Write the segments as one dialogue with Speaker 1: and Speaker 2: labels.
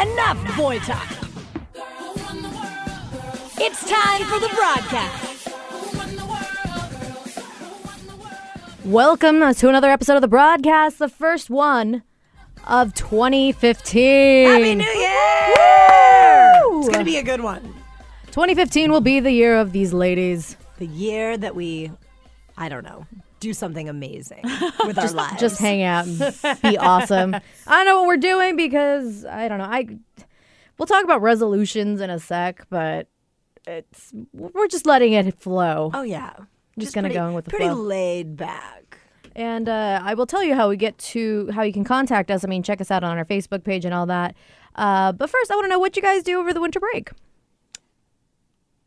Speaker 1: Enough boy talk. It's time for the broadcast.
Speaker 2: Welcome to another episode of the broadcast, the first one of 2015.
Speaker 1: Happy New Year! It's going to be a good one.
Speaker 2: 2015 will be the year of these ladies.
Speaker 1: The year that we, I don't know, do something amazing with our lives.
Speaker 2: Just hang out and be awesome. I know what we're doing because I don't know. I we'll talk about resolutions in a sec, but it's we're just letting it flow.
Speaker 1: Oh, yeah.
Speaker 2: just, gonna
Speaker 1: pretty,
Speaker 2: go in with the
Speaker 1: Pretty
Speaker 2: flow.
Speaker 1: laid back.
Speaker 2: And uh, I will tell you how we get to how you can contact us. I mean, check us out on our Facebook page and all that. Uh, but first, I want to know what you guys do over the winter break.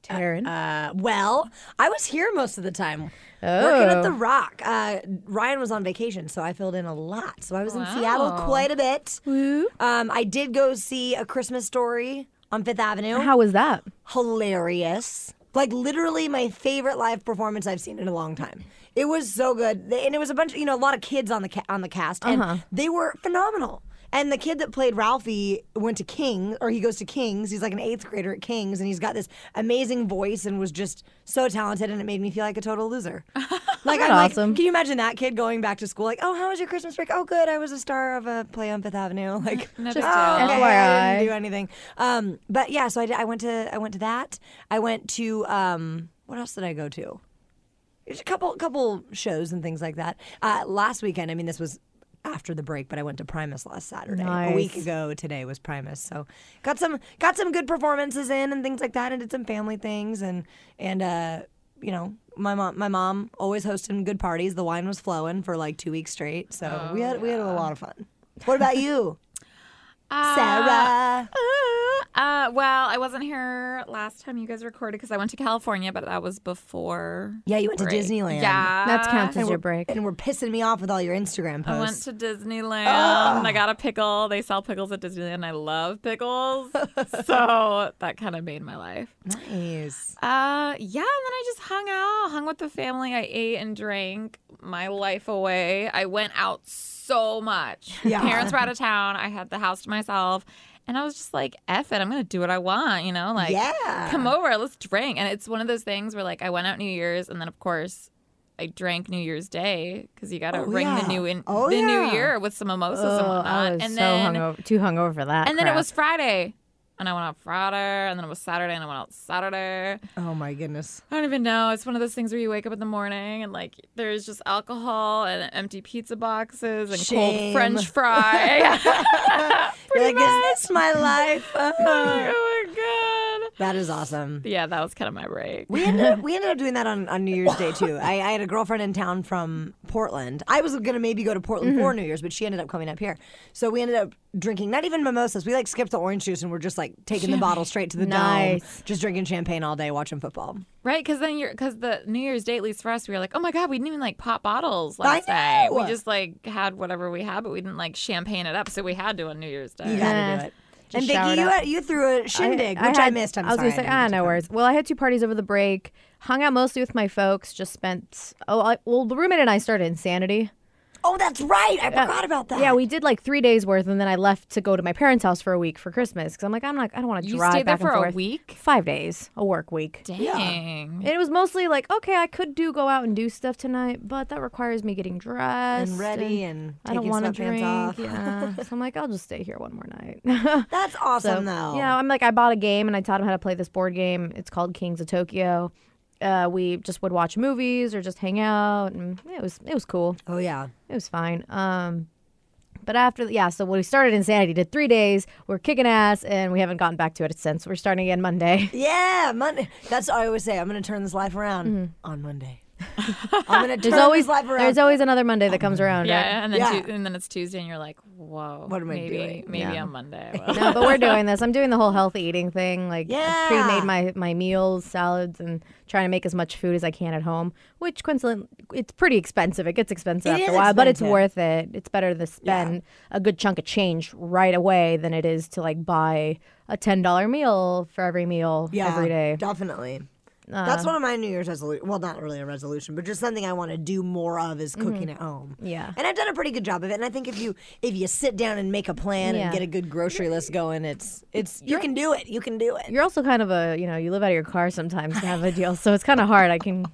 Speaker 2: Taryn,
Speaker 1: Uh, well, I was here most of the time working at
Speaker 2: Oh.
Speaker 1: The Rock. Uh, Ryan was on vacation, so I filled in a lot. So I was in Seattle quite a bit. Um, I did go see A Christmas Story on Fifth Avenue.
Speaker 2: how was that?
Speaker 1: Hilarious. Like literally my favorite live performance I've seen in a long time. It was so good, They- and it was a bunch of you know a lot of kids on the ca- on the cast, and they were phenomenal. And the kid that played Ralphie went to King, or he goes to King's. He's like an eighth grader at King's, and he's got this amazing voice and was just so talented. And it made me feel like a total loser. Like I'm
Speaker 2: awesome?
Speaker 1: like, can you imagine that kid going back to school? Like, oh, how was your Christmas break? Oh, good. I was a star of a play on Fifth Avenue. Like,
Speaker 2: Just
Speaker 1: Oh, okay. I
Speaker 2: FYI.
Speaker 1: didn't do anything. Um, but yeah, so I, did, I went to I went to that. I went to um, what else did I go to? There's a couple couple shows and things like that. Uh, last weekend, I mean, this was after the break, but I went to Primus last Saturday. A week
Speaker 2: Nice.
Speaker 1: ago today was Primus, so got some got some good performances in and things like that, and did some family things and and uh, you know. My mom, my mom always hosting good parties. The wine was flowing for like two weeks straight, so
Speaker 3: Oh,
Speaker 1: we had we had a lot of fun. What about you? Sarah.
Speaker 3: Uh, well, I wasn't here last time you guys recorded because I went to California, but that was before.
Speaker 1: Yeah, you went to
Speaker 3: break.
Speaker 1: Disneyland.
Speaker 3: Yeah,
Speaker 2: That's counts as your break.
Speaker 1: And we're pissing me off with all your Instagram
Speaker 3: I went
Speaker 1: posts.
Speaker 3: to Disneyland. I got a pickle. They sell pickles at Disneyland. I love pickles, so that kind of made my life.
Speaker 1: nice.
Speaker 3: Uh, yeah, and then I just hung out, hung with the family. I ate and drank my life away. I went out so much.
Speaker 1: Yeah.
Speaker 3: Parents were out of town. I had the house to myself. And I was just like, F it, I'm gonna do what I want, you know? Like
Speaker 1: Yeah.
Speaker 3: come over, let's drink. And it's one of those things where like I went out New Year's and then of course I drank New Year's Day because you gotta
Speaker 1: Oh,
Speaker 3: ring
Speaker 1: yeah.
Speaker 3: the new in
Speaker 1: Oh,
Speaker 3: the
Speaker 1: yeah.
Speaker 3: new year with some mimosas and
Speaker 2: Oh,
Speaker 3: whatnot.
Speaker 2: I was
Speaker 3: and
Speaker 2: so
Speaker 3: then
Speaker 2: hungover, too hungover for that.
Speaker 3: and then
Speaker 2: crap.
Speaker 3: it was Friday. And I went out Friday, and then it was Saturday, and I went out Saturday.
Speaker 1: Oh my goodness.
Speaker 3: I don't even know. It's one of those things where you wake up in the morning and like there's just alcohol and empty pizza boxes and
Speaker 1: Shame.
Speaker 3: cold French fry.
Speaker 1: You're like, is this my life? Uh,
Speaker 3: oh my god.
Speaker 1: that is awesome.
Speaker 3: Yeah, that was kind of my break.
Speaker 1: We ended, up, we ended up doing that on, on New Year's Day too. I, I had a girlfriend in town from Portland. I was gonna maybe go to Portland
Speaker 2: Mm-hmm.
Speaker 1: for New Year's, but she ended up coming up here. So we ended up drinking not even mimosas. We like skipped the orange juice and we're just like taking the bottle straight to the
Speaker 2: Nice.
Speaker 1: dome, just drinking champagne all day, watching football.
Speaker 3: Right, because then you're because the New Year's date, at least for us, we were like, oh my god, we didn't even like pop bottles last night.
Speaker 1: know.
Speaker 3: We just like had whatever we had, but we didn't like champagne it up, so we had to on New Year's Day.
Speaker 1: You gotta
Speaker 2: Yeah.
Speaker 1: do it.
Speaker 2: Just
Speaker 1: and
Speaker 2: shower
Speaker 1: Vicky,
Speaker 2: it
Speaker 1: you,
Speaker 2: up.
Speaker 1: had, you threw a shindig, which I
Speaker 2: had-
Speaker 1: missed. I'm
Speaker 2: I was
Speaker 1: sorry.
Speaker 2: gonna say,
Speaker 1: didn't
Speaker 2: ah,
Speaker 1: get to
Speaker 2: no
Speaker 1: come.
Speaker 2: worries. Well, I had two parties over the break. Hung out mostly with my folks. Just spent. Oh, I, well, the roommate and I started insanity.
Speaker 1: Oh, that's right. I forgot about that.
Speaker 2: Yeah, we did like three days worth, and then I left to go to my parents' house for a week for Christmas because I'm like, I'm not, I don't want to
Speaker 3: You
Speaker 2: drive
Speaker 3: stayed there
Speaker 2: back
Speaker 3: for
Speaker 2: and
Speaker 3: a
Speaker 2: forth.
Speaker 3: week.
Speaker 2: Five days, a work week.
Speaker 3: Dang.
Speaker 2: And it was mostly like, okay, I could do go out and do stuff tonight, but that requires me getting dressed
Speaker 1: and ready and
Speaker 2: uh, I don't
Speaker 1: taking
Speaker 2: want to
Speaker 1: sweatpants
Speaker 2: drink.
Speaker 1: off.
Speaker 2: Yeah. so I'm like, I'll just stay here one more night.
Speaker 1: That's
Speaker 2: So,
Speaker 1: awesome, though.
Speaker 2: You know, I'm like, I bought a game and I taught him how to play this board game. It's called Kings of Tokyo. Uh, we just would watch movies or just hang out, and it was it was cool.
Speaker 1: Oh yeah.
Speaker 2: It was fine. Um, but after yeah, so when we started Insanity, did three days. We're kicking ass, and we haven't gotten back to it since. We're starting again Monday.
Speaker 1: Yeah, Monday. That's what I always say. I'm gonna turn this life around on Monday. I'm gonna turn
Speaker 2: Mm-hmm. There's always
Speaker 1: this life around.
Speaker 2: there's always another Monday that comes around. Right?
Speaker 3: Yeah, and then
Speaker 1: Yeah.
Speaker 3: Tu- and then it's Tuesday, and you're like, whoa,
Speaker 1: What am I
Speaker 3: maybe,
Speaker 1: doing?
Speaker 3: Maybe
Speaker 2: Yeah.
Speaker 3: on Monday. I will.
Speaker 2: No, but we're doing this. I'm doing the whole healthy eating thing. Like,
Speaker 1: Yeah.
Speaker 2: I pre-made my, my meals, salads, and trying to make as much food as I can at home. Which coincidentally, it's pretty expensive. It gets expensive
Speaker 1: It
Speaker 2: after
Speaker 1: is
Speaker 2: a while, but it's
Speaker 1: expensive.
Speaker 2: worth it. It's better to spend a good chunk of change right away than it is to like buy a ten dollar meal for every meal
Speaker 1: yeah,
Speaker 2: every day. Uh.
Speaker 1: Definitely. That's one of my New Year's resolution. Well, not really a resolution, but just something I want to do more of is cooking at home.
Speaker 2: Mm-hmm. Yeah.
Speaker 1: and I've done a pretty good job of it. And I think if you if you sit down and make a plan
Speaker 2: Yeah.
Speaker 1: and get a good grocery list going, it's it's you can do it. You can do it.
Speaker 2: You're also kind of a, you know, you live out of your car sometimes kind of a deal. So it's kind of hard. I can,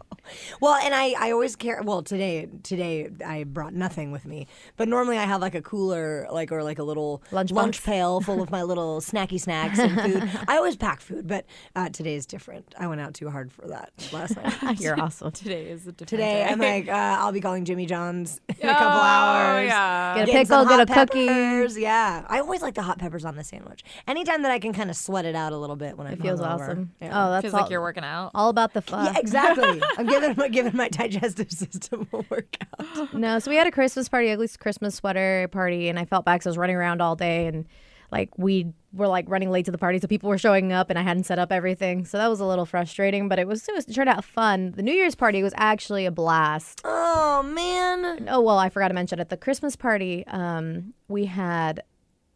Speaker 1: Well, and I, I always care. Well, today today I brought nothing with me, but normally I have like a cooler, like or like a little
Speaker 2: Lunch box.
Speaker 1: pail full of my little snacky snacks and food. I always pack food, but uh, today is different. I went out too hard for that last night.
Speaker 2: you're awesome.
Speaker 3: Today is a different
Speaker 1: Today
Speaker 3: day.
Speaker 1: I'm like uh, I'll be calling Jimmy John's in a couple hours.
Speaker 3: Oh, yeah.
Speaker 2: Get a
Speaker 1: Getting
Speaker 2: pickle,
Speaker 1: some
Speaker 2: get a
Speaker 1: hot
Speaker 2: cookie.
Speaker 1: peppers. Yeah, I always like the hot peppers on the sandwich. Anytime that I can kind of sweat it out a little bit when I'm
Speaker 2: It feels
Speaker 1: hungover.
Speaker 2: awesome.
Speaker 1: Yeah.
Speaker 2: Oh, that's
Speaker 3: Feels
Speaker 2: all,
Speaker 3: like you're working out.
Speaker 2: all about the fun.
Speaker 1: Yeah, exactly. I'm giving my, giving my digestive system a workout.
Speaker 2: No, so we had a Christmas party, at least Christmas sweater party, and I felt bad because I was running around all day and like we were like running late to the party, so people were showing up and I hadn't set up everything, so that was a little frustrating. But it was it, was, it turned out fun. The New Year's party was actually a blast.
Speaker 1: Oh man.
Speaker 2: Oh well, I forgot to mention at the Christmas party, um, we had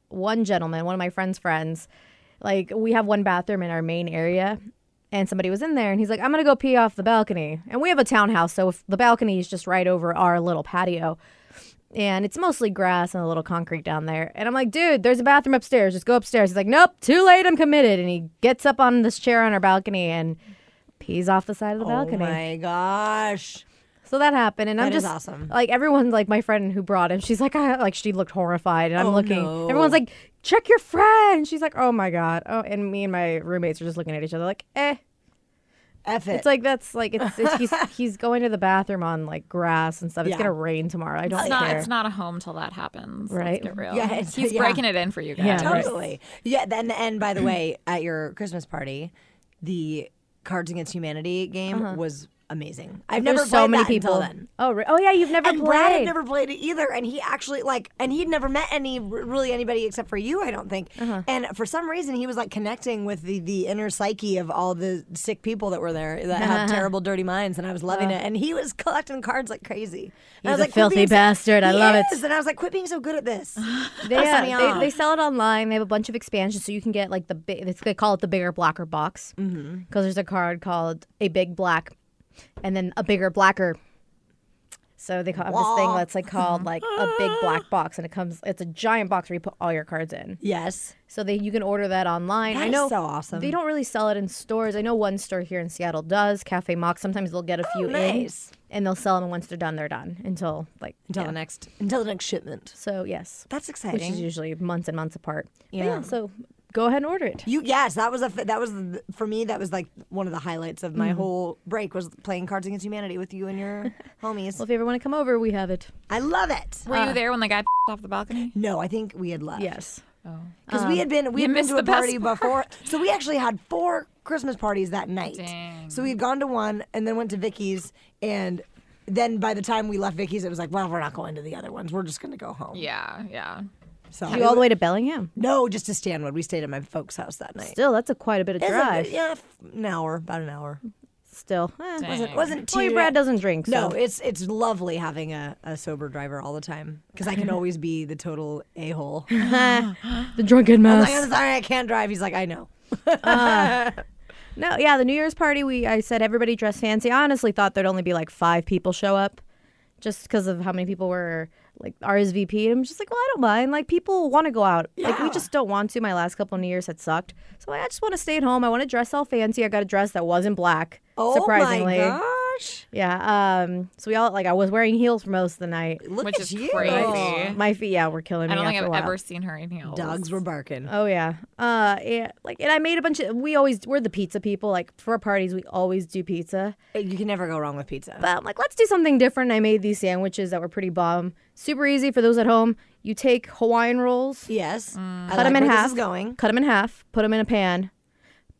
Speaker 2: one gentleman, one of my friend's friends. Like we have one bathroom in our main area, and somebody was in there, and he's like, "I'm gonna go pee off the balcony." And we have a townhouse, so if the balcony is just right over our little patio, and it's mostly grass and a little concrete down there. And I'm like, "Dude, there's a bathroom upstairs. Just go upstairs." He's like, "Nope, too late. I'm committed." And he gets up on this chair on our balcony and pees off the side of the balcony.
Speaker 1: Oh my gosh.
Speaker 2: So that happened, and I'm
Speaker 1: That is
Speaker 2: just
Speaker 1: awesome.
Speaker 2: like everyone, like my friend who brought him. She's like, I, like she looked horrified, and I'm
Speaker 1: Oh,
Speaker 2: looking.
Speaker 1: no.
Speaker 2: Everyone's like, check your friend. She's like, oh my god. Oh, and me and my roommates are just looking at each other, like, eh.
Speaker 1: F it.
Speaker 2: It's like that's like it's, it's he's he's going to the bathroom on like grass and stuff. It's
Speaker 1: Yeah.
Speaker 2: gonna rain tomorrow. I don't
Speaker 3: It's
Speaker 2: care.
Speaker 3: not, it's not a home till that happens.
Speaker 2: Right.
Speaker 3: Let's get real.
Speaker 1: Yeah, it's-
Speaker 3: He's
Speaker 1: yeah.
Speaker 3: breaking it in for you guys.
Speaker 2: Yeah, right.
Speaker 1: totally. Yeah. Then and by the way, at your Christmas party, the Cards Against Humanity game was amazing. I've
Speaker 2: Uh-huh. There's
Speaker 1: never
Speaker 2: so
Speaker 1: played
Speaker 2: many
Speaker 1: that
Speaker 2: people.
Speaker 1: until then.
Speaker 2: Oh, re- oh yeah, you've never
Speaker 1: And
Speaker 2: played.
Speaker 1: Brad had never played it either, and he actually like, and he'd never met any really anybody except for you, I don't think.
Speaker 2: Uh-huh.
Speaker 1: And for some reason, he was like connecting with the the inner psyche of all the sick people that were there that have terrible, dirty minds, and I was loving it. And he was collecting cards like crazy. And I
Speaker 2: He's
Speaker 1: was
Speaker 2: a
Speaker 1: like, quit
Speaker 2: filthy
Speaker 1: being so-
Speaker 2: bastard. I
Speaker 1: He
Speaker 2: love it.
Speaker 1: is. And I was like, quit being so good at this.
Speaker 2: They,
Speaker 1: Pissing
Speaker 2: uh,
Speaker 1: me
Speaker 2: they-
Speaker 1: off.
Speaker 2: they sell it online. They have a bunch of expansions, so you can get like the big. They call it the bigger blacker box because
Speaker 1: Mm-hmm.
Speaker 2: there's a card called a big black, and then a bigger blacker. So they call, have this thing
Speaker 1: Wah.
Speaker 2: that's like called like a big black box, and it comes. It's a giant box where you put all your cards in.
Speaker 1: yes.
Speaker 2: So they you can order that online.
Speaker 1: That
Speaker 2: I
Speaker 1: is
Speaker 2: know
Speaker 1: so awesome.
Speaker 2: They don't really sell it in stores. I know one store here in Seattle does Cafe Mock. Sometimes they'll get a few
Speaker 1: Oh, nice.
Speaker 2: in, and they'll sell them. And once they're done, they're done until like
Speaker 1: Until the next until the next shipment.
Speaker 2: so. Yes,
Speaker 1: That's
Speaker 2: which
Speaker 1: exciting.
Speaker 2: is usually months and months apart. But
Speaker 1: Yeah.
Speaker 2: yeah. So go ahead and order it.
Speaker 1: You yes, that was a f- that was the- for me. That was like one of the highlights of
Speaker 2: Mm.
Speaker 1: my whole break was playing Cards Against Humanity with you and your homies.
Speaker 2: Well, if you ever want to come over, we have it.
Speaker 1: I love it.
Speaker 3: Were
Speaker 2: Ah.
Speaker 3: you there when the guy off the balcony?
Speaker 1: No, I think we had left.
Speaker 2: Yes.
Speaker 3: Oh.
Speaker 1: because we had been we
Speaker 3: you
Speaker 1: had been
Speaker 3: missed
Speaker 1: to a
Speaker 3: the best
Speaker 1: party before, so we actually had four Christmas parties that night.
Speaker 3: Dang.
Speaker 1: So we had gone to one and then went to Vicky's, and then by the time we left Vicky's, it was like, well, we're not going to the other ones. We're just going to go home.
Speaker 3: Yeah, yeah.
Speaker 1: So
Speaker 2: You all the way to Bellingham.
Speaker 1: no, just to Stanwood. We stayed at my folks' house that night.
Speaker 2: Still, that's a quite a bit of
Speaker 1: It's a-
Speaker 2: drive.
Speaker 1: yeah, f- an hour, about an hour.
Speaker 2: Still, eh.
Speaker 1: Wasn't
Speaker 3: Dang.
Speaker 1: wasn't
Speaker 2: Well, your
Speaker 1: too-
Speaker 2: Brad doesn't drink.
Speaker 1: No,
Speaker 2: So.
Speaker 1: it's it's lovely having a, a sober driver all the time because I can always be the total a hole. like,
Speaker 2: the drunken
Speaker 1: I'm
Speaker 2: mouse.
Speaker 1: sorry, I can't drive. He's like, I know.
Speaker 2: No, yeah, the New Year's party. We I said everybody dressed fancy. I honestly thought there'd only be like five people show up, just because of how many people were like RSVP. I'm just like, well, I don't mind. Like people want to go out. Like we
Speaker 1: Yeah.
Speaker 2: just don't want to. My last couple of New Year's had sucked, so I just want to stay at home. I want to dress all fancy. I got a dress that wasn't black. surprisingly.
Speaker 1: Oh my Oh gosh!
Speaker 2: Yeah. Um. So we all like I was wearing heels for most of the night.
Speaker 1: Look
Speaker 3: Which
Speaker 1: at
Speaker 3: is
Speaker 1: you.
Speaker 3: crazy.
Speaker 2: My feet, yeah, were killing me.
Speaker 3: I don't think
Speaker 2: after
Speaker 3: I've
Speaker 2: a while.
Speaker 3: ever seen her in heels.
Speaker 1: Dogs were barking.
Speaker 2: Oh yeah. Uh. Yeah. Like, and I made a bunch of. We always we're the pizza people. Like for our parties, we always do pizza.
Speaker 1: Uh, You can never go wrong with pizza.
Speaker 2: But I'm like, let's do something different. I made these sandwiches that were pretty bomb. Super easy for those at home. You take Hawaiian rolls,
Speaker 1: yes, I
Speaker 2: Mm. cut them
Speaker 1: like
Speaker 2: in
Speaker 1: where
Speaker 2: half.
Speaker 1: This is going.
Speaker 2: Cut them in half. Put them in a pan.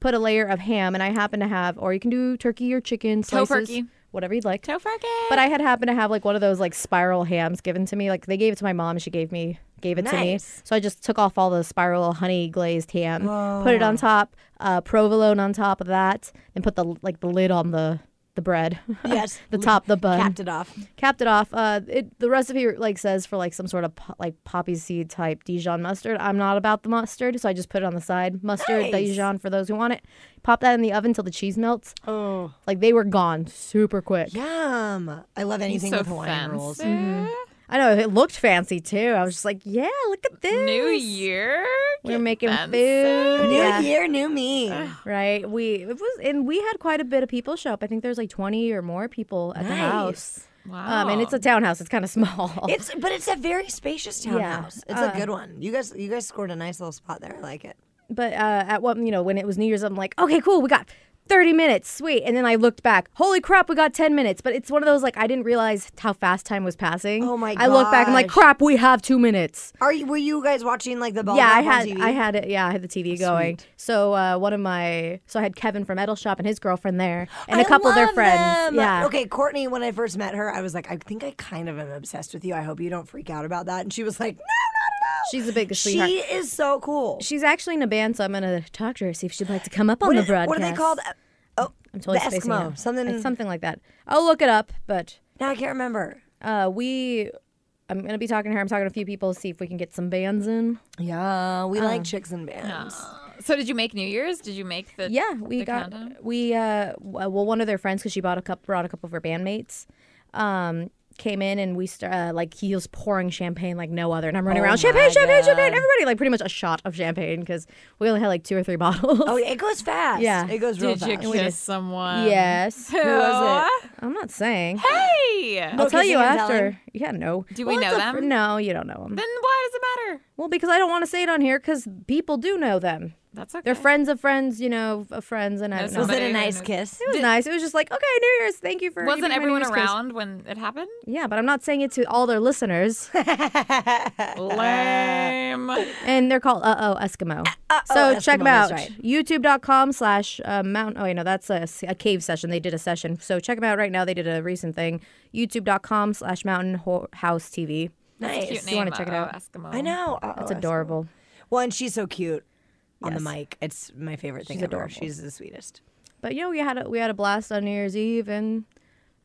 Speaker 2: Put a layer of ham, and I happen to have, or you can do turkey or chicken slices,
Speaker 3: Tofurkey.
Speaker 2: whatever you'd like.
Speaker 3: Tofurkey.
Speaker 2: But I had happened to have like one of those like spiral hams given to me. Like they gave it to my mom. and She gave me gave it to me.
Speaker 1: Nice.
Speaker 2: So I just took off all the spiral honey glazed ham, put it on top, uh, provolone on top of that, and put the like the lid on the the bread.
Speaker 1: Yes.
Speaker 2: the top, the bun.
Speaker 1: Capped it off.
Speaker 2: capped it off. Uh, it, the recipe like says for like some sort of po- like poppy seed type Dijon mustard. I'm not about the mustard, so I just put it on the side.
Speaker 1: Nice.
Speaker 2: Mustard Dijon for those who want it. Pop that in the oven till the cheese melts.
Speaker 1: Oh.
Speaker 2: Like they were gone super quick.
Speaker 1: Yum. I love anything
Speaker 3: so
Speaker 1: with Hawaiian rolls.
Speaker 3: fancy.
Speaker 2: I know it looked fancy too. I was just like, yeah, look at this.
Speaker 3: New year.
Speaker 2: Mm-hmm. We're
Speaker 3: Get
Speaker 2: making
Speaker 3: fancy.
Speaker 2: food.
Speaker 1: New
Speaker 2: Yeah.
Speaker 1: year, new me.
Speaker 2: Right. We it was and we had quite a bit of people show up. I think there's like 20 or more people at the
Speaker 1: Nice.
Speaker 2: house.
Speaker 3: Wow.
Speaker 2: Um, and it's a townhouse. It's kind of small.
Speaker 1: It's but it's a very spacious townhouse. It's
Speaker 2: Uh.
Speaker 1: a good one. You guys you guys scored a nice little spot there. I like it.
Speaker 2: but uh, at what you know when it was New Year's, I'm like, okay, cool, we got 30 minutes, sweet. And then I looked back, holy crap, we got 10 minutes. But it's one of those like I didn't realize how fast time was passing.
Speaker 1: Oh my
Speaker 2: I look back, I'm like,
Speaker 1: gosh.
Speaker 2: crap, we have two minutes.
Speaker 1: Are you were you guys watching like the ball
Speaker 2: yeah, I
Speaker 1: drop
Speaker 2: had
Speaker 1: on TV?
Speaker 2: I had it. Yeah, I had the TV going. So uh, one of my so I had Kevin from Edel Shop and his girlfriend there, and a
Speaker 1: I
Speaker 2: couple of their
Speaker 1: love
Speaker 2: friends.
Speaker 1: them.
Speaker 2: Yeah.
Speaker 1: Okay, Courtney, when I first met her, I was like, I think I kind of am obsessed with you. I hope you don't freak out about that. And she was like, No, not at all.
Speaker 2: She's a big
Speaker 1: She
Speaker 2: sweetheart.
Speaker 1: is so cool.
Speaker 2: She's actually in a band, so I'm gonna talk to her see if she'd like to come up on
Speaker 1: what,
Speaker 2: the
Speaker 1: is-
Speaker 2: broadcast.
Speaker 1: what are they called? Oh,
Speaker 2: I'm totally
Speaker 1: the
Speaker 2: spacing
Speaker 1: Eskimo.
Speaker 2: out.
Speaker 1: Something
Speaker 2: It's something like that. I'll look it up, but
Speaker 1: now I can't remember.
Speaker 2: uh, we I'm gonna be talking to her. I'm talking to a few people, see if we can get some bands in.
Speaker 1: Yeah, we like chicks and bands.
Speaker 3: So did you make New Year's? Did you make the
Speaker 2: Yeah, we
Speaker 3: the
Speaker 2: got
Speaker 3: countdown?
Speaker 2: we uh w- well one of their friends because she bought a cup brought a couple of her bandmates, um came in and we start uh, like he was pouring champagne like no other and I'm running
Speaker 1: Oh
Speaker 2: around
Speaker 1: my
Speaker 2: champagne champagne champagne
Speaker 1: God.
Speaker 2: everybody like pretty much a shot of champagne because we only had like two or three bottles.
Speaker 1: Oh, it goes fast.
Speaker 2: Yeah.
Speaker 1: it goes real
Speaker 3: Did
Speaker 1: fast.
Speaker 3: you kiss someone?
Speaker 2: yes,
Speaker 3: Who
Speaker 1: was
Speaker 2: I'm not saying.
Speaker 3: Hey.
Speaker 2: I'll tell you
Speaker 1: kissing and telling?
Speaker 2: after. Yeah, no.
Speaker 3: Do we
Speaker 2: Well, it's
Speaker 3: know
Speaker 2: a fr-
Speaker 3: them?
Speaker 2: no, you don't know them.
Speaker 3: Then why does it matter?
Speaker 2: Well, because I don't want to say it on here because people do know them.
Speaker 3: That's okay.
Speaker 2: They're friends of friends, you know, of friends, and I
Speaker 3: Knows
Speaker 2: don't know.
Speaker 1: Was it
Speaker 2: It
Speaker 1: a
Speaker 3: Somebody
Speaker 1: nice
Speaker 3: who knows-
Speaker 1: kiss?
Speaker 2: was nice. It was just like, okay, New Year's, thank you for. you
Speaker 3: Wasn't
Speaker 2: being my New
Speaker 3: everyone
Speaker 2: Year's kiss.
Speaker 3: around when it happened?
Speaker 2: Yeah, but I'm not saying it to all their listeners,
Speaker 3: Uh, Lame.
Speaker 2: and they're called Uh Oh Eskimo. so check
Speaker 1: Eskimo,
Speaker 2: them out.
Speaker 1: that's right.
Speaker 2: YouTube.com/slash uh, Mount. Oh wait, no, that's a, s- a cave session. They did a session, so check them out right now. They did a recent thing. YouTube.com/slash Mountain Ho- House TV.
Speaker 1: Nice.
Speaker 3: Cute name.
Speaker 2: you wanna check it
Speaker 3: uh-oh,
Speaker 2: out?
Speaker 3: Eskimo.
Speaker 1: I know. Oh,
Speaker 2: That's adorable.
Speaker 1: Well, and she's so cute on the mic. It's my favorite thing ever.
Speaker 2: adorable.
Speaker 1: She's the sweetest.
Speaker 2: but you know we had a, we had a blast on New Year's Eve and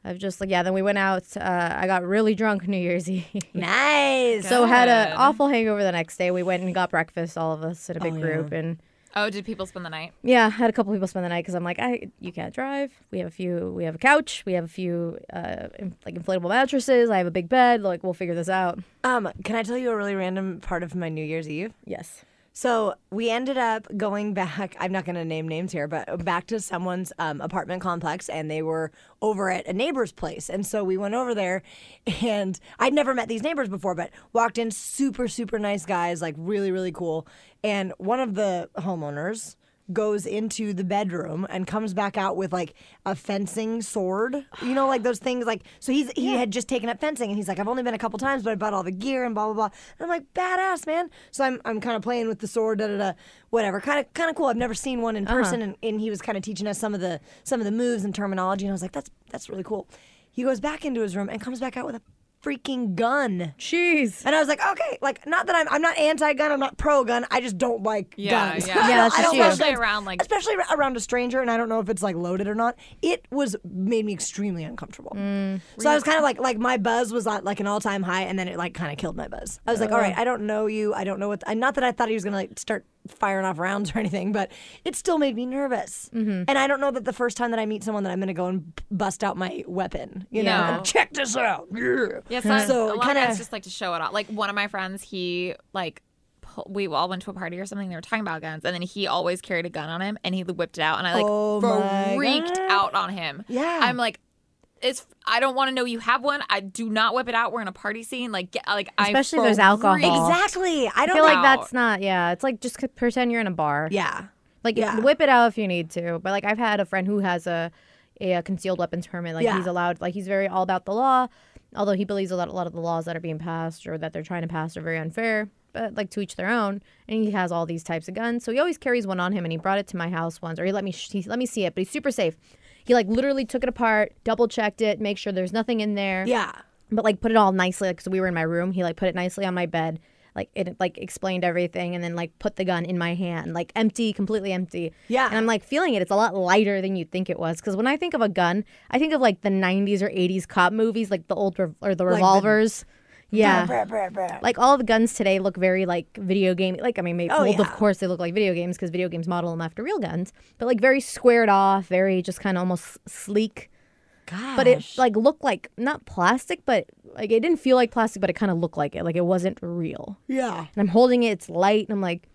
Speaker 2: I've just like yeah then we went out uh, I got really drunk New Year's Eve
Speaker 1: Nice.
Speaker 2: so had an
Speaker 3: Good.
Speaker 2: awful hangover the next day we went and got breakfast all of us in a big
Speaker 1: Oh, yeah.
Speaker 2: group and
Speaker 3: Oh, did people spend the night?
Speaker 2: yeah had a couple people spend the night because I'm like I you can't drive we have a few we have a couch we have a few uh, in, like inflatable mattresses I have a big bed like we'll figure this out
Speaker 1: um, can I tell you a really random part of my New Year's Eve?
Speaker 2: yes
Speaker 1: So we ended up going back. I'm not going to name names here, but back to someone's um, apartment complex, and they were over at a neighbor's place. And so we went over there, and I'd never met these neighbors before, but walked in super, super nice guys, like really, really cool. And one of the homeowners goes into the bedroom and comes back out with like a fencing sword. You know, like those things like so he's he had just taken up fencing and he's like, I've only been a couple times, but I bought all the gear and blah blah blah. And I'm like, badass man. So I'm I'm kinda playing with the sword, da da da whatever. Kinda kinda cool. I've never seen one in person and, and he was kinda teaching us some of the some of the moves and terminology and I was like, That's that's really cool. He goes back into his room and comes back out with a freaking gun.
Speaker 2: jeez
Speaker 1: And I was like, okay, like not that I'm I'm not anti-gun, I'm not pro-gun. I just don't like
Speaker 3: Yeah,
Speaker 1: guns.
Speaker 3: yeah.
Speaker 1: I
Speaker 3: Yeah,
Speaker 1: don't-
Speaker 2: that's
Speaker 1: I
Speaker 2: just
Speaker 1: don't like
Speaker 2: you.
Speaker 3: Especially
Speaker 1: guns.
Speaker 3: around, like-
Speaker 1: especially ar- around a stranger, and I don't know if it's like loaded or not. It was made me extremely uncomfortable.
Speaker 2: Mm.
Speaker 1: So I was kind of like like my buzz was at like an all-time high, and then it like kind of killed my buzz. I was like, all right,
Speaker 2: Oh.
Speaker 1: I don't know you, I don't know what. I not that I thought he was gonna like start firing off rounds or anything, but it still made me nervous.
Speaker 2: Mm-hmm.
Speaker 1: And I don't know that the first time that I meet someone that I'm gonna go and b- bust out my weapon. You
Speaker 2: Yeah.
Speaker 1: know, check this out. Yeah.
Speaker 3: Yes, yeah, so
Speaker 1: Hmm. So
Speaker 3: a
Speaker 1: it
Speaker 3: lot
Speaker 1: kinda-
Speaker 3: of guys just like to show it off. Like one of my friends, he like pu- we all went to a party or something. They were talking about guns, and then he always carried a gun on him, and he whipped it out, and I like
Speaker 1: Oh my
Speaker 3: freaked
Speaker 1: God.
Speaker 3: out on him.
Speaker 1: Yeah.
Speaker 3: I'm like. It's. I don't want to know you have one. I do not whip it out. We're in a party scene. Like, get, like I
Speaker 2: Especially if there's
Speaker 3: freaked-
Speaker 2: alcohol.
Speaker 1: Exactly. I
Speaker 2: I
Speaker 1: don't
Speaker 2: feel
Speaker 1: know.
Speaker 2: like
Speaker 3: out.
Speaker 2: that's not yeah it's like just c- pretend you're in a bar
Speaker 1: Yeah.
Speaker 2: Like
Speaker 1: Yeah.
Speaker 2: whip it out if you need to. But like I've had a friend who has a a, uh, concealed weapons permit. Like
Speaker 1: Yeah.
Speaker 2: he's allowed. Like he's very all about the law. Although he believes a lot a lot of the laws that are being passed or that they're trying to pass are very unfair. But like to each their own. And he has all these types of guns. So he always carries one on him. And he brought it to my house once, or he let me sh- he let me see it. But he's super safe. He like literally took it apart, double checked it, make sure there's nothing in there
Speaker 1: Yeah.
Speaker 2: but like put it all nicely like so we were in my room he like put it nicely on my bed like it like explained everything and then like put the gun in my hand like empty completely empty
Speaker 1: Yeah.
Speaker 2: and i'm like feeling it it's a lot lighter than you'd think it was because when i think of a gun i think of like the 90s or 80s cop movies like the old rev- or the revolvers
Speaker 3: Uh,
Speaker 2: yeah
Speaker 1: Brr, brr, brr, brr.
Speaker 2: like all the guns today look very like video game like i mean maybe
Speaker 1: Oh,
Speaker 2: well, of
Speaker 1: yeah.
Speaker 2: course they look like video games because video games model them after real guns but like very squared off very just kind of almost sleek
Speaker 1: Gosh.
Speaker 2: but it like looked like not plastic but like it didn't feel like plastic but it kind of looked like it like it wasn't real
Speaker 1: yeah.
Speaker 2: and i'm holding it it's light and i'm like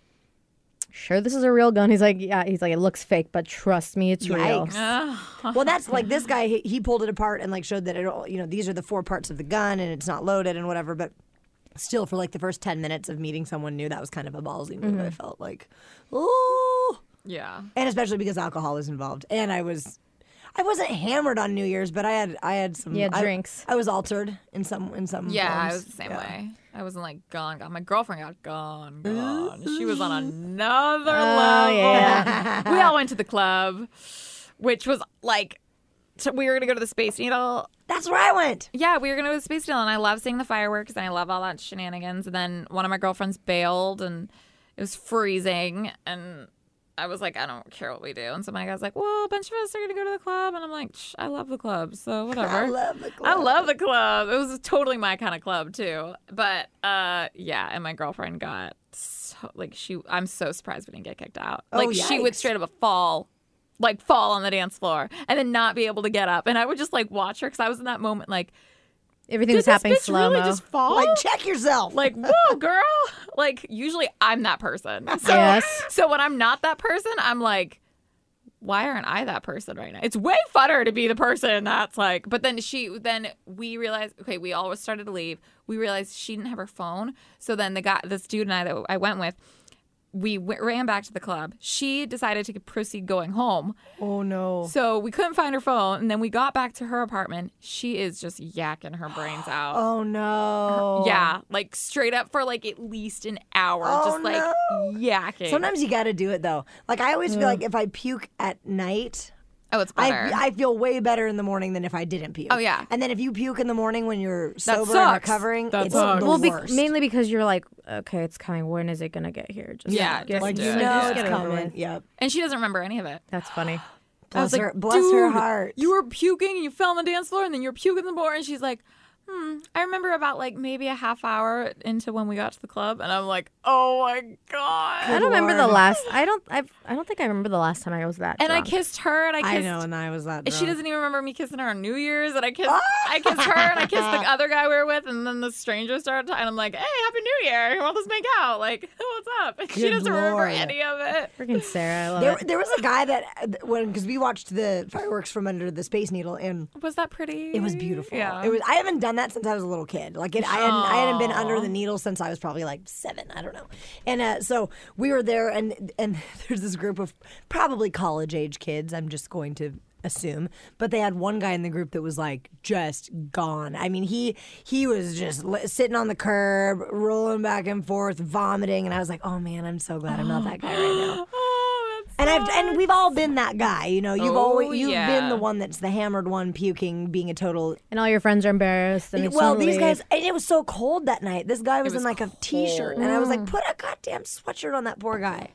Speaker 2: sure this is a real gun he's like yeah he's like it looks fake but trust me it's real
Speaker 1: Yikes. Well, that's like this guy. He, he pulled it apart and like showed that it all. You know, these are the four parts of the gun, and it's not loaded and whatever. But still, for like the first ten minutes of meeting someone new, that was kind of a ballsy move.
Speaker 3: Mm-hmm.
Speaker 1: I felt like, ooh,
Speaker 3: Yeah.
Speaker 1: and especially because alcohol is involved, and I was. I wasn't hammered on New Year's, but I had I had some
Speaker 2: You had
Speaker 1: I-
Speaker 2: drinks.
Speaker 1: I, was altered in some in some
Speaker 3: Yeah, I was
Speaker 1: forms.
Speaker 3: the same
Speaker 1: Yeah.
Speaker 3: way. I wasn't like gone, gone. My girlfriend got gone, gone. She was on another
Speaker 2: Oh,
Speaker 3: level.
Speaker 2: yeah.
Speaker 3: we all went to the club, which was like, t- we were gonna go to the Space Needle.
Speaker 1: That's where I went.
Speaker 3: Yeah, we were gonna go to the Space Needle, and I love seeing the fireworks, and I love all that shenanigans. And then one of my girlfriends bailed, and it was freezing, and I was like, I don't care what we do. And so my guy's like, Well, a bunch of us are gonna go to the club, and I'm like, Shh, I love the club, so whatever.
Speaker 1: I love the club.
Speaker 3: I love the club. It was totally my kind of club too. But uh, yeah, and my girlfriend got so, like she. I'm so surprised we didn't get kicked out. Like she would
Speaker 1: Oh, yikes.
Speaker 3: straight up fall, like fall on the dance floor and then not be able to get up. And I would just like watch her because I was in that moment like,
Speaker 2: everything
Speaker 3: did
Speaker 2: was
Speaker 3: this
Speaker 2: happening
Speaker 3: bitch
Speaker 2: slow
Speaker 3: really
Speaker 2: mo
Speaker 3: just fall?
Speaker 1: Like check yourself.
Speaker 3: like whoa, girl. Like usually I'm that person. So,
Speaker 2: Yes.
Speaker 3: So when I'm not that person, I'm like. Why aren't I that person right now? It's way funner to be the person that's like. But then she, then we realized. Okay, we all started to leave. We realized she didn't have her phone. So then the guy, this dude and I that I went with, we w- ran back to the club. She decided to proceed going home.
Speaker 1: oh no.
Speaker 3: So we couldn't find her phone, and then we got back to her apartment. She is just yakking her brains out.
Speaker 1: Oh no.
Speaker 3: Yeah, like straight up for like at least an hour,
Speaker 1: Oh,
Speaker 3: just like
Speaker 1: no.
Speaker 3: yakking.
Speaker 1: Sometimes you got to do it though. Like I always feel like if I puke at night,
Speaker 3: oh, it's better.
Speaker 1: I, I feel way better in the morning than if I didn't puke.
Speaker 3: Oh, yeah.
Speaker 1: And then if you puke in the morning when you're sober and
Speaker 3: sucks.
Speaker 1: recovering,
Speaker 3: That
Speaker 1: it's
Speaker 3: sucks.
Speaker 1: the
Speaker 2: well, be-
Speaker 1: worst.
Speaker 2: mainly because you're like, okay, it's coming. When is it gonna get here? Just
Speaker 3: Yeah,
Speaker 2: get,
Speaker 3: just
Speaker 1: like
Speaker 3: do
Speaker 1: you
Speaker 3: it.
Speaker 1: know
Speaker 3: Just
Speaker 1: it's
Speaker 2: get it over
Speaker 1: coming.
Speaker 2: with.
Speaker 1: Yep.
Speaker 3: and she doesn't remember any of it.
Speaker 2: That's funny.
Speaker 1: Bless
Speaker 3: I was like,
Speaker 1: her. Bless her
Speaker 3: "Dude,
Speaker 1: heart.
Speaker 3: You were puking and you fell on the dance floor, and then you were puking the board. And she's like, hmm, I remember about like maybe a half hour into when we got to the club, and I'm like, oh my god.
Speaker 2: I don't remember the
Speaker 1: Lord.
Speaker 2: last. I don't. I've, I don't think I remember the last time I was that.
Speaker 3: and I
Speaker 2: drunk.
Speaker 3: kissed her, and I
Speaker 1: I
Speaker 3: kissed
Speaker 1: know, and I was that.
Speaker 3: And She
Speaker 1: drunk.
Speaker 3: doesn't even remember me kissing her on New Year's, and I kissed,
Speaker 1: Ah.
Speaker 3: I kissed her, and I kissed the other guy we were with, and then the stranger started, talking, and I'm like, "Hey, Happy New Year! We'll just make out. Like, what's up?" And she
Speaker 1: Good
Speaker 3: doesn't remember
Speaker 1: Lord.
Speaker 3: any of it.
Speaker 2: Freaking Sarah, I love
Speaker 1: There,
Speaker 2: it.
Speaker 1: there was a guy that when because we watched the fireworks from under the Space Needle and.
Speaker 3: Was that pretty?
Speaker 1: It was beautiful.
Speaker 3: Yeah.
Speaker 1: It was. I haven't done that since I was a little kid. Like it, I hadn't. I hadn't been under the needle since I was probably like seven. I don't know. And uh, so we were there, and and there's this group of probably college age kids. I'm just going to assume, but they had one guy in the group that was like just gone. I mean, he he was just li- sitting on the curb, rolling back and forth, vomiting, and I was like, oh man, I'm so glad I'm not that guy right now.
Speaker 3: Oh,
Speaker 1: And
Speaker 3: that's
Speaker 1: I've and we've all been that guy, you know. You've
Speaker 3: Oh,
Speaker 1: always you've been
Speaker 3: yeah.
Speaker 1: the one that's the hammered one, puking, being a total
Speaker 2: And all your friends are embarrassed. And it's
Speaker 1: well, these
Speaker 2: totally-
Speaker 1: guys, and it was so cold that night. This guy was,
Speaker 3: was
Speaker 1: in like a t-shirt, and I was like, "Put a goddamn sweatshirt on that poor guy."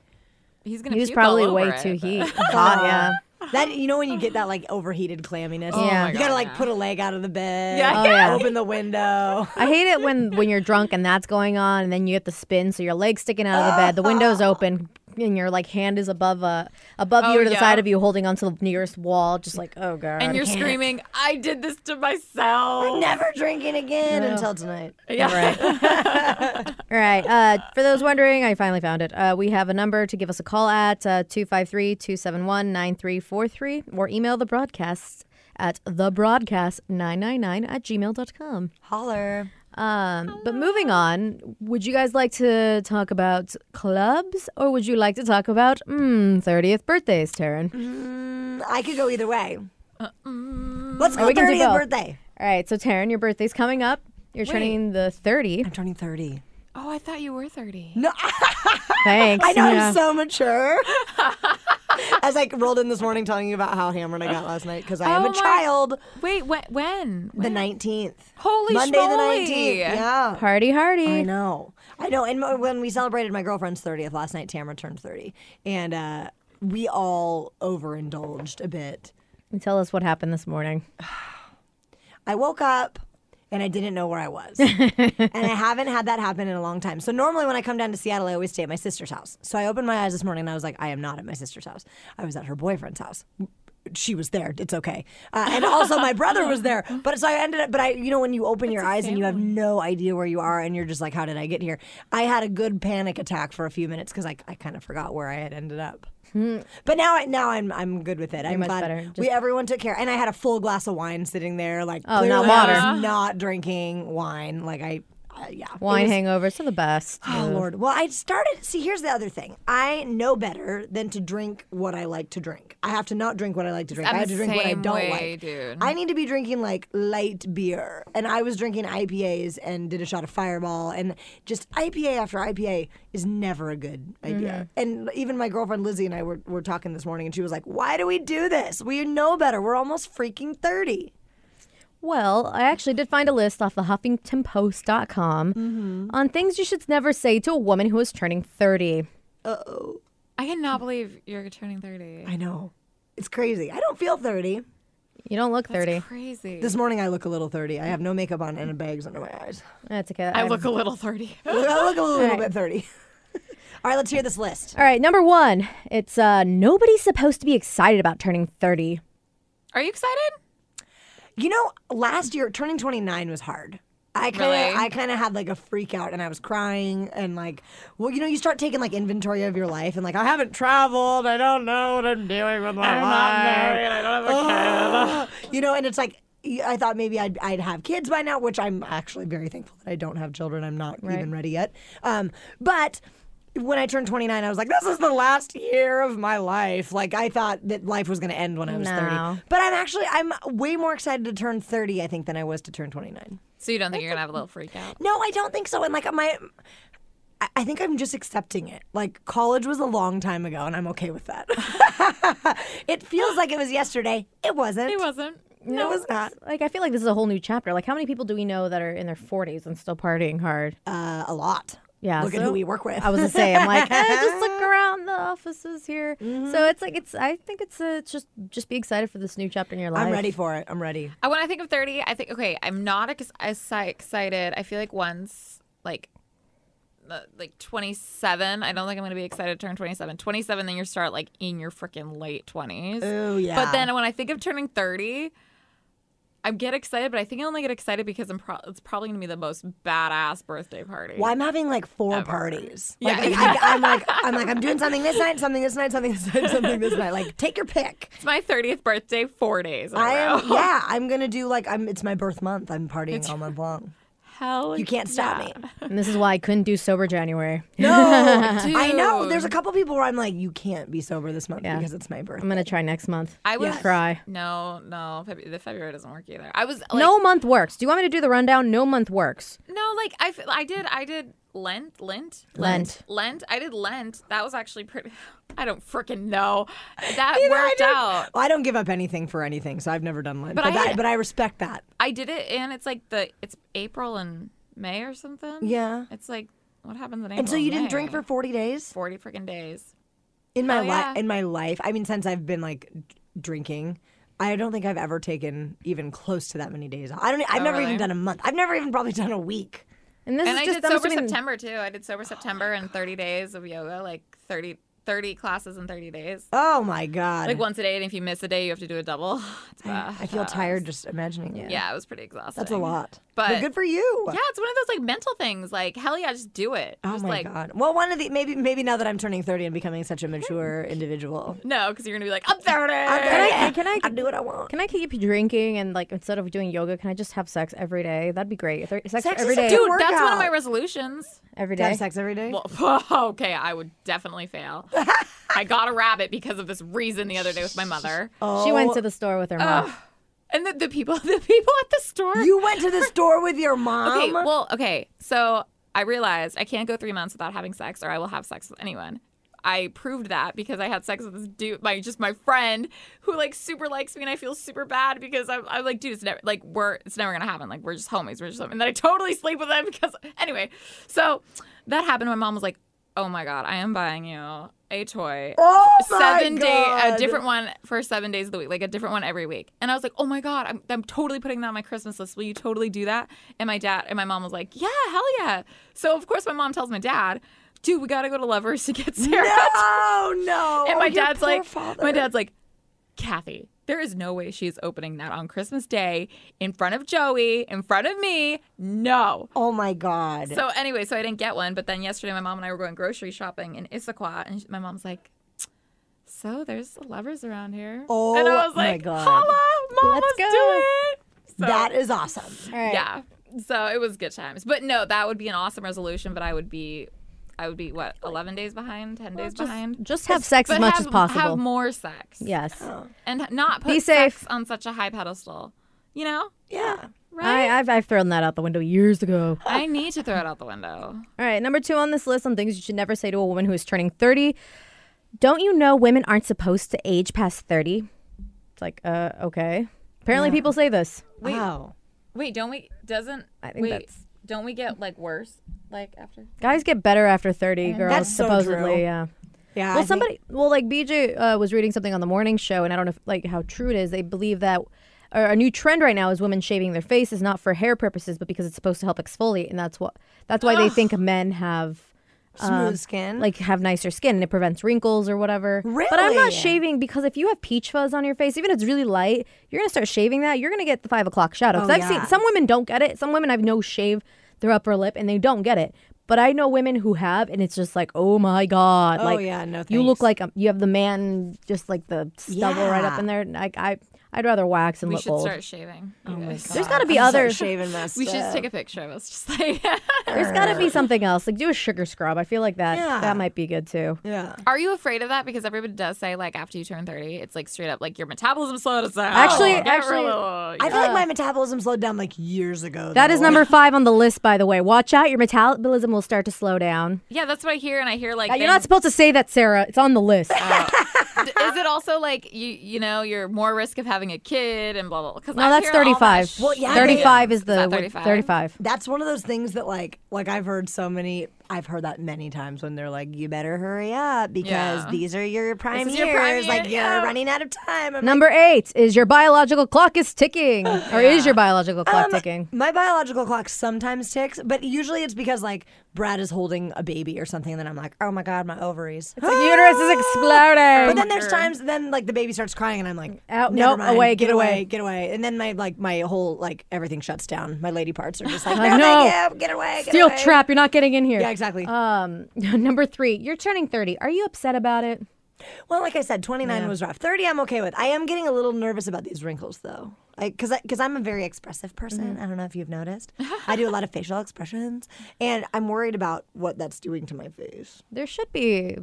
Speaker 3: he's gonna.
Speaker 2: He was
Speaker 3: puke all
Speaker 2: probably
Speaker 3: over
Speaker 2: way
Speaker 3: it,
Speaker 2: too
Speaker 3: but-
Speaker 2: heat. Hot, yeah.
Speaker 1: That you know when you get that like overheated clamminess,
Speaker 2: Oh Yeah. my
Speaker 1: you gotta
Speaker 3: God,
Speaker 1: like
Speaker 3: yeah.
Speaker 1: put a leg out of the bed, uh,
Speaker 3: Yeah.
Speaker 2: Oh yeah.
Speaker 1: open the window.
Speaker 2: I hate it when when you're drunk and that's going on, and then you get the spin, so your legs sticking out of the bed, the window's open, and your like hand is above uh above you
Speaker 3: Oh,
Speaker 2: or to the
Speaker 3: yeah.
Speaker 2: side of you, holding onto the nearest wall, just like oh god.
Speaker 3: And you're screaming, "I did this to myself."
Speaker 1: Never drinking again until tonight.
Speaker 3: Yeah.
Speaker 2: All right. Uh, for those wondering, I finally found it. Uh, we have a number to give us a call at uh, 253 271 9343 or email the broadcast at thebroadcast999 at gmail.com.
Speaker 1: Holler.
Speaker 2: Um, but moving on, would you guys like to talk about clubs or would you like to talk about mm, 30th birthdays, Taryn?
Speaker 1: Mm, I could go either way. Let's go
Speaker 2: we can do
Speaker 1: thirtieth
Speaker 2: both.
Speaker 1: birthday.
Speaker 2: All right. So, Taryn, your birthday's coming up. You're turning the 30.
Speaker 1: I'm turning thirty.
Speaker 3: Oh, I thought you were thirty.
Speaker 1: No,
Speaker 2: Thanks.
Speaker 1: I know
Speaker 2: Yeah.
Speaker 1: I'm so mature. as I rolled in this morning talking about how hammered I got last night because I am
Speaker 3: Oh
Speaker 1: a
Speaker 3: my-
Speaker 1: child.
Speaker 3: Wait, when? when?
Speaker 1: The nineteenth,
Speaker 3: Holy
Speaker 1: Monday the
Speaker 3: schmoly.
Speaker 1: nineteenth. Yeah.
Speaker 2: Hardy, hardy.
Speaker 1: I know. I know. And mo- when we celebrated my girlfriend's 30th last night, Tamara turned 30. And uh, we all overindulged a bit.
Speaker 2: And Tell us what happened this morning.
Speaker 1: I woke up and I didn't know where I was. and I haven't had that happen in a long time. So normally when I come down to Seattle, I always stay at my sister's house. So I opened my eyes this morning and I was like, I am not at my sister's house. I was at her boyfriend's house. She was there. It's okay. Uh, and also my brother was there. But so I ended up, but I, you know, when you open your eyes and you have no idea where you are and you're just like, how did I get here? I had a good panic attack for a few minutes because I, I kind of forgot where I had ended up. But now, I, now I'm I'm good with it. I'm
Speaker 2: Hmm. much
Speaker 1: glad
Speaker 2: better.
Speaker 1: we everyone took care, and I had a full glass of wine sitting there, like
Speaker 2: Oh, not
Speaker 1: clearly
Speaker 2: water.
Speaker 1: I was not drinking wine. Like I, uh, yeah, It
Speaker 2: Wine
Speaker 1: was-
Speaker 2: hangovers are the best.
Speaker 1: Oh Lord. Well, I started. See, here's the other thing. I know better than to drink what I like to drink. I have to not drink what I like to drink.
Speaker 3: I'm
Speaker 1: I have
Speaker 3: the
Speaker 1: to drink what I
Speaker 3: same
Speaker 1: don't
Speaker 3: way,
Speaker 1: like.
Speaker 3: dude.
Speaker 1: I need to be drinking like light beer, and I was drinking IPAs and did a shot of Fireball, and just IPA after IPA is never a good idea.
Speaker 3: Mm-hmm.
Speaker 1: And even my girlfriend Lizzie and I were were talking this morning, and she was like, "Why do we do this? We know better. We're almost freaking thirty.
Speaker 2: Well, I actually did find a list off the HuffingtonPost.com
Speaker 3: Mm-hmm.
Speaker 2: on things you should never say to a woman who is turning 30.
Speaker 3: I cannot believe you're turning 30.
Speaker 1: I know, it's crazy. I don't feel thirty.
Speaker 2: You don't look 30.
Speaker 3: That's crazy.
Speaker 1: This morning I look a little thirty. I have no makeup on and bags under my eyes."
Speaker 2: That's okay.
Speaker 3: I
Speaker 2: I'm-
Speaker 3: look a little 30.
Speaker 1: I look a little
Speaker 2: right.
Speaker 1: bit 30. All right, let's hear this list.
Speaker 2: All right, number one, it's uh, nobody's supposed to be excited about turning 30.
Speaker 3: Are you excited?
Speaker 1: You know, last year turning 29 was hard. I kind of
Speaker 3: Really?
Speaker 1: I kind of had like a freak out and I was crying and like well you know you start taking like inventory of your life and like I haven't traveled, I don't know what I'm doing with my life.
Speaker 3: I don't have a kid.
Speaker 1: You know, and it's like y- I thought maybe I'd, I'd have kids by now, which I'm actually very thankful that I don't have children. I'm not even ready yet. Um, but when I turned 29, I was like, this is the last year of my life. Like, I thought that life was going to end when I was
Speaker 2: No.
Speaker 1: 30. But I'm actually, I'm way more excited to turn 30, I think, than I was to turn 29.
Speaker 3: So you don't think you're gonna have a little freak out?
Speaker 1: No, I don't think so. And like my, I- I think I'm just accepting it. Like college was a long time ago, and I'm okay with that. it feels like it was yesterday. It wasn't.
Speaker 3: It wasn't.
Speaker 1: It was not.
Speaker 2: Like, I feel like this is a whole new chapter. Like, how many people do we know that are in their 40s and still partying hard?
Speaker 1: uh, a lot.
Speaker 2: Yeah,
Speaker 1: Look at
Speaker 2: so-
Speaker 1: who we work with.
Speaker 2: I was gonna say, I'm like, eh, just look around the offices here.
Speaker 3: Mm-hmm.
Speaker 2: So it's like, it's. I think it's uh, just just be excited for this new chapter in your life.
Speaker 1: I'm ready for it. I'm ready.
Speaker 3: I, Uh, when I think of 30, I think, okay, I'm not ex- as excited. I feel like once, like, the- like 27, I don't think I'm going to be excited to turn 27. 27, then you start, like, in your freaking late 20s.
Speaker 1: Oh, yeah.
Speaker 3: But then when I think of turning 30, I get excited, but I think I only get excited because I'm pro- it's probably going to be the most badass birthday party.
Speaker 1: Well, I'm having like four parties. Like,
Speaker 3: Yeah.
Speaker 1: I, am like, I'm like, I'm doing something this night, something this night, something this night, something this night. Like, take your pick.
Speaker 3: It's my 30th birthday, four days. In a
Speaker 1: I am.
Speaker 3: row.
Speaker 1: Yeah, I'm gonna do like, I'm. It's my birth month. I'm partying all month long.
Speaker 3: Hell
Speaker 1: You can't stop
Speaker 3: yeah.
Speaker 1: me.
Speaker 2: And this is why I couldn't do sober January.
Speaker 1: No, I know.
Speaker 3: Dude.
Speaker 1: There's a couple people where I'm like, you can't be sober this month
Speaker 2: Yeah.
Speaker 1: because it's my birth.
Speaker 2: I'm gonna try next month.
Speaker 3: I was
Speaker 2: Cry.
Speaker 3: No, no, Feb- the February doesn't work either. I was like,
Speaker 2: no month works. Do you want me to do the rundown? No month works.
Speaker 3: No, like I, f- I did, I did Lent, Lent,
Speaker 2: Lent.
Speaker 3: Lent. I did Lent. That was actually pretty. I don't freaking know. That
Speaker 1: I
Speaker 3: worked
Speaker 1: don't-
Speaker 3: out.
Speaker 1: Well, I don't give up anything for anything, so I've never done Lent. But,
Speaker 3: But I
Speaker 1: that,
Speaker 3: had-
Speaker 1: but I respect that.
Speaker 3: I did it, and it's like the it's April and May or something.
Speaker 1: Yeah.
Speaker 3: It's like what happens in April.
Speaker 1: And so you didn't
Speaker 3: May?
Speaker 1: drink for 40 days
Speaker 3: forty freaking days.
Speaker 1: in my
Speaker 3: Oh,
Speaker 1: life.
Speaker 3: yeah.
Speaker 1: In my life, I mean, since I've been like d- drinking, I don't think I've ever taken even close to that many days. off. I don't. e, I've never even
Speaker 3: Oh, really?
Speaker 1: done a month. I've never even probably done a week.
Speaker 2: And this
Speaker 3: and
Speaker 2: is
Speaker 3: I
Speaker 2: just
Speaker 3: did
Speaker 2: I'm
Speaker 3: sober
Speaker 2: assuming-
Speaker 3: September too. I did
Speaker 1: Oh,
Speaker 3: sober September and thirty days of yoga, like 30, 30 classes in thirty days.
Speaker 1: Oh my god!
Speaker 3: Like once a day, and if you miss a day, you have to do a double. It's bad.
Speaker 1: I feel tired just imagining it.
Speaker 3: Yeah, it was pretty exhausting.
Speaker 1: that's a lot.
Speaker 3: But-
Speaker 1: good for you.
Speaker 3: Yeah, it's one of those like mental things. Like, hell yeah, just do it.
Speaker 1: Oh
Speaker 3: just
Speaker 1: my
Speaker 3: like,
Speaker 1: god. Well, one of the maybe maybe now that I'm turning 30 and becoming such a mature individual.
Speaker 3: no, because you're gonna be like, I'm 30.
Speaker 1: Can
Speaker 2: can I-
Speaker 1: I do what I want.
Speaker 2: Can I keep drinking and like instead of doing yoga, can I just have sex every day? That'd be great. Thir- sex,
Speaker 1: Sex
Speaker 2: every
Speaker 1: is a
Speaker 2: day.
Speaker 3: Dude,
Speaker 1: Workout.
Speaker 3: that's one of my resolutions.
Speaker 2: every
Speaker 1: To
Speaker 2: day.
Speaker 1: have sex every day.
Speaker 3: Well, oh, okay, I would definitely fail. I got a rabbit because of this reason the other day with my mother.
Speaker 1: Oh.
Speaker 2: She went
Speaker 3: Oh.
Speaker 2: to the store with her mom.
Speaker 3: And the, the people the people at the store.
Speaker 1: oh, you went to the store with your mom.
Speaker 3: okay, well, okay. So I realized I can't go three months without having sex or I will have sex with anyone. I proved that because I had sex with this dude, my just my friend who like super likes me, and I feel super bad because I'm, I'm like, dude, it's never like we're it's never gonna happen. Like we're just homies, we're just homies. and then I totally sleep with him because anyway, so that happened. My mom was like, oh my god, I am buying you a toy
Speaker 1: Oh my
Speaker 3: seven day
Speaker 1: God.
Speaker 3: a different one for seven days of the week like a different one every week and i was like oh my god i'm, I'm totally putting that on my christmas list will you totally do that and my dad and my mom was like yeah hell yeah so of course my mom tells my dad dude we gotta go to lovers to get sarah
Speaker 1: No, no.
Speaker 3: and
Speaker 1: Oh,
Speaker 3: my
Speaker 1: your
Speaker 3: dad's
Speaker 1: poor
Speaker 3: like
Speaker 1: father.
Speaker 3: my dad's like kathy there is no way she's opening that on christmas day in front of joey in front of me no
Speaker 1: Oh my god.
Speaker 3: so anyway, so I didn't get one, but then yesterday my mom and I were going grocery shopping in Issaquah, and sh- my mom's like, "So there's lovers around here,"
Speaker 1: Oh
Speaker 3: and I was
Speaker 1: my
Speaker 3: like,
Speaker 1: God.
Speaker 3: "Holla, mom,
Speaker 2: Let's
Speaker 3: let's,
Speaker 2: go."
Speaker 3: do it." So,
Speaker 1: that is awesome.
Speaker 2: All right.
Speaker 3: yeah. So it was good times, but no, that would be an awesome resolution. But I would be, I would be what eleven days behind, ten days behind.
Speaker 2: Just have sex
Speaker 3: But
Speaker 2: as much
Speaker 3: have,
Speaker 2: as possible.
Speaker 3: Have more sex.
Speaker 2: yes.
Speaker 3: and not put
Speaker 2: Be
Speaker 3: sex
Speaker 2: safe.
Speaker 3: on such a high pedestal. You know,
Speaker 1: Yeah.
Speaker 3: right?
Speaker 2: I, I've, I've thrown that out the window years ago.
Speaker 3: I need to throw it out the window.
Speaker 2: All right, number two on this list on things you should never say to a woman who is turning 30. Don't you know women aren't supposed to age past 30? It's like, uh, okay. Apparently, people say this.
Speaker 3: Wait.
Speaker 1: Wow.
Speaker 3: Wait, don't we? Doesn't
Speaker 2: I think
Speaker 3: wait?
Speaker 2: that's-
Speaker 3: Don't we get like worse? Like after?
Speaker 2: Guys get better after 30, girls,
Speaker 1: That's so true.
Speaker 2: supposedly. Yeah.
Speaker 1: Yeah. I
Speaker 2: Well,
Speaker 1: think-
Speaker 2: somebody, well, like BJ uh, was reading something on the morning show, and I don't know if, like how true it is. They believe that or a new trend right now is women shaving their faces not for hair purposes, but because it's supposed to help exfoliate, and that's what that's why they think men have
Speaker 1: smooth skin.
Speaker 2: like have nicer skin and it prevents wrinkles or whatever. But I'm not
Speaker 1: Really?
Speaker 2: shaving because if you have peach fuzz on your face, even if it's really light, you're gonna start shaving that. You're gonna get the five o'clock shadow. 'Cause
Speaker 1: Oh,
Speaker 2: I've
Speaker 1: yeah.
Speaker 2: seen some women don't get it. Some women I've no shave their upper lip and they don't get it. But I know women who have, and it's just like, oh my god,
Speaker 1: Oh,
Speaker 2: like
Speaker 1: yeah, no
Speaker 2: you look
Speaker 1: thanks.
Speaker 2: like a, you have the man, just like the stubble right up
Speaker 1: Yeah.
Speaker 2: in there. Like I, I'd rather wax and
Speaker 3: We
Speaker 2: look
Speaker 3: should
Speaker 2: old.
Speaker 3: start shaving. Oh my
Speaker 2: There's gotta be
Speaker 1: I'm
Speaker 2: other.
Speaker 1: so shaven mess.
Speaker 3: We should just take a picture of us, just like.
Speaker 2: There's gotta be something else. Like do a sugar scrub. I feel like that
Speaker 1: Yeah.
Speaker 2: that might be good too.
Speaker 1: Yeah.
Speaker 3: Are you afraid of that? Because everybody does say like after you turn thirty, it's like straight up like your metabolism slows down.
Speaker 2: Actually-
Speaker 3: Get
Speaker 2: actually-
Speaker 3: real old, you
Speaker 1: I
Speaker 3: know?
Speaker 1: feel like my metabolism slowed down like years ago.
Speaker 2: That
Speaker 1: though.
Speaker 2: is number five on the list, by the way. Watch out, your metabolism will start to slow down.
Speaker 3: yeah, that's what I hear, and I hear like
Speaker 2: Uh, You're
Speaker 3: then-
Speaker 2: not supposed to say that, Sarah. It's on the list.
Speaker 3: d- is it also like you you know you're more risk of having a kid and blah blah. blah. 'Cause
Speaker 2: no,
Speaker 3: I
Speaker 2: that's
Speaker 3: hear all that
Speaker 2: 35.
Speaker 3: sh-
Speaker 1: Well, yeah,
Speaker 2: 35 is
Speaker 3: Is
Speaker 2: the
Speaker 3: that
Speaker 2: what-
Speaker 3: 35?
Speaker 2: 35.
Speaker 1: That's one of those things that like like I've heard so many I've heard that many times when they're like you better hurry up because
Speaker 3: Yeah.
Speaker 1: these are your prime
Speaker 3: is
Speaker 1: years
Speaker 3: your prime
Speaker 1: like
Speaker 3: year,
Speaker 1: you're
Speaker 3: yeah.
Speaker 1: running out of time. I'm
Speaker 2: Number eight is your biological clock is ticking, or is your biological clock ticking?
Speaker 1: My biological clock sometimes ticks, but usually it's because like Brad is holding a baby or something, and then I'm like, oh my god, my ovaries.
Speaker 2: The uterus is
Speaker 1: but
Speaker 2: exploding.
Speaker 1: then there's times then like the baby starts crying, and I'm like,
Speaker 2: Out-
Speaker 1: never
Speaker 2: nope,
Speaker 1: mind,
Speaker 2: away,
Speaker 1: get
Speaker 2: get away."
Speaker 1: away, get away. And then my like my whole like everything shuts down. My lady parts are just like,
Speaker 2: I
Speaker 1: no,
Speaker 2: know.
Speaker 1: thank you, get away, get
Speaker 2: Steel
Speaker 1: away.
Speaker 2: trap. You're not getting in here.
Speaker 1: Yeah, exactly.
Speaker 2: Um, number three, you're turning 30. Are you upset about it?
Speaker 1: well, like I said, 29 was rough. 30, I'm okay with. I am getting a little nervous about these wrinkles though. Like, cause, I, cause I'm a very expressive person. I don't know if you've noticed. I do a lot of facial expressions, and I'm worried about what that's doing to my face.
Speaker 2: There should be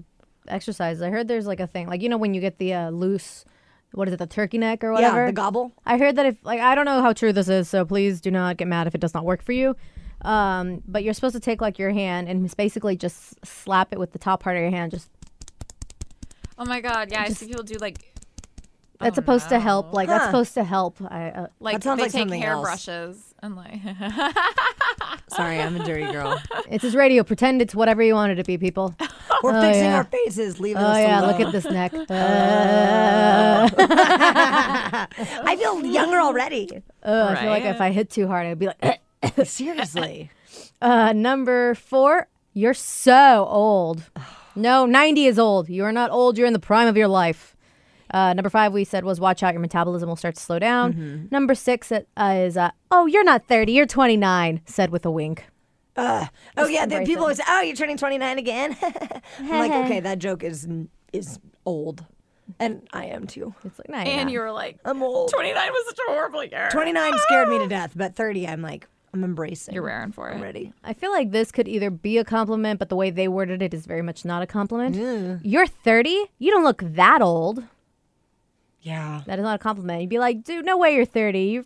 Speaker 2: exercises. I heard there's like a thing, like you know when you get the uh, loose, what is it, the turkey neck or whatever.
Speaker 1: Yeah, the gobble.
Speaker 2: I heard that if like I don't know how true this is, so please do not get mad if it does not work for you. Um, but you're supposed to take like your hand and basically just slap it with the top part of your hand. Just
Speaker 3: Oh my god, yeah, I see people do like
Speaker 2: that's supposed to help. Like that's
Speaker 1: Huh.
Speaker 2: supposed to help. I uh,
Speaker 3: like
Speaker 1: That sounds
Speaker 3: they
Speaker 1: like
Speaker 3: take
Speaker 1: something
Speaker 3: hair
Speaker 1: else.
Speaker 3: brushes and like.
Speaker 1: Sorry, I'm a dirty girl.
Speaker 2: it's his radio. Pretend it's whatever you want it to be, people. Oh
Speaker 1: We're fixing
Speaker 2: yeah.
Speaker 1: our faces, leaving us
Speaker 2: yeah,
Speaker 1: alone.
Speaker 2: look at this neck. Uh,
Speaker 1: I feel younger already.
Speaker 2: uh, I feel like
Speaker 3: Right.
Speaker 2: if I hit too hard, I'd be like.
Speaker 1: Seriously.
Speaker 2: Uh, number four, you're so old. No, 90 is old. You are not old. You're in the prime of your life. Uh, number five, we said was watch out. Your metabolism will start to slow down. Number six uh, is uh, oh, you're not 30. You're 29. Said with a wink.
Speaker 1: Oh yeah, the
Speaker 2: embrace
Speaker 1: people
Speaker 2: it.
Speaker 1: would say, "Oh, you're turning 29 again." I'm like, okay, that joke is is old, and I am too.
Speaker 2: It's like nah, you're
Speaker 3: and
Speaker 2: not.
Speaker 3: you were like,
Speaker 1: I'm old.
Speaker 3: 29 was such a horrible year.
Speaker 1: 29 scared me to death, but 30, I'm like, I'm embracing.
Speaker 3: Ah. You're raring for
Speaker 1: I'm
Speaker 3: it.
Speaker 1: ready.
Speaker 2: I feel like this could either be a compliment, but the way they worded it is very much not a compliment. You're 30. You don't look that old.
Speaker 1: Yeah.
Speaker 2: That is not a compliment. You'd be like, dude, no way you're 30. You're,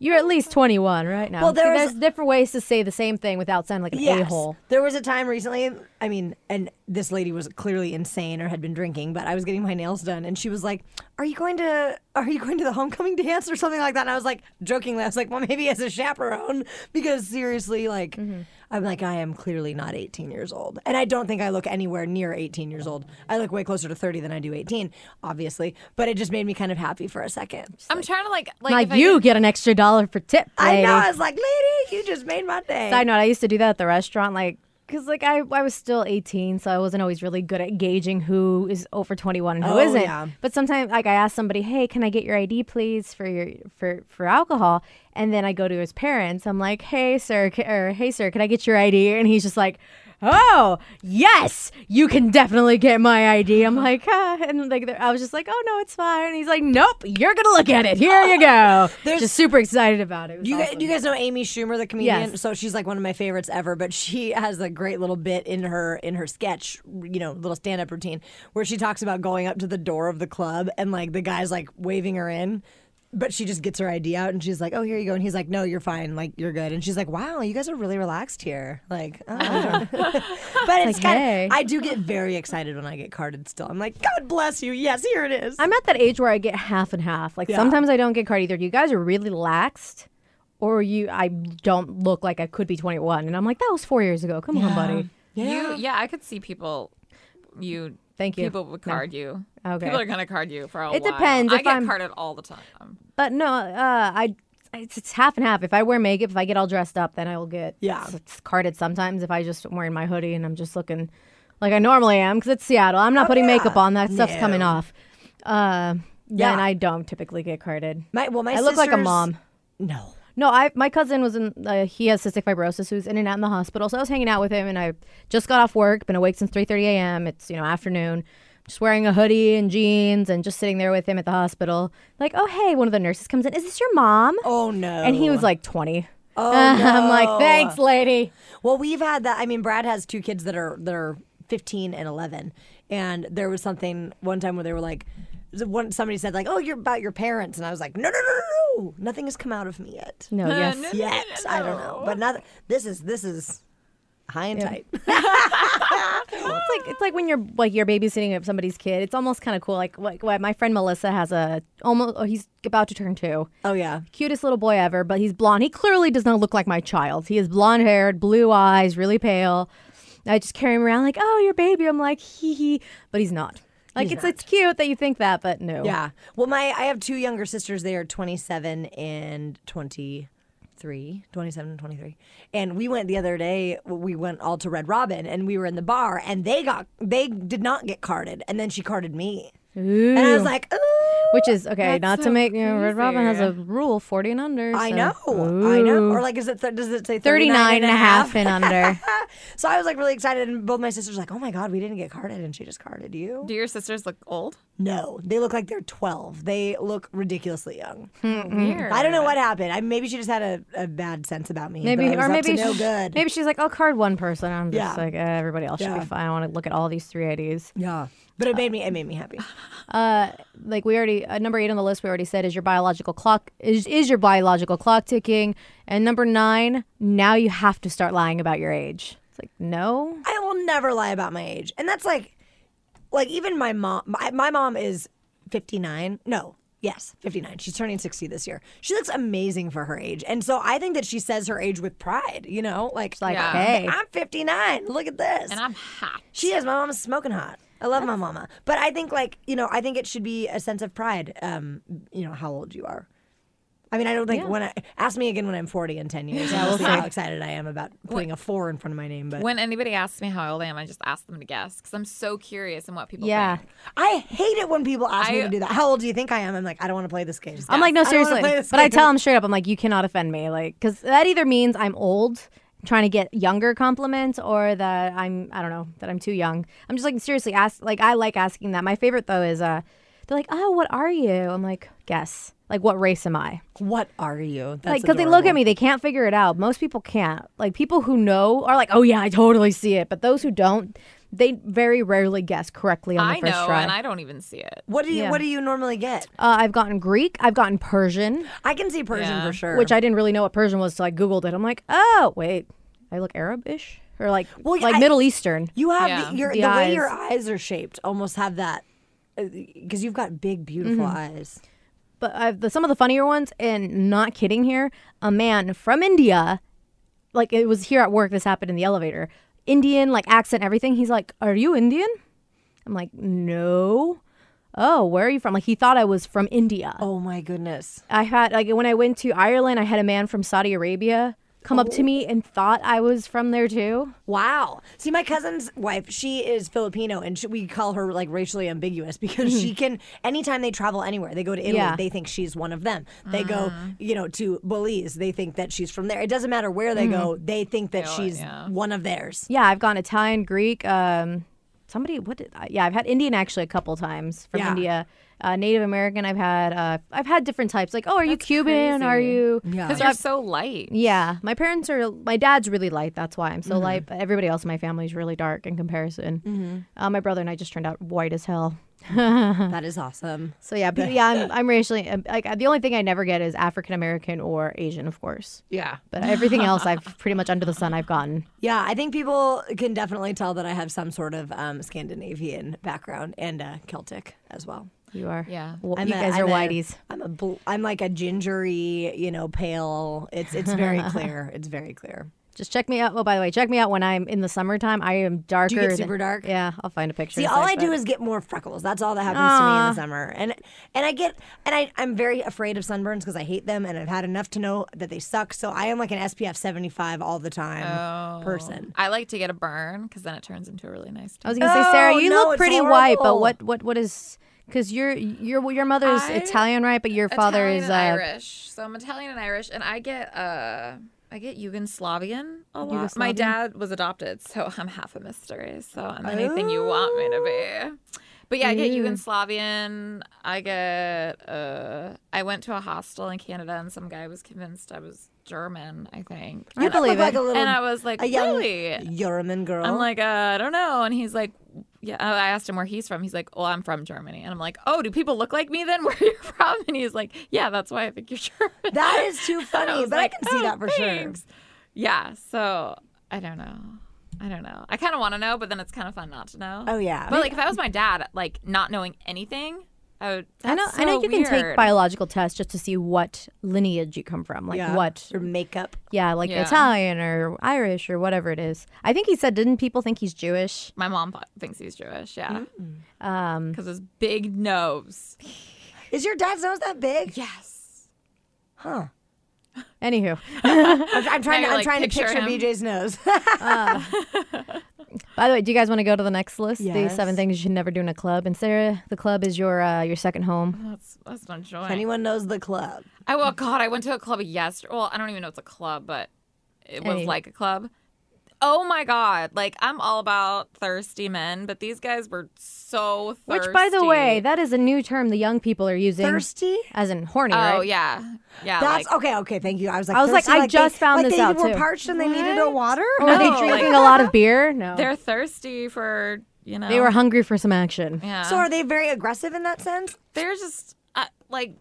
Speaker 2: you're at least 21 right now.
Speaker 1: Well, there was-
Speaker 2: there's different ways to say the same thing without sounding like an
Speaker 1: Yes.
Speaker 2: a-hole.
Speaker 1: There was a time recently, I mean, and this lady was clearly insane or had been drinking, but I was getting my nails done and she was like, "Are you going to are you going to the homecoming dance or something like that?" And I was like, jokingly, I was like, "Well, maybe as a chaperone because seriously, like
Speaker 3: Mm-hmm.
Speaker 1: I'm like I am clearly not 18 years old. And I don't think I look anywhere near 18 years old. I look way closer to 30 than I do 18, obviously, but it just made me kind of happy for a second.
Speaker 3: I'm trying to like like,
Speaker 2: Like,
Speaker 3: if I
Speaker 2: you
Speaker 3: could-
Speaker 2: get an extra dollar for tip,
Speaker 1: I
Speaker 2: lady.
Speaker 1: know. I was like, "Lady, you just made my day."
Speaker 2: Side note, I used to do that at the restaurant, like, because like I, I was still 18, so I wasn't always really good at gauging who is over 21 and who
Speaker 1: Oh,
Speaker 2: not
Speaker 1: yeah.
Speaker 2: But sometimes, like, I asked somebody, "Hey, can I get your ID, please, for your for for alcohol?" And then I go to his parents. I'm like, "Hey, sir, ca- or hey, sir, can I get your ID?" And he's just like. Oh yes, you can definitely get my ID. I'm like, ah. and like they're- I was just like, oh no, it's fine. And he's like, nope, you're gonna look at it. Here you go.
Speaker 1: There's-
Speaker 2: just super excited about it. It was
Speaker 1: Do you, guys,
Speaker 2: awesome.
Speaker 1: do you guys know Amy Schumer, the comedian?
Speaker 2: Yes.
Speaker 1: So she's like one of my favorites ever. But she has a great little bit in her in her sketch, you know, little stand up routine where she talks about going up to the door of the club and like the guy's like waving her in, but she just gets her ID out and she's like, "Oh, here you go," and he's like, "No, you're fine, like you're good," and she's like, "Wow, you guys are really relaxed here." Like, oh. but it's
Speaker 2: Like,
Speaker 1: kind of
Speaker 2: hey.
Speaker 1: I do get very excited when I get carded. Still, I'm like, "God bless you." Yes, here it is.
Speaker 2: I'm at that age where I get half and half. Like
Speaker 1: Yeah.
Speaker 2: sometimes I don't get card either. You guys are really laxed, or you I don't look like I could be 21, and I'm like that was four years ago. Come on, buddy.
Speaker 3: You, yeah, I could see people. You
Speaker 2: Thank you.
Speaker 3: People would
Speaker 2: No.
Speaker 3: card you.
Speaker 2: Okay.
Speaker 3: People are gonna card you for a
Speaker 2: It
Speaker 3: while.
Speaker 2: depends
Speaker 3: I
Speaker 2: if
Speaker 3: get
Speaker 2: I'm-
Speaker 3: carded all the time.
Speaker 2: But no, uh, I it's, it's half and half. If I wear makeup, if I get all dressed up, then I will get
Speaker 1: Yeah.
Speaker 2: s- s- carded. Sometimes if I just am wearing my hoodie and I'm just looking like I normally am because it's Seattle, I'm not putting makeup
Speaker 1: Oh, yeah.
Speaker 2: on. That stuff's coming
Speaker 1: No.
Speaker 2: off. Uh,
Speaker 1: Yeah.
Speaker 2: Then I don't typically get carded.
Speaker 1: My well, my
Speaker 2: I look like a
Speaker 1: sister's-
Speaker 2: mom.
Speaker 1: No.
Speaker 2: No, I my cousin was in. Uh, he has cystic fibrosis, who's in and out in the hospital. So I was hanging out with him, and I just got off work, been awake since three thirty a.m. It's you know afternoon, just wearing a hoodie and jeans, and just sitting there with him at the hospital. Like, oh hey, one of the nurses comes in. Is this your mom?
Speaker 1: Oh no.
Speaker 2: And he was like twenty. Oh, I'm like, thanks, lady.
Speaker 1: Well, we've had that. I mean, Brad has two kids that are that are 15 and 11, and there was something one time where they were like, one somebody said like, "Oh, you're about your parents," and I was like, "No, no, no, no, no. nothing has come out of me yet,
Speaker 2: No,
Speaker 3: Uh,
Speaker 2: yes.
Speaker 3: no, no,
Speaker 1: yet.
Speaker 3: no,
Speaker 1: I don't know,
Speaker 3: no.
Speaker 1: but not this is this is high and tight.
Speaker 2: Well, it's like it's like when you're like you're babysitting somebody's kid. It's almost kind of cool. Like, like what my friend Melissa has a almost. Oh, he's about to turn two.
Speaker 1: oh yeah,
Speaker 2: cutest little boy ever, but he's blonde. He clearly does not look like my child. He is blonde haired, blue eyes, really pale. I just carry him around like, oh, your baby. I'm like, hee hee, but he's not. Like it's it's cute that you think that, but no.
Speaker 1: yeah. Well, my I have two younger sisters. They are 27 and 20. 27 and 23 and we went the other day we went all to red robin and we were in the bar and they got they did not get carded and then she carded me
Speaker 2: Ooh.
Speaker 1: And I was like, ooh.
Speaker 2: Which is okay,
Speaker 3: That's
Speaker 2: not to
Speaker 3: so
Speaker 2: make you know, Red Robin has
Speaker 3: crazy.
Speaker 2: a rule 40 and under.
Speaker 1: I
Speaker 2: so-
Speaker 1: know. I know.
Speaker 2: Ooh.
Speaker 1: Or like, is it, th- does it say 39,
Speaker 2: 39 and a half and under.
Speaker 1: so I was like really excited. And both my sisters were like, oh my God, we didn't get carded. And she just carded you.
Speaker 3: Do your sisters look old?
Speaker 1: No, they look like they're 12. They look ridiculously young.
Speaker 2: Mm.
Speaker 3: Weird.
Speaker 1: I don't know what happened. I, maybe she just had a, a bad sense about me.
Speaker 2: Maybe
Speaker 1: that I was
Speaker 2: or
Speaker 1: up to
Speaker 2: maybe
Speaker 1: no
Speaker 2: sh-
Speaker 1: good.
Speaker 2: maybe she's like, I'll card one person. I'm just
Speaker 1: Yeah.
Speaker 2: like, eh, everybody else should
Speaker 1: Yeah.
Speaker 2: be fine. I want to look at all these three IDs.
Speaker 1: Yeah. But it made me, it made me happy.
Speaker 2: uh, like we already uh, number eight on the list we already said is your biological clock is is your biological clock ticking and number nine now you have to start lying about your age it's like no
Speaker 1: I will never lie about my age. And that's like, like even my mom, my, my mom is 59. No, yes, 59. She's turning 60 this year. She looks amazing for her age. And so I think that she says her age with pride, you know, like,
Speaker 2: like
Speaker 3: Yeah.
Speaker 2: hey
Speaker 1: I'm 59. Look at this.
Speaker 3: And I'm hot.
Speaker 1: She is. My mama's smoking hot. I love my mama. But I think, like, you know, I think it should be a sense of pride, um, you know, how old you are. I mean, I don't think when I ask me again when I'm 40 in 10 years, I'll see how excited I am about putting a four in front of my name. But
Speaker 3: When anybody asks me how old I am, I just ask them to guess because I'm so curious in what people
Speaker 2: yeah
Speaker 3: think.
Speaker 1: I hate it when people ask me
Speaker 3: I-
Speaker 1: to do that. How old do you think I am? I'm like, I don't want to play this game.
Speaker 2: i'm like no
Speaker 1: I don't wanna
Speaker 2: seriously
Speaker 1: play this
Speaker 2: but i
Speaker 1: game.
Speaker 2: tell them straight up i'm like you cannot offend me like because that either means i'm old trying to get younger compliments or that i'm i don't know that i'm too young i'm just like seriously ask like i like asking that my favorite though is uh they're like oh what are you i'm like guess like what race am i
Speaker 1: what are you? That's
Speaker 2: like because they look
Speaker 1: adorable.
Speaker 2: at me they can't figure it out most people can't like people who know are like oh yeah i totally see it but those who don't they very rarely guess correctly on the
Speaker 3: I
Speaker 2: first
Speaker 3: know,
Speaker 2: try.
Speaker 3: and I don't even see it.
Speaker 1: What do you
Speaker 2: Yeah.
Speaker 1: What do you normally get?
Speaker 2: uh, I've gotten Greek, I've gotten Persian,
Speaker 1: I can see Persian
Speaker 3: Yeah.
Speaker 1: for sure.
Speaker 2: which I didn't really know what Persian was, so I googled it. I'm like, oh wait, I look Arab-ish or like
Speaker 1: Well,
Speaker 2: like
Speaker 1: I-
Speaker 2: Middle Eastern.
Speaker 1: you have
Speaker 3: Yeah.
Speaker 1: the, your,
Speaker 2: The
Speaker 1: the, way your eyes are shaped. Almost have that because you've got big, beautiful
Speaker 2: Mm-hmm.
Speaker 1: eyes.
Speaker 2: but I've, the, some of the funnier ones, and not kidding here, a man from India, like it was here at work, this happened in the elevator, Indian, like accent, everything. He's like, Are you Indian? I'm like, No. Oh, where are you from? Like, he thought I was from India.
Speaker 1: Oh my goodness!
Speaker 2: I had, like, when I went to Ireland, I had a man from Saudi Arabia come up to me and thought I was from there too.
Speaker 1: Wow. See, my cousin's wife, she is Filipino, and she, we call her like racially ambiguous because she can. Anytime they travel anywhere, they go to Italy,
Speaker 2: Yeah.
Speaker 1: they think she's one of them. They go, you know, to Belize, they think that she's from there. It doesn't matter where they go, Mm. they think that
Speaker 3: Feel it,
Speaker 1: she's
Speaker 3: yeah.
Speaker 1: one of theirs.
Speaker 2: Yeah, I've gone Italian, Greek, um, somebody, what did I, yeah, I've had Indian actually a couple times from
Speaker 1: Yeah.
Speaker 2: India. Uh, Native American, I've had, uh, I've had different types. Like, oh, are you Cuban? Are you?
Speaker 1: Yeah.
Speaker 3: Because you're so light.
Speaker 2: Yeah, my parents are. My dad's really light. That's why I'm
Speaker 1: Mm-hmm.
Speaker 2: so light. But everybody else in my family is really dark in comparison. Uh, my brother and I just turned out white as hell.
Speaker 1: that is awesome.
Speaker 2: So yeah, but yeah, I'm, I'm racially um, like the only thing I never get is African American or Asian, of course.
Speaker 3: Yeah.
Speaker 2: But everything else, I've pretty much under the sun, I've gotten.
Speaker 1: Yeah, I think people can definitely tell that I have some sort of um, Scandinavian background and uh, Celtic as well.
Speaker 2: You are.
Speaker 3: Yeah.
Speaker 2: Well,
Speaker 1: I'm
Speaker 2: you
Speaker 1: a-
Speaker 2: guys are
Speaker 1: I'm a-
Speaker 2: whiteys.
Speaker 1: I'm a bl- I'm like a gingery, you know, pale. It's it's very clear. It's very clear.
Speaker 2: Just check me out. Oh, by the way, check me out when I'm in the summertime. I am darker. than-
Speaker 1: super dark?
Speaker 2: Yeah, I'll find a picture.
Speaker 1: See,
Speaker 2: and
Speaker 1: all
Speaker 2: stuff,
Speaker 1: I do
Speaker 2: but-
Speaker 1: is get more freckles. That's all that happens to me in the summer. And and I get and I I'm very afraid of sunburns because I hate them and I've had enough to know that they suck. So I am like an SPF 75 all the time person.
Speaker 3: I like to get a burn because then it turns into a really nice.
Speaker 2: I
Speaker 3: tan.
Speaker 2: was gonna say, Sarah,
Speaker 1: No,
Speaker 2: you
Speaker 1: no,
Speaker 2: look
Speaker 1: it's
Speaker 2: pretty white, but
Speaker 1: horrible.
Speaker 2: what, what, what is? Because your your your mother's
Speaker 3: I-
Speaker 2: Italian, right? But your father
Speaker 3: Italian
Speaker 2: is
Speaker 3: and
Speaker 2: uh,
Speaker 3: Irish. So I'm Italian and Irish, and I get uh, I get Yugoslavian a lot. My dad was adopted, so I'm half a mystery. So I'm anything you want me to be. But yeah, I get Yugoslavian. I get. Uh, I went to a hostel in Canada, and some guy was convinced I was German. I think.
Speaker 2: I believe
Speaker 1: look like
Speaker 2: it.
Speaker 1: a little
Speaker 3: and I was like,
Speaker 1: a young
Speaker 3: really?
Speaker 1: Yeoman girl.
Speaker 3: I'm like, uh, I don't know. And he's like, yeah. I asked him where he's from. He's like, well, I'm from Germany. And I'm like, oh, do people look like me then where you're from? And he's like, yeah, that's why I think you're German.
Speaker 1: that is too
Speaker 3: And
Speaker 1: funny,
Speaker 3: was
Speaker 1: but
Speaker 3: like,
Speaker 1: I can see
Speaker 3: "Oh,
Speaker 1: that for
Speaker 3: thanks." Yeah. So I don't know. I don't know. I kind of want to know, but then it's kind of fun not to know.
Speaker 1: Oh, yeah.
Speaker 3: But like, if I was my dad, like not knowing anything, I would.
Speaker 2: I know.
Speaker 3: that's
Speaker 2: I know
Speaker 3: so
Speaker 2: you can take
Speaker 3: weird.
Speaker 2: biological tests just to see what lineage you come from, like
Speaker 1: sure.
Speaker 2: what,
Speaker 1: Your makeup.
Speaker 2: yeah, like
Speaker 3: Yeah.
Speaker 2: Italian or Irish or whatever it is. I think he said, didn't people think he's Jewish?
Speaker 3: My mom thought, thinks he's Jewish. Yeah.
Speaker 1: Mm.
Speaker 2: Um,
Speaker 3: Because his big nose.
Speaker 1: Is your dad's nose that big?
Speaker 3: Yes.
Speaker 1: Huh.
Speaker 2: anywho,
Speaker 1: I'm, I'm trying
Speaker 3: Now
Speaker 1: to
Speaker 3: you're
Speaker 1: I'm
Speaker 3: like,
Speaker 1: trying
Speaker 3: picture
Speaker 1: to picture
Speaker 3: him.
Speaker 1: BJ's nose.
Speaker 2: by the way, do you guys want to go to the next list? The
Speaker 1: Yes.
Speaker 2: seven things you should never do in a club. And Sarah, the club is your uh, your second home.
Speaker 3: That's that's not joy.
Speaker 1: Anyone knows the club.
Speaker 3: I well, God, I went to a club yesterday. Well, I don't even know it's a club, but it was
Speaker 2: Hey.
Speaker 3: like a club. Oh my God! Like I'm all about thirsty men, but these guys were so thirsty.
Speaker 2: Which, by the way, that is a new term the young people are using,
Speaker 1: Thirsty?
Speaker 2: as in horny,
Speaker 3: oh
Speaker 2: right?
Speaker 3: yeah, yeah.
Speaker 1: That's
Speaker 3: like,
Speaker 1: okay. Okay, thank you. I was like,
Speaker 2: I was like,
Speaker 1: thirsty,
Speaker 2: I
Speaker 1: they-
Speaker 2: just found
Speaker 1: like
Speaker 2: this
Speaker 1: they
Speaker 2: out,
Speaker 1: were
Speaker 2: too. Oh,
Speaker 1: parched and they needed a water.
Speaker 2: Or Were
Speaker 3: No,
Speaker 2: they
Speaker 3: Oh, like-
Speaker 2: drinking a lot of beer? No.
Speaker 3: they're thirsty for you know.
Speaker 2: They were hungry for some action.
Speaker 3: Yeah.
Speaker 1: So are they very aggressive in that sense?
Speaker 3: they're just uh, like,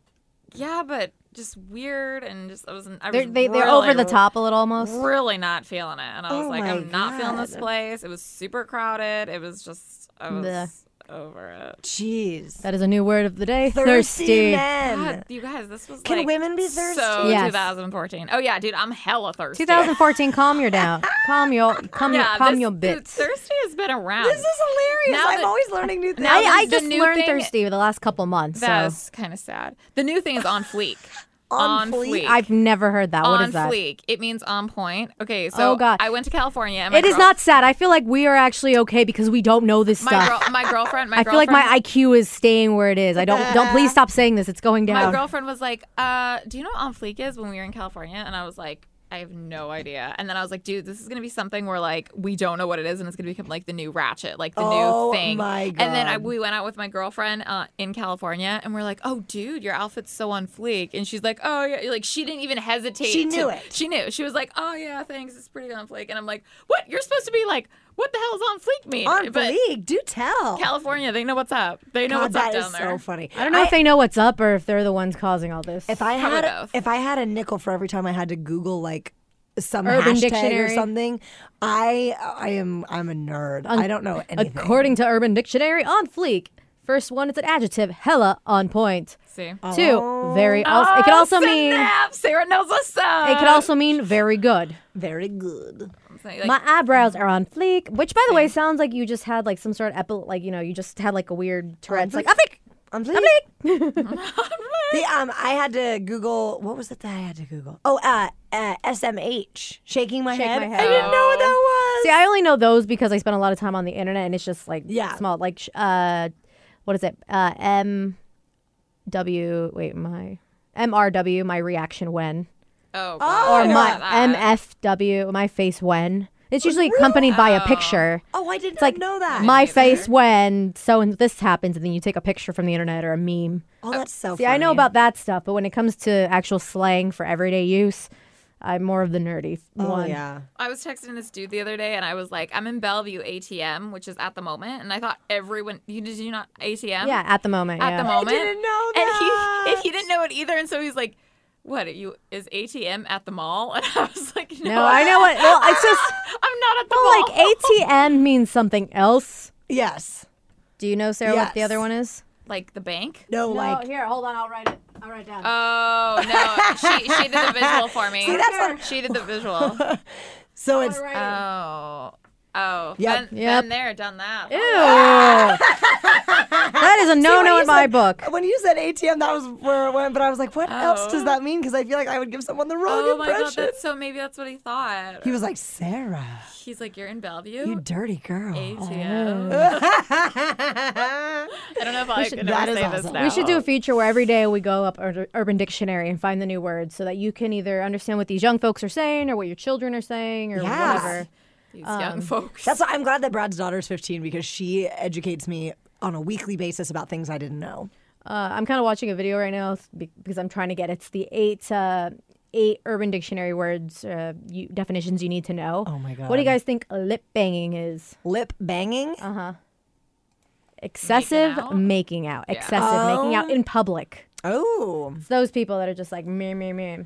Speaker 3: yeah, but just weird and just I wasn't. I
Speaker 2: They're,
Speaker 3: was
Speaker 2: they, they're
Speaker 3: really,
Speaker 2: over the top a little almost.
Speaker 3: Really not feeling it, and I was
Speaker 1: Oh
Speaker 3: like,
Speaker 1: my
Speaker 3: I'm not feeling this
Speaker 1: God.
Speaker 3: place. It was super crowded. It was just I was
Speaker 2: Blech.
Speaker 3: over it.
Speaker 1: Jeez.
Speaker 2: That is a new word of the day.
Speaker 1: thirsty,
Speaker 2: Thirsty.
Speaker 1: men.
Speaker 3: God, you guys, this was
Speaker 1: Can
Speaker 3: like
Speaker 1: women be thirsty?
Speaker 3: So
Speaker 2: Yes.
Speaker 3: 2014. Oh yeah, dude, I'm hella thirsty.
Speaker 2: 2014, calm your down. Calm your calm your
Speaker 3: Yeah,
Speaker 2: calm
Speaker 3: this-
Speaker 2: your
Speaker 3: dude,
Speaker 2: bits.
Speaker 3: Thirsty has been around.
Speaker 1: This is hilarious.
Speaker 3: Now
Speaker 1: I'm
Speaker 3: that-
Speaker 1: always learning new things.
Speaker 3: now
Speaker 2: I,
Speaker 3: this
Speaker 2: I
Speaker 3: is the
Speaker 2: just
Speaker 3: new
Speaker 2: learned
Speaker 3: thing-
Speaker 2: thirsty the last couple months. So
Speaker 3: That's kind of sad. The new thing is on fleek.
Speaker 1: On fleek?
Speaker 2: I've never heard that. What
Speaker 3: on
Speaker 2: is that?
Speaker 3: fleek. It means on point. Okay, so
Speaker 2: Oh, God.
Speaker 3: I went to California. And my
Speaker 2: It is
Speaker 3: girl-
Speaker 2: not sad. I feel like we are actually okay because we don't know this
Speaker 3: my
Speaker 2: stuff.
Speaker 3: girl, my girlfriend. My
Speaker 2: I feel like
Speaker 3: girlfriend-
Speaker 2: my IQ is staying where it is. I don't don't please stop saying this. It's going
Speaker 3: My
Speaker 2: down.
Speaker 3: girlfriend was like, uh, "Do you know what on fleek is?" When we were in California, and I was like, "I have no idea." And then I was like, "Dude, this is gonna be something where like we don't know what it is, and it's gonna become like the new ratchet, like the
Speaker 1: Oh,
Speaker 3: new thing."
Speaker 1: my
Speaker 3: And then I,
Speaker 1: God.
Speaker 3: we went out with my girlfriend uh, in California, and we're like, "Oh, dude, your outfit's so on fleek," and she's like, "Oh yeah," like she didn't even hesitate.
Speaker 1: She
Speaker 3: to-
Speaker 1: knew it.
Speaker 3: She knew. She was like, "Oh yeah, thanks, it's pretty on fleek," and I'm like, "What? You're supposed to be like." what the hell is on fleek mean?
Speaker 1: On
Speaker 3: but
Speaker 1: fleek, do tell.
Speaker 3: California, they know what's up. They know
Speaker 1: God,
Speaker 3: what's
Speaker 1: that
Speaker 3: up down
Speaker 1: is
Speaker 3: there.
Speaker 1: so funny.
Speaker 2: I don't know if they know what's up or if they're the ones causing all this.
Speaker 1: If I
Speaker 3: Probably
Speaker 1: had a-
Speaker 3: both.
Speaker 1: if I had a nickel for every time I had to Google like some
Speaker 2: Urban
Speaker 1: hashtag
Speaker 2: Dictionary.
Speaker 1: or something, I I am I'm a nerd. I don't know anything.
Speaker 2: According to Urban Dictionary, on fleek. First one, it's an adjective, hella on point.
Speaker 3: See.
Speaker 2: Two, very. Also, it can also mean. It
Speaker 3: snap! Sarah knows what's up.
Speaker 2: can also mean very good.
Speaker 1: Very good.
Speaker 3: Like,
Speaker 2: My eyebrows are on fleek, which, by the way, sounds like you just had like some sort of epi- like you know, you just had like a weird Tourette's, like I think.
Speaker 1: Mm-hmm. I'm bleak. The, um, I had to Google what was it that I had to Google? Oh, uh, uh SMH, shaking my
Speaker 2: Shake
Speaker 1: head.
Speaker 2: my
Speaker 1: I
Speaker 2: head. Oh.
Speaker 1: didn't know what that was.
Speaker 2: See, I only know those because I spend a lot of time on the internet, and it's just like
Speaker 1: Yeah.
Speaker 2: small, like sh- uh, what is it? Uh, M W. Wait, my M R W. My reaction when
Speaker 3: oh,
Speaker 1: Or
Speaker 3: God, I
Speaker 2: or
Speaker 3: know
Speaker 2: my
Speaker 3: about that.
Speaker 2: M F W. My face when. It's usually accompanied by a picture.
Speaker 1: oh, I did not
Speaker 2: like
Speaker 1: know that.
Speaker 2: My face when so and this happens, and then you take a picture from the internet or a meme.
Speaker 1: oh, that's so.
Speaker 2: See, I know
Speaker 1: funny.
Speaker 2: about that stuff, but when it comes to actual slang for everyday use, I'm more of the nerdy
Speaker 1: Oh
Speaker 2: one.
Speaker 1: yeah.
Speaker 3: I was texting this dude the other day, and I was like, "I'm in Bellevue ATM, which is at the moment," and I thought everyone, you did you not ATM?
Speaker 2: Yeah, at the moment.
Speaker 3: at
Speaker 2: yeah.
Speaker 3: the moment.
Speaker 1: didn't know that.
Speaker 3: And he and he didn't know it either, and so he's like, "What are you is ATM at the mall?" And I was like, "No,
Speaker 2: No, I know what. Well, it's just
Speaker 3: I'm not at the mall."
Speaker 2: like ATM means something else.
Speaker 1: Yes.
Speaker 2: Do you know Sarah what the
Speaker 1: Yes.
Speaker 2: other one is?
Speaker 3: like the bank.
Speaker 1: No, like. Uh,
Speaker 2: here, hold on. I'll write it. I'll write it down.
Speaker 3: Oh no, she she did the visual for me.
Speaker 1: See, that's what-
Speaker 3: she did the visual.
Speaker 1: So it's
Speaker 3: Oh. Oh,
Speaker 1: Yep.
Speaker 3: been,
Speaker 2: Yep.
Speaker 3: been there, done that.
Speaker 2: Ew. that is a
Speaker 1: when
Speaker 2: no-no
Speaker 1: you
Speaker 2: in my
Speaker 1: said-
Speaker 2: book.
Speaker 1: When you said ATM, that was where it went. But I was like, what else does
Speaker 3: Oh.
Speaker 1: that mean? Because I feel like I would give someone the wrong
Speaker 3: Oh my
Speaker 1: impression.
Speaker 3: god, that's so maybe that's what he thought.
Speaker 1: he was like, Sarah,
Speaker 3: He's like, You're in Bellevue?
Speaker 1: you dirty girl.
Speaker 2: Oh.
Speaker 3: ATM. I don't know if I
Speaker 2: should-
Speaker 3: can
Speaker 1: that
Speaker 3: ever
Speaker 1: is
Speaker 3: say this
Speaker 1: awesome.
Speaker 3: now.
Speaker 2: We should do a feature where every day we go up Ur- Urban Dictionary and find the new words, so that you can either understand what these young folks are saying or what your children are saying or
Speaker 1: Yes.
Speaker 2: whatever.
Speaker 3: These
Speaker 2: Um,
Speaker 3: young folks.
Speaker 1: That's why I'm glad that Brad's daughter is 15 because she educates me on a weekly basis about things I didn't know.
Speaker 2: Uh, I'm kind of watching a video right now s- be- because I'm trying to get it's the eight uh, eight Urban Dictionary words uh, you, definitions you need to know.
Speaker 1: Oh my
Speaker 2: What do
Speaker 1: God.
Speaker 2: you guys think lip banging is?
Speaker 1: Lip banging.
Speaker 2: Excessive
Speaker 3: out?
Speaker 2: making out. Excessive making out in public.
Speaker 1: oh,
Speaker 2: It's those people that are just like meh meh meh.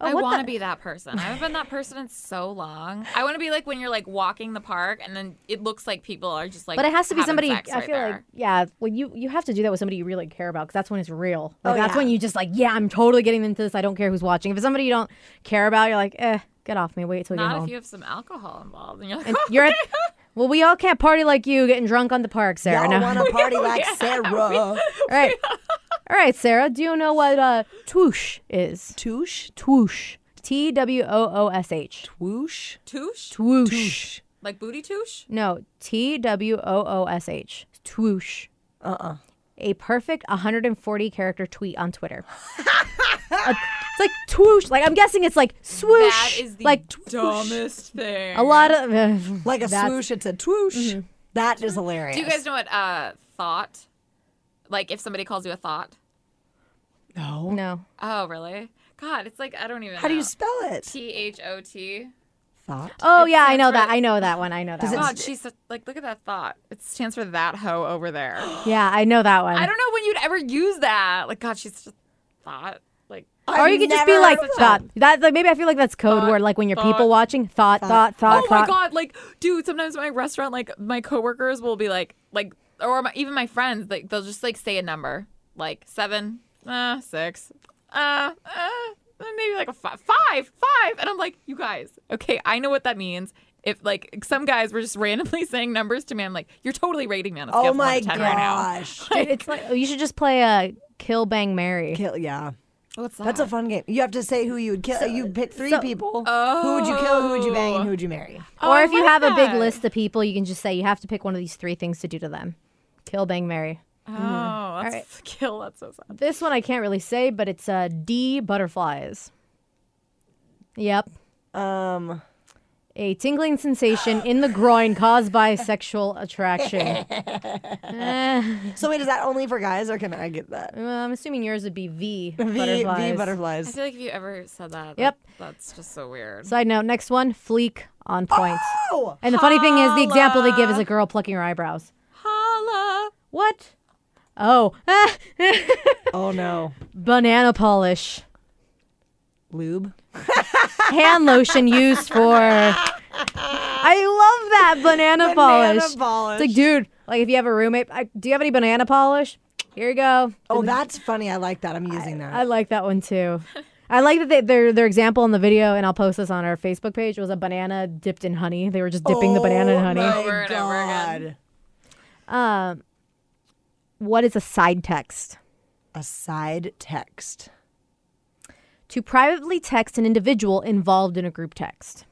Speaker 2: Oh,
Speaker 3: I
Speaker 2: what
Speaker 3: want
Speaker 2: the-
Speaker 3: to be that person. I haven't been that person in so long. I want to be like when you're like walking the park and then it looks like people are just like.
Speaker 2: But it has to be
Speaker 3: having
Speaker 2: somebody.
Speaker 3: sex
Speaker 2: I
Speaker 3: right
Speaker 2: feel like
Speaker 3: there.
Speaker 2: yeah. Well, you you have to do that with somebody you really care about because that's when it's real. Like
Speaker 1: Oh,
Speaker 2: that's
Speaker 1: yeah.
Speaker 2: when you just like yeah, I'm totally getting into this. I don't care who's watching. If it's somebody you don't care about, you're like eh, get off me. Wait till you get
Speaker 3: Not
Speaker 2: home.
Speaker 3: if you have some alcohol involved and you're like, "Oh,
Speaker 2: And you're at, well, we all can't party like you getting drunk on the park, Sarah.
Speaker 1: y'all
Speaker 2: No.
Speaker 1: want
Speaker 2: all
Speaker 1: to party like Sarah?
Speaker 2: right, all right, Sarah. Do you know what uh, twoosh is?
Speaker 1: Touche,
Speaker 2: Twoosh. T W O O S H.
Speaker 1: whoosh,
Speaker 3: touche?
Speaker 2: Twoosh.
Speaker 1: touche.
Speaker 3: Like booty touche?
Speaker 2: No, T W O O S H. Twoosh.
Speaker 1: Uh uh
Speaker 2: A perfect 140 character tweet on Twitter. A- it's like twoosh. Like I'm guessing it's like swoosh.
Speaker 3: That is the
Speaker 2: like
Speaker 3: dumbest thing.
Speaker 2: a lot of
Speaker 1: Like a swoosh, it's a twoosh.
Speaker 2: Mm-hmm.
Speaker 1: That is hilarious.
Speaker 3: Do you guys know what uh thought? Like if somebody calls you a thought?
Speaker 1: know?
Speaker 2: No.
Speaker 3: Oh, really? God, it's like I don't even.
Speaker 1: How do you spell it?
Speaker 3: T H O T.
Speaker 1: Thought.
Speaker 2: Oh yeah, I
Speaker 3: stands
Speaker 2: know
Speaker 3: for-
Speaker 2: that. I know that one. I know that. One.
Speaker 3: God, she's such- like, look at that thought. It stands for that hoe over there.
Speaker 2: Yeah, I know that one.
Speaker 3: I don't know when you'd ever use that. Like, God, she's just thought. Like,
Speaker 2: Oh, or
Speaker 1: I've
Speaker 2: you could just be
Speaker 1: never
Speaker 2: like
Speaker 1: heard of
Speaker 2: thought. That like, maybe I feel like that's code
Speaker 3: Thought,
Speaker 2: word. Like when you're people
Speaker 3: thought,
Speaker 2: watching, thought, thought, thought,
Speaker 3: oh
Speaker 2: thought.
Speaker 3: my God, like, dude. Sometimes my restaurant, like, my coworkers will be like, like, or my, even my friends, like, they'll just like say a number, like seven, uh, six, uh, uh, maybe like a fi- five, five, and I'm like, you guys, okay, I know what that means. If like some guys were just randomly saying numbers to me, I'm like, you're totally rating me on a scale
Speaker 1: Oh
Speaker 3: from one
Speaker 1: my
Speaker 3: to ten right now.
Speaker 1: gosh.
Speaker 2: Dude, it's like you should just play a kill bang Mary.
Speaker 1: Kill, yeah.
Speaker 3: What's that?
Speaker 1: That's a fun game. You have to say who you would kill. you pick three
Speaker 2: Ah. so-
Speaker 1: people. Who would you kill? Who would you bang? And who would you marry?
Speaker 3: Oh,
Speaker 2: or
Speaker 3: I
Speaker 2: if you
Speaker 3: like
Speaker 2: have a big
Speaker 3: that.
Speaker 2: list of people, you can just say you have to pick one of these three things to do to them. Kill bang Mary.
Speaker 3: Oh, that's
Speaker 2: right.
Speaker 3: kill. That's so sad.
Speaker 2: This one I can't really say, but it's uh, D butterflies. Yep.
Speaker 1: Um,
Speaker 2: a tingling sensation in the groin caused by sexual attraction. Eh,
Speaker 1: So wait, is that only for guys, or can I get that?
Speaker 2: well, I'm assuming yours would be V,
Speaker 1: V-
Speaker 2: butterflies.
Speaker 1: V
Speaker 3: I
Speaker 1: butterflies.
Speaker 3: feel like if you ever said that,
Speaker 2: Yep.
Speaker 3: that- that's just so weird.
Speaker 2: Side note, next one, fleek on point.
Speaker 1: Oh,
Speaker 2: And the funny thing is, the example they give is
Speaker 3: Holla.
Speaker 2: a girl plucking her eyebrows.
Speaker 3: Holla.
Speaker 2: What? Oh, ah,
Speaker 1: oh no,
Speaker 2: banana polish,
Speaker 1: lube.
Speaker 2: hand lotion used for. I love that
Speaker 1: Banana
Speaker 2: banana, polish.
Speaker 1: polish.
Speaker 2: It's like, dude, like if you have a roommate, I, do you have any banana polish? Here you go.
Speaker 1: Oh, that's funny. I like that. I'm using that.
Speaker 2: I like that one too. I like that they, their their example in the video, and I'll post this on our Facebook page. Was a banana dipped in honey. They were just dipping the banana in
Speaker 1: Oh
Speaker 2: honey.
Speaker 1: my
Speaker 3: Over and over again.
Speaker 1: God.
Speaker 2: Um, what is a side text?
Speaker 1: A side text.
Speaker 2: To privately text an individual involved in a group text.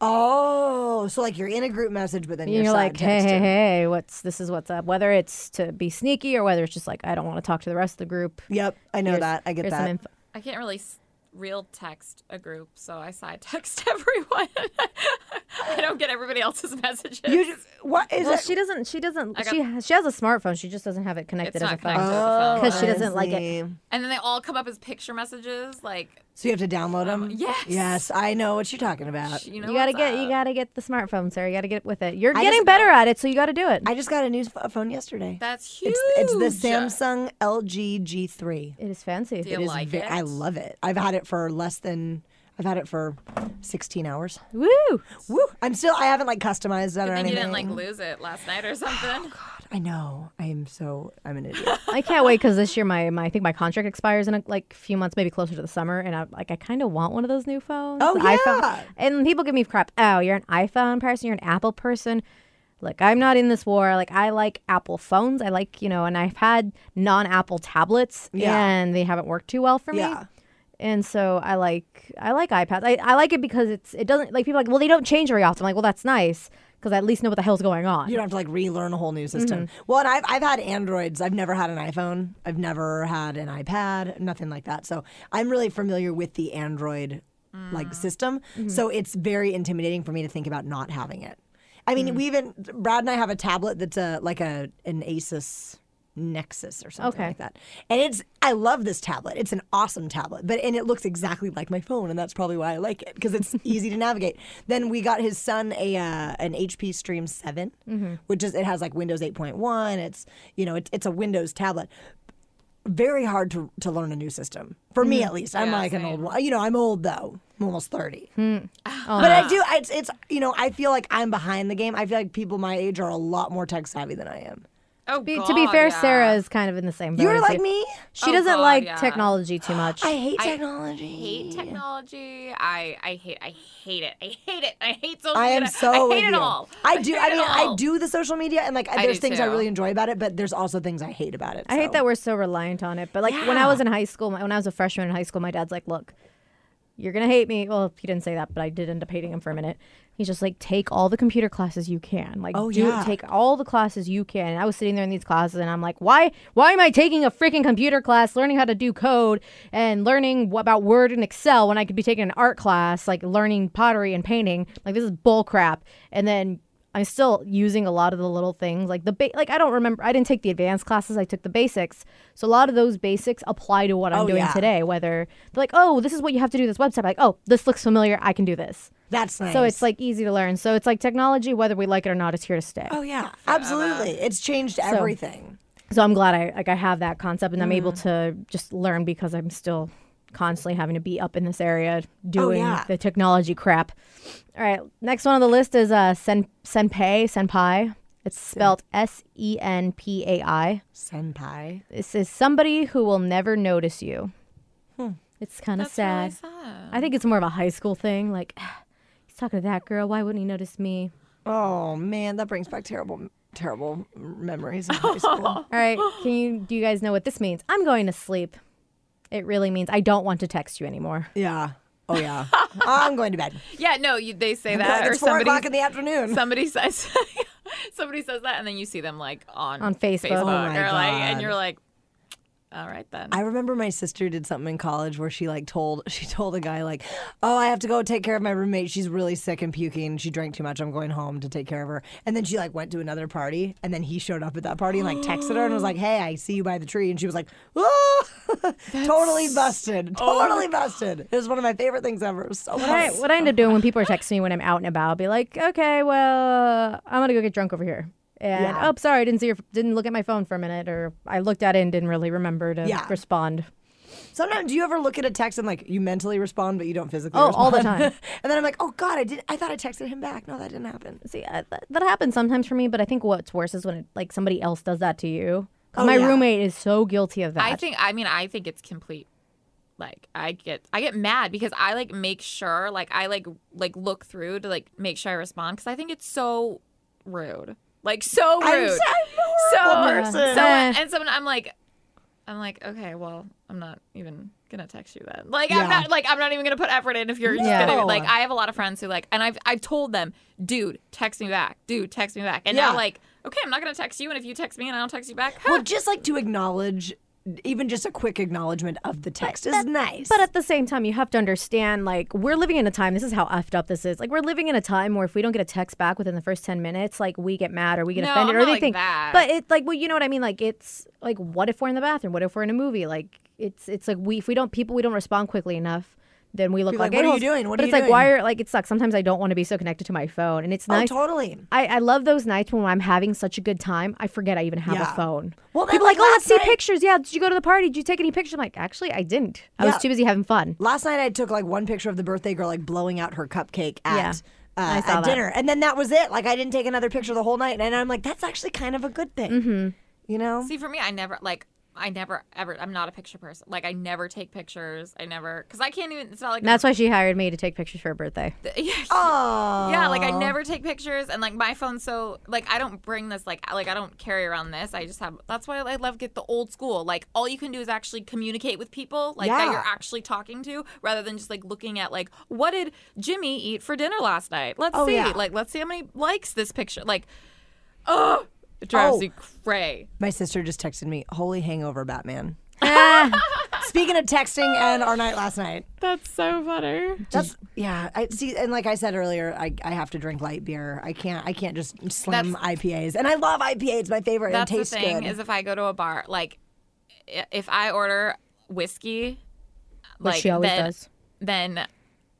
Speaker 1: Oh, so like you're in a group message, but then
Speaker 2: You're,
Speaker 1: you're, side
Speaker 2: like, hey,
Speaker 1: texting.
Speaker 2: hey, hey, what's this? Is what's up? Whether it's to be sneaky or whether it's just like I don't want to talk to the rest of the group.
Speaker 1: Yep, I know
Speaker 2: Here's-
Speaker 1: that. I get
Speaker 2: here's some
Speaker 1: that.
Speaker 2: info.
Speaker 3: I can't really s- real text a group, so I side text everyone. I don't get everybody else's messages.
Speaker 1: You just, what is
Speaker 2: Well,
Speaker 1: it?
Speaker 2: she doesn't. She doesn't.
Speaker 3: got-
Speaker 2: she has, she has a smartphone. She just doesn't have it connected
Speaker 3: it's
Speaker 2: as a
Speaker 3: not
Speaker 2: phone.
Speaker 3: connected to the phone.
Speaker 2: Because Oh. she doesn't like it.
Speaker 1: honestly.
Speaker 3: And then they all come up as picture messages, like
Speaker 1: So you have to download them.
Speaker 3: Um, yes.
Speaker 1: Yes, I know what you're talking about.
Speaker 3: you know.
Speaker 2: You gotta
Speaker 3: what's
Speaker 2: get.
Speaker 3: up.
Speaker 2: You gotta get the smartphone, Sarah. You gotta get with it. You're
Speaker 1: I
Speaker 2: getting
Speaker 1: just-
Speaker 2: better at it, so you gotta do it.
Speaker 1: I just got a new f- phone yesterday.
Speaker 3: That's huge.
Speaker 1: It's it's the Samsung LG G3.
Speaker 2: it is fancy.
Speaker 3: Yeah.
Speaker 1: It is
Speaker 3: like
Speaker 1: ve-
Speaker 3: it?
Speaker 1: I love it. I've had it for less than I've had it for 16 hours.
Speaker 2: Woo!
Speaker 1: Woo! I'm still I haven't like customized it or
Speaker 3: I think you
Speaker 1: anything.
Speaker 3: didn't like lose it last
Speaker 2: Oh,
Speaker 3: night or something.
Speaker 1: God, I know. I am so I'm an idiot.
Speaker 2: I can't wait because this year my, my I think my contract expires in a, like a few months, maybe closer to the summer, and I like I kind of want one of those new phones.
Speaker 1: Oh,
Speaker 2: the
Speaker 1: yeah.
Speaker 2: iPhone. And people give me crap. Oh, you're an iPhone person. You're an Apple person. Look, I'm not in this war. Like I like Apple phones. I like you know, and I've had non-Apple tablets,
Speaker 1: Yeah.
Speaker 2: and they haven't worked too well for me.
Speaker 1: Yeah.
Speaker 2: And so I like I like iPads. I, I like it because it's it doesn't like people are like well they don't change very often. I'm like well that's nice because I at least know what the hell's going on.
Speaker 1: You don't have to like relearn a whole new
Speaker 3: Mm-hmm.
Speaker 1: system. Well, and I've, I've had Androids. I've never had an iPhone. I've never had an iPad, nothing like that. So I'm really familiar with the Android like
Speaker 3: Mm.
Speaker 1: system.
Speaker 3: Mm-hmm.
Speaker 1: So it's very intimidating for me to think about not having it. I mean,
Speaker 3: Mm.
Speaker 1: we even Brad and I have a tablet that's a like a an Asus Nexus or something
Speaker 2: Okay.
Speaker 1: like that. And it's I love this tablet. It's an awesome tablet. But and it looks exactly like my phone and that's probably why I like it because it's easy to navigate. Then we got his son a uh, an HP Stream 7,
Speaker 3: Mm-hmm.
Speaker 1: which is it has like Windows 8.1. It's you know, it's it's a Windows tablet. Very hard to to learn a new system. For me at least. I'm
Speaker 3: Mm-hmm. Yeah,
Speaker 1: like an
Speaker 3: same. Hmm.
Speaker 1: old one. You know, I'm old though. I'm almost 30. But I do.
Speaker 3: Uh-huh.
Speaker 1: It's, it's you know. I feel like I'm behind the game. I feel like people my age are a lot more tech savvy than I am.
Speaker 3: Oh,
Speaker 2: Be-
Speaker 3: God,
Speaker 2: to be fair,
Speaker 3: yeah.
Speaker 2: Sarah is kind of in the same. boat
Speaker 1: You're
Speaker 2: as
Speaker 1: like
Speaker 2: you.
Speaker 1: me.
Speaker 2: She
Speaker 3: Oh,
Speaker 2: doesn't
Speaker 3: God,
Speaker 2: like
Speaker 3: yeah.
Speaker 2: technology too much.
Speaker 1: I hate
Speaker 3: I
Speaker 1: technology.
Speaker 3: hate technology. I I hate I hate it. I hate it. I hate social.
Speaker 1: I am
Speaker 3: media.
Speaker 1: so.
Speaker 3: I
Speaker 1: with
Speaker 3: hate it
Speaker 1: you.
Speaker 3: all.
Speaker 1: I do. I
Speaker 3: hate it
Speaker 1: mean, I
Speaker 3: all.
Speaker 1: do the social media, and like
Speaker 3: I
Speaker 1: there's
Speaker 3: do
Speaker 1: things I
Speaker 3: too.
Speaker 1: really enjoy about it, but there's also things I hate about it.
Speaker 2: I
Speaker 1: so.
Speaker 2: hate that we're so reliant on it. But like when I
Speaker 1: Yeah.
Speaker 2: was in high school, my, when I was a freshman in high school, my dad's like, "Look, you're gonna hate me." Well, he didn't say that, but I did end up hating him for a minute. He's just like, "Take all the computer classes you can. Like,
Speaker 1: Oh,
Speaker 2: do
Speaker 1: yeah.
Speaker 2: take all the classes you can." And I was sitting there in these classes, and I'm like, "Why? Why am I taking a freaking computer class, learning how to do code, and learning wh- about Word and Excel when I could be taking an art class, like learning pottery and painting? Like, this is bull crap." And then I'm still using a lot of the little things, like the ba- like I don't remember. I didn't take the advanced classes; I took the basics. So a lot of those basics apply to what I'm
Speaker 1: Oh,
Speaker 2: doing
Speaker 1: yeah.
Speaker 2: today. Whether they're like, "Oh, this is what you have to do." This website, like, "Oh, this looks familiar. I can do this."
Speaker 1: That's nice.
Speaker 2: So it's like easy to learn. So it's like technology, whether we like it or not, it's here to stay.
Speaker 1: oh yeah, absolutely. It's changed everything.
Speaker 2: So I'm glad I like I have that concept and I'm able
Speaker 3: Mm.
Speaker 2: to just learn because I'm still constantly having to be up in this area
Speaker 3: Oh,
Speaker 2: doing
Speaker 1: yeah.
Speaker 2: the technology crap. All right, next one on the list is uh sen- senpai senpai. It's spelled S E N P A I.
Speaker 1: Senpai.
Speaker 2: This is somebody who will never notice you. It's kind of
Speaker 3: Hmm. That's
Speaker 2: sad.
Speaker 3: really sad.
Speaker 2: I think it's more of a high school thing. Like he's talking to that girl. Why wouldn't he notice me?
Speaker 1: Oh man, that brings back terrible, terrible memories of high school.
Speaker 2: All right, can you do you guys know what this means? I'm going to sleep. It really means I don't want to text you anymore.
Speaker 1: yeah. Oh yeah. I'm going to bed.
Speaker 3: Yeah, no, you, they say that, or
Speaker 1: it's four o'clock
Speaker 3: somebody
Speaker 1: in the afternoon.
Speaker 3: somebody says somebody says that, and then you see them like on
Speaker 2: On Facebook.
Speaker 3: or
Speaker 2: Oh
Speaker 1: my
Speaker 3: like, and
Speaker 1: God.
Speaker 3: you're like, All right then.
Speaker 1: I remember my sister did something in college where she like told she told a guy like, "Oh, I have to go take care of my roommate. She's really sick and puking. She drank too much. I'm going home to take care of her." And then she like went to another party, and then he showed up at that party and like texted her and was like, "Hey, I see you by the tree." And she was like, "Oh, totally busted.
Speaker 2: Oh
Speaker 1: Totally busted." It was one of my favorite things ever. It was so
Speaker 2: What I,
Speaker 1: funny.
Speaker 2: what I end up doing when people are texting me when I'm out and about, I'll be like, okay, well, I'm gonna go get drunk over here. And
Speaker 1: Yeah.
Speaker 2: oh, sorry, I didn't see your, didn't look at my phone for a minute, or I looked at it and didn't really remember to
Speaker 1: Yeah.
Speaker 2: respond.
Speaker 1: Sometimes do you ever look at a text and like you mentally respond but you don't physically?
Speaker 2: Oh, all the
Speaker 1: respond?
Speaker 2: time.
Speaker 1: and then I'm like, "Oh God, I did. I thought I texted him back. No, that didn't happen."
Speaker 2: See, I, that, that happens sometimes for me, but I think what's worse is when it, like somebody else does that to you. 'Cause
Speaker 1: Oh,
Speaker 2: my
Speaker 1: yeah.
Speaker 2: roommate is so guilty of that.
Speaker 3: I think I mean I think it's complete like I get I get mad because I like make sure like I like like look through to like make sure I respond cuz I think it's so rude. Like so rude.
Speaker 1: I'm so-
Speaker 3: so
Speaker 1: I'm a horrible person.
Speaker 3: so
Speaker 2: Eh.
Speaker 3: and someone I'm like I'm like okay, well, I'm not even going to text you then. Like
Speaker 1: Yeah.
Speaker 3: I'm not like I'm not even going to put effort in if you're just
Speaker 2: No.
Speaker 3: going to like I have a lot of friends who like and I've I've told them, "Dude, text me back. Dude, text me back." And
Speaker 1: Yeah.
Speaker 3: now like, "Okay, I'm not going to text you and if you text me and I don't text you back."
Speaker 1: Well, just like to acknowledge, even just a quick acknowledgement of the text is nice.
Speaker 2: But at the same time, you have to understand, like, we're living in a time, this is how effed up this is. Like, we're living in a time where if we don't get a text back within the first 10 minutes, like, we get mad or we get
Speaker 3: No,
Speaker 2: offended
Speaker 3: I'm
Speaker 2: or
Speaker 3: not
Speaker 2: they
Speaker 3: like
Speaker 2: think.
Speaker 3: that.
Speaker 2: But it's like, well, you know what I mean? Like, it's like, what if we're in the bathroom? What if we're in a movie? Like, it's it's like, we, if we don't, people, we don't respond quickly enough. Then we look
Speaker 1: People are
Speaker 2: like,
Speaker 1: like, "What are you
Speaker 2: a-holes."
Speaker 1: doing? What
Speaker 2: but
Speaker 1: are
Speaker 2: it's
Speaker 1: you
Speaker 2: like, why
Speaker 1: doing?
Speaker 2: are like it sucks? Sometimes I don't want to be so connected to my phone, and it's
Speaker 1: oh,
Speaker 2: nice.
Speaker 1: totally.
Speaker 2: I, I love those nights when I'm having such a good time, I forget I even have
Speaker 1: Yeah.
Speaker 2: a phone.
Speaker 1: Well, then,
Speaker 2: people are
Speaker 1: like,
Speaker 2: like, oh, let's
Speaker 1: last
Speaker 2: see
Speaker 1: night-
Speaker 2: pictures. Yeah, did you go to the party? Did you take any pictures? I'm like, actually, I didn't. I
Speaker 1: Yeah.
Speaker 2: was too busy having fun.
Speaker 1: Last night I took like one picture of the birthday girl like blowing out her cupcake at.
Speaker 2: Yeah.
Speaker 1: Uh,
Speaker 2: I
Speaker 1: at
Speaker 2: saw that.
Speaker 1: dinner, and then that was it. Like I didn't take another picture the whole night, and I'm like, that's actually kind of a good thing,
Speaker 2: Mm-hmm.
Speaker 1: you know?
Speaker 3: See, for me, I never like. I never ever. I'm not a picture person. Like I never take pictures. I never because I can't even. It's not like
Speaker 2: And that's why she hired me to take pictures for her birthday.
Speaker 3: yeah,
Speaker 1: Oh,
Speaker 3: yeah. Like I never take pictures, and like my phone's so like I don't bring this like like I don't carry around this. I just have. That's why I love get the old school. Like all you can do is actually communicate with people like
Speaker 1: Yeah.
Speaker 3: that you're actually talking to, rather than just like looking at like what did Jimmy eat for dinner last night? Let's
Speaker 1: Oh,
Speaker 3: see.
Speaker 1: yeah.
Speaker 3: Like let's see how many likes this picture. Like, oh, it drives
Speaker 1: Oh.
Speaker 3: me cray.
Speaker 1: My sister just texted me, "Holy hangover, Batman."
Speaker 2: Ah,
Speaker 1: Speaking of texting and our night last night,
Speaker 3: That's so funny.
Speaker 1: that's yeah. I see, and like I said earlier, I, I have to drink light beer. I can't I can't just slam IPAs, and I love IPA. It's my favorite.
Speaker 3: That's
Speaker 1: it
Speaker 3: the
Speaker 1: tastes
Speaker 3: thing
Speaker 1: good.
Speaker 3: is if I go to a bar, like i- if I order whiskey, like
Speaker 2: she always
Speaker 3: then,
Speaker 2: does.
Speaker 3: then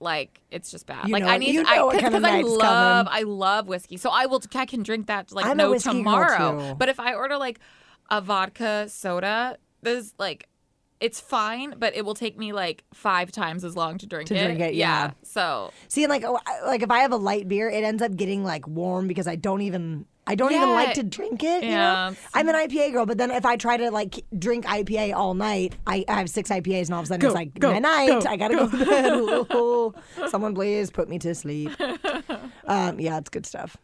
Speaker 3: like it's just bad.
Speaker 1: You
Speaker 3: like
Speaker 1: know
Speaker 3: I
Speaker 1: it-
Speaker 3: need
Speaker 1: you know
Speaker 3: I,
Speaker 1: what kind of
Speaker 3: I
Speaker 1: night's
Speaker 3: love I love whiskey, so I will I can drink that like
Speaker 1: I'm a
Speaker 3: no
Speaker 1: whiskey girl,
Speaker 3: tomorrow.
Speaker 1: too.
Speaker 3: But if I order like a vodka soda, there's like. It's fine, but it will take me like five times as long to drink
Speaker 1: To
Speaker 3: it.
Speaker 1: drink it, yeah.
Speaker 3: So
Speaker 1: See, and like, oh, I- like if I have a light beer, it ends up getting like warm because I don't even, I don't even
Speaker 3: Yeah.
Speaker 1: like to drink it. you know?
Speaker 3: Yeah.
Speaker 1: I'm an IPA girl, but then if I try to like drink IPA all night, I, I have six IPAs, and all of a sudden it's like night night. I gotta go, to bed. Ooh, someone please put me to sleep. Um, yeah, it's good stuff.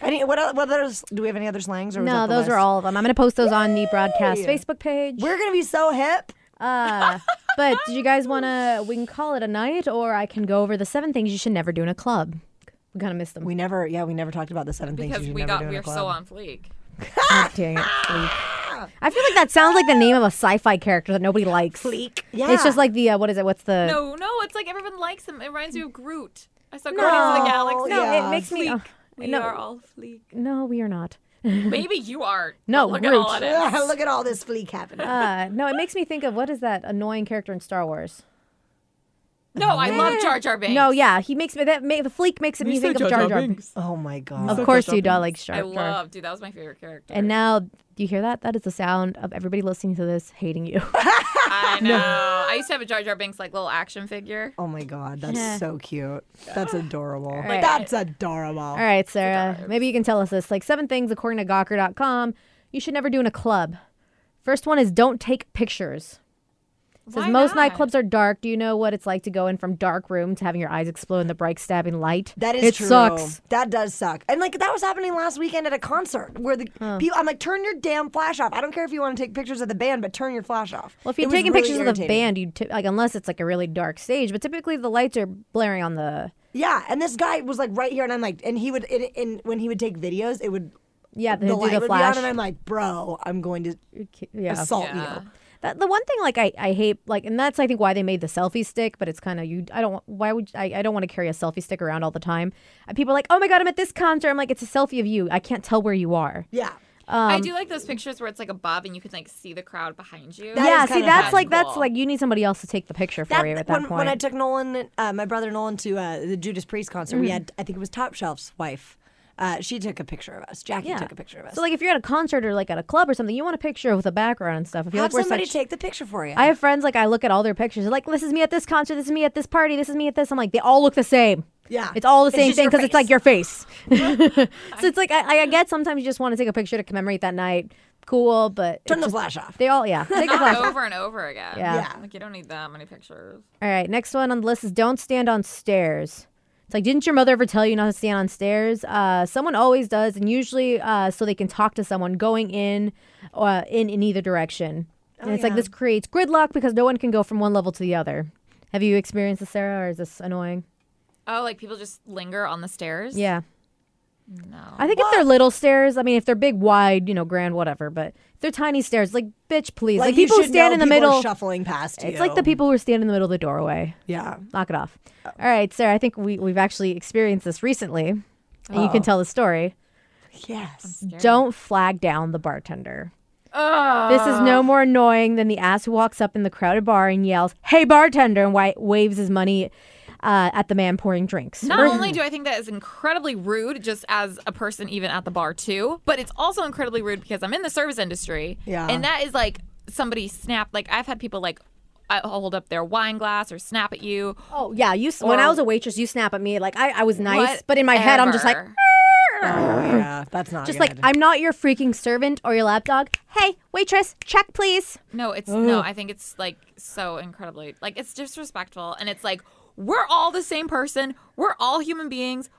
Speaker 1: Any what el- what others do we have? Any other slangs? Or was
Speaker 2: no,
Speaker 1: that the
Speaker 2: those are
Speaker 1: list?
Speaker 2: all of them. I'm going to post those on the broadcast Facebook page.
Speaker 1: We're gonna be so hip.
Speaker 2: Uh, but did you guys want to, we can call it a night, or I can go over the seven things you should never do in a club. We're going to miss them.
Speaker 1: We never, yeah, we never talked about the seven things
Speaker 3: because
Speaker 1: you should
Speaker 3: we
Speaker 1: never do in
Speaker 3: got
Speaker 1: a
Speaker 3: we're
Speaker 1: club.
Speaker 3: so on fleek.
Speaker 2: God dang it, Fleek. I feel like that sounds like the name of a sci-fi character that nobody likes.
Speaker 1: Fleek.
Speaker 2: It's
Speaker 1: Yeah.
Speaker 2: just like the, uh, what is it? What's the?
Speaker 3: No, no, it's like everyone likes him. It reminds me of Groot. I saw Guardians of the Galaxy.
Speaker 1: No, yeah.
Speaker 2: it makes me.
Speaker 3: Fleek.
Speaker 2: oh,
Speaker 3: We
Speaker 2: no,
Speaker 3: are all fleek.
Speaker 2: no, we are not.
Speaker 3: Maybe you are.
Speaker 2: No,
Speaker 3: look
Speaker 2: Groot.
Speaker 3: at all of it.
Speaker 1: Look at all this fleek happening.
Speaker 2: Uh, no, it makes me think of what is that annoying character in Star Wars?
Speaker 3: No, I love Jar Jar Binks.
Speaker 2: No, yeah, he makes me that. Ma- the Fleek makes me think of Jar Jar. Binks.
Speaker 1: oh my god.
Speaker 2: Of course, you do like Jar
Speaker 3: I
Speaker 2: Jar.
Speaker 3: love, dude. That was my favorite character.
Speaker 2: And now, do you hear that? That is the sound of everybody listening to this hating you.
Speaker 3: I know. I used to have a Jar Jar Binks like little action figure.
Speaker 1: Oh my god, that's
Speaker 2: Yeah.
Speaker 1: so cute. That's adorable.
Speaker 2: right.
Speaker 1: That's adorable.
Speaker 2: All right, Sarah. Maybe you can tell us this. Like seven things, according to Gawker.com, you should never do in a club. First one is don't take pictures. It says
Speaker 3: Why
Speaker 2: most
Speaker 3: not?
Speaker 2: nightclubs are dark. Do you know what it's like to go in from dark room to having your eyes explode in the bright stabbing light?
Speaker 1: That is
Speaker 2: it
Speaker 1: true.
Speaker 2: sucks.
Speaker 1: That does suck. And like that was happening last weekend at a concert where the people I'm like, turn your damn flash off. I don't care if you want to take pictures of the band, but turn your flash off.
Speaker 2: Well, if you're
Speaker 1: It was
Speaker 2: taking
Speaker 1: really
Speaker 2: pictures of the
Speaker 1: irritating.
Speaker 2: band, you t- like unless it's like a really dark stage, but typically the lights are blaring on the
Speaker 1: Yeah, and this guy was like right here and I'm like and he would it, and when he would take videos, it would
Speaker 2: Yeah, they
Speaker 1: the
Speaker 2: do
Speaker 1: light
Speaker 2: the
Speaker 1: would
Speaker 2: flash.
Speaker 1: be on, and I'm like, bro, I'm going to
Speaker 2: yeah.
Speaker 1: assault
Speaker 3: Yeah.
Speaker 1: you.
Speaker 2: That, the one thing like I, I hate like and that's I think why they made the selfie stick, but it's kind of you I don't why would I, I don't want to carry a selfie stick around all the time. And people are like, "Oh my god, I'm at this concert." I'm like, "It's a selfie of you. I can't tell where you are."
Speaker 1: Yeah.
Speaker 2: um,
Speaker 3: I do like those pictures where it's like a bob and you can like see the crowd behind you.
Speaker 1: That
Speaker 2: yeah,
Speaker 1: is
Speaker 2: see
Speaker 1: kinda
Speaker 2: that's
Speaker 3: bad.
Speaker 2: like that's
Speaker 3: Cool.
Speaker 2: like you need somebody else to take the picture for you at that
Speaker 1: when,
Speaker 2: point.
Speaker 1: when I took Nolan, uh, my brother Nolan, to uh, the Judas Priest concert,
Speaker 2: Mm.
Speaker 1: we had I think it was Top Shelf's wife. Uh, she took a picture of us. Jackie took a picture of us.
Speaker 2: So like if you're at a concert or like at a club or something, you want a picture with a background and stuff. If you
Speaker 1: have
Speaker 2: like, we're
Speaker 1: somebody
Speaker 2: such-
Speaker 1: take the picture for you.
Speaker 2: I have friends like I look at all their pictures. They're like, this is me at this concert. This is me at this party. This is me at this. I'm like, they all look the same.
Speaker 1: Yeah.
Speaker 2: it's all the
Speaker 1: It's
Speaker 2: same
Speaker 1: just
Speaker 2: thing
Speaker 1: your
Speaker 2: because it's
Speaker 1: face.
Speaker 2: like your face. so it's like I, I get sometimes you just want to take a picture to commemorate that night. Cool, but
Speaker 1: Turn the flash off.
Speaker 2: they all yeah. Take a
Speaker 3: Not
Speaker 2: flash.
Speaker 3: over and over again.
Speaker 2: Yeah.
Speaker 1: Yeah.
Speaker 3: Like you don't need that many pictures.
Speaker 2: All right, next one on the list is don't stand on stairs. It's like, didn't your mother ever tell you not to stand on stairs? Uh, someone always does, and usually uh, so they can talk to someone going in, uh, in in either direction. And it's like
Speaker 1: Oh, yeah.
Speaker 2: this creates gridlock because no one can go from one level to the other. Have you experienced this, Sarah, or is this annoying?
Speaker 3: Oh, like people just linger on the stairs?
Speaker 2: Yeah,
Speaker 3: No.
Speaker 2: I think if they're little stairs, I mean, if they're big, wide, you know, grand, whatever. But if they're tiny stairs, like, bitch, please, like,
Speaker 1: you
Speaker 2: people who
Speaker 1: should
Speaker 2: stand
Speaker 1: know
Speaker 2: in the
Speaker 1: people are
Speaker 2: middle.
Speaker 1: shuffling past you.
Speaker 2: It's like the people who are standing in the middle of the doorway.
Speaker 1: Yeah.
Speaker 2: knock it off. All right, Sarah, I think we, we've actually experienced this recently, and you
Speaker 3: Oh.
Speaker 2: can tell the story.
Speaker 1: Yes.
Speaker 2: Don't flag down the bartender.
Speaker 3: Ugh.
Speaker 2: This is no more annoying than the ass who walks up in the crowded bar and yells, Hey, bartender, and wi- waves his money uh, at the man pouring drinks.
Speaker 3: Not only do I think that is incredibly rude, just as a person, even at the bar too, but it's also incredibly rude because I'm in the service industry,
Speaker 1: Yeah.
Speaker 3: and that is like somebody snap. Like I've had people like uh, hold up their wine glass or snap at you.
Speaker 2: Oh, yeah. You, s when I
Speaker 3: Or-
Speaker 2: was a waitress, you snap at me. Like, I, I was nice, but in my head, I'm just like,
Speaker 3: Whatever.
Speaker 1: yeah. That's not
Speaker 2: just
Speaker 1: good.
Speaker 2: like, I'm not your freaking servant or your lapdog. Hey, waitress, check, please.
Speaker 3: no, it's no. I think it's like so incredibly like it's disrespectful, and it's like we're all the same person. We're all human beings.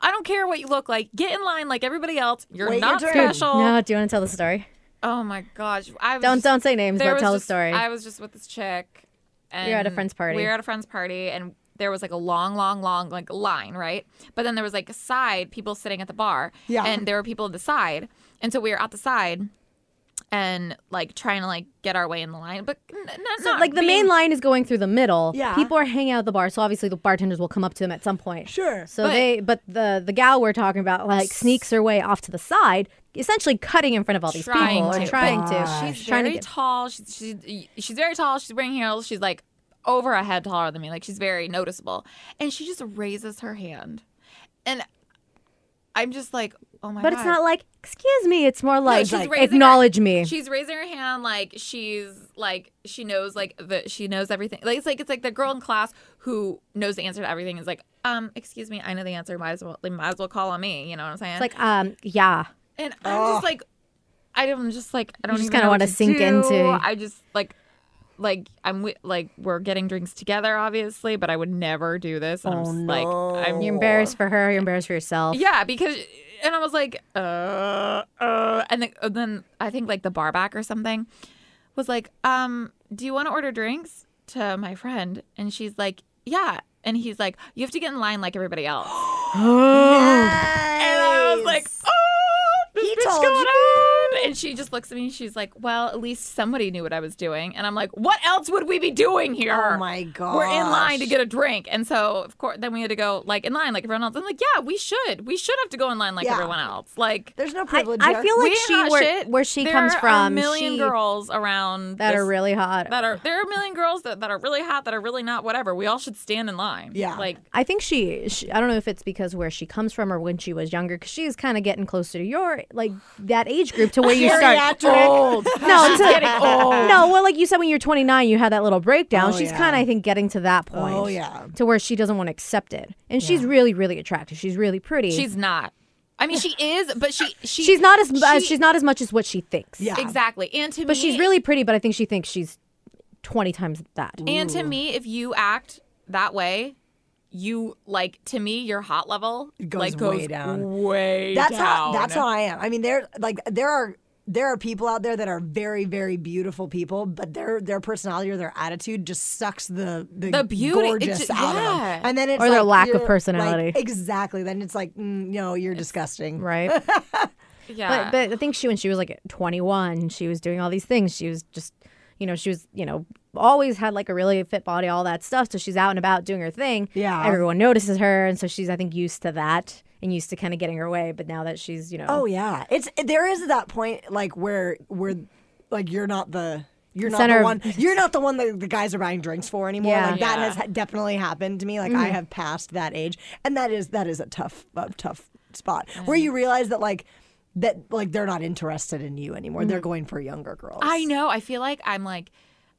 Speaker 3: I don't care what you look like. Get in line like everybody else. You're
Speaker 1: Wait your
Speaker 3: not
Speaker 1: turn.
Speaker 3: special.
Speaker 2: No, do you want to tell the story?
Speaker 3: Oh my gosh! I was
Speaker 2: Don't
Speaker 3: just-
Speaker 2: don't say names,
Speaker 3: There
Speaker 2: but
Speaker 3: was
Speaker 2: tell
Speaker 3: just-
Speaker 2: the story.
Speaker 3: I was just with this chick. And
Speaker 2: were at a friend's party.
Speaker 3: We were at a friend's party, and there was like a long, long, long like line, right? But then there was like a side people sitting at the bar,
Speaker 1: Yeah.
Speaker 3: and there were people at the side, and so we were at the side, and like trying to like get our way in the line, but n- n-
Speaker 2: So,
Speaker 3: not
Speaker 2: like the
Speaker 3: being-
Speaker 2: main line is going through the middle.
Speaker 1: Yeah.
Speaker 2: People are hanging out at the bar, so obviously the bartenders will come up to them at some point.
Speaker 1: Sure.
Speaker 2: So
Speaker 3: But-
Speaker 2: they, but the the gal we're talking about, like sneaks her way off to the side, essentially cutting in front of all these
Speaker 3: Trying
Speaker 2: people, or
Speaker 3: to.
Speaker 2: trying to.
Speaker 1: Gosh.
Speaker 3: She's
Speaker 2: trying to
Speaker 3: very
Speaker 2: get-
Speaker 3: tall. She's, she's she's very tall. She's wearing heels. She's like over a head taller than me. Like she's very noticeable, and she just raises her hand, and I'm just like, oh my
Speaker 2: But
Speaker 3: god.
Speaker 2: it's not like, excuse me. It's more like,
Speaker 3: she's raising her-
Speaker 2: acknowledge me.
Speaker 3: She's raising her hand like she's like she knows like the she knows everything. Like it's like it's like the girl in class who knows the answer to everything is like, um, excuse me, I know the answer. Might as well they might as well call on me. You know what I'm saying?
Speaker 2: It's like, um, yeah.
Speaker 3: and I'm just like, I'm just like I don't
Speaker 2: just
Speaker 3: even
Speaker 2: kinda
Speaker 3: know
Speaker 2: wanna
Speaker 3: what to
Speaker 2: sink
Speaker 3: do.
Speaker 2: into-
Speaker 3: I just like. Like I'm wi- like we're getting drinks together, obviously, but I would never do this.
Speaker 2: Oh,
Speaker 3: And I'm just like I'm
Speaker 2: You're embarrassed for her. You're embarrassed for yourself.
Speaker 3: yeah, because and I was like, uh, uh, and then, and then I think like the bar back or something was like, um, do you want to order drinks to my friend? And she's like, yeah. And he's like, you have to get in line like everybody else. And I was like, oh, this
Speaker 1: He
Speaker 3: bitch
Speaker 1: told
Speaker 3: going
Speaker 1: you.
Speaker 3: on. And she just looks at me and she's like, well, at least somebody knew what I was doing. And I'm like, what else would we be doing here?
Speaker 1: Oh my god.
Speaker 3: We're in line to get a drink. And so, of course, then we had to go like in line like everyone else. I'm like, yeah, we should. We should have to go in line like
Speaker 1: Yeah.
Speaker 3: everyone else. Like,
Speaker 1: There's no
Speaker 2: I,
Speaker 1: privilege.
Speaker 2: I
Speaker 1: here.
Speaker 2: feel like
Speaker 3: we ain't
Speaker 2: she
Speaker 3: hot
Speaker 2: where,
Speaker 3: shit.
Speaker 2: where she
Speaker 3: There
Speaker 2: comes
Speaker 3: are
Speaker 2: from.
Speaker 3: A million
Speaker 2: she,
Speaker 3: girls around
Speaker 2: that
Speaker 3: this-
Speaker 2: are really hot.
Speaker 3: that are there are a million girls that, that are really hot that are really not whatever. We all should stand in line.
Speaker 1: Yeah.
Speaker 3: like
Speaker 2: I think she, she I don't know if it's because where she comes from or when she was younger cuz she's kind of getting closer to your like that age group to where you start
Speaker 1: Geriatric.
Speaker 2: No, to,
Speaker 3: getting old.
Speaker 2: No, well like you said when you're 29 you had that little breakdown.
Speaker 1: Oh,
Speaker 2: she's
Speaker 1: yeah.
Speaker 2: kind of I think getting to that point.
Speaker 1: Oh, yeah.
Speaker 2: To where she doesn't want to accept it. And she's really really attractive. She's really pretty.
Speaker 3: she's not. I mean, she is, but she, she
Speaker 2: she's not as as-
Speaker 3: she-
Speaker 2: she's not as much as what she thinks.
Speaker 1: Yeah.
Speaker 3: exactly. And to
Speaker 2: But
Speaker 3: me,
Speaker 2: she's really pretty but I think she thinks she's 20 times that.
Speaker 3: And to me, if you act that way, you like to me your hot level
Speaker 1: goes
Speaker 3: like
Speaker 1: way
Speaker 3: goes
Speaker 1: down.
Speaker 3: Way
Speaker 1: that's
Speaker 3: down.
Speaker 1: how that's how I am. I mean, there like there are there are people out there that are very very beautiful people, but their their personality or their attitude just sucks the the,
Speaker 3: The beauty- it
Speaker 1: gorgeous
Speaker 3: ju-
Speaker 1: out of
Speaker 3: yeah.
Speaker 1: them. And then it's
Speaker 2: Or their
Speaker 1: like,
Speaker 2: lack of
Speaker 1: you're, like,
Speaker 2: personality.
Speaker 1: exactly. Then it's like mm, no, you're disgusting.
Speaker 2: Right?
Speaker 3: Yeah.
Speaker 2: But but I think she when she was like 21, she was doing all these things. She was just, you know, she was, you know, always had like a really fit body, all that stuff. So she's out and about doing her thing.
Speaker 1: Yeah.
Speaker 2: Everyone notices her, and so she's I think used to that and used to kind of getting her way. But now that she's, you know,
Speaker 1: Oh yeah, it's there is that point like where where like you're not the you're not
Speaker 2: Center
Speaker 1: the
Speaker 2: of-
Speaker 1: one you're not the one that the guys are buying drinks for anymore.
Speaker 2: Yeah. Mm.
Speaker 1: Like that
Speaker 3: Yeah.
Speaker 1: has ha- definitely happened to me. Like I have passed that age, and that is that is a tough a tough spot where you realize that like that like they're not interested in you anymore.
Speaker 2: Mm.
Speaker 1: They're going for younger girls.
Speaker 3: I know. I feel like I'm like,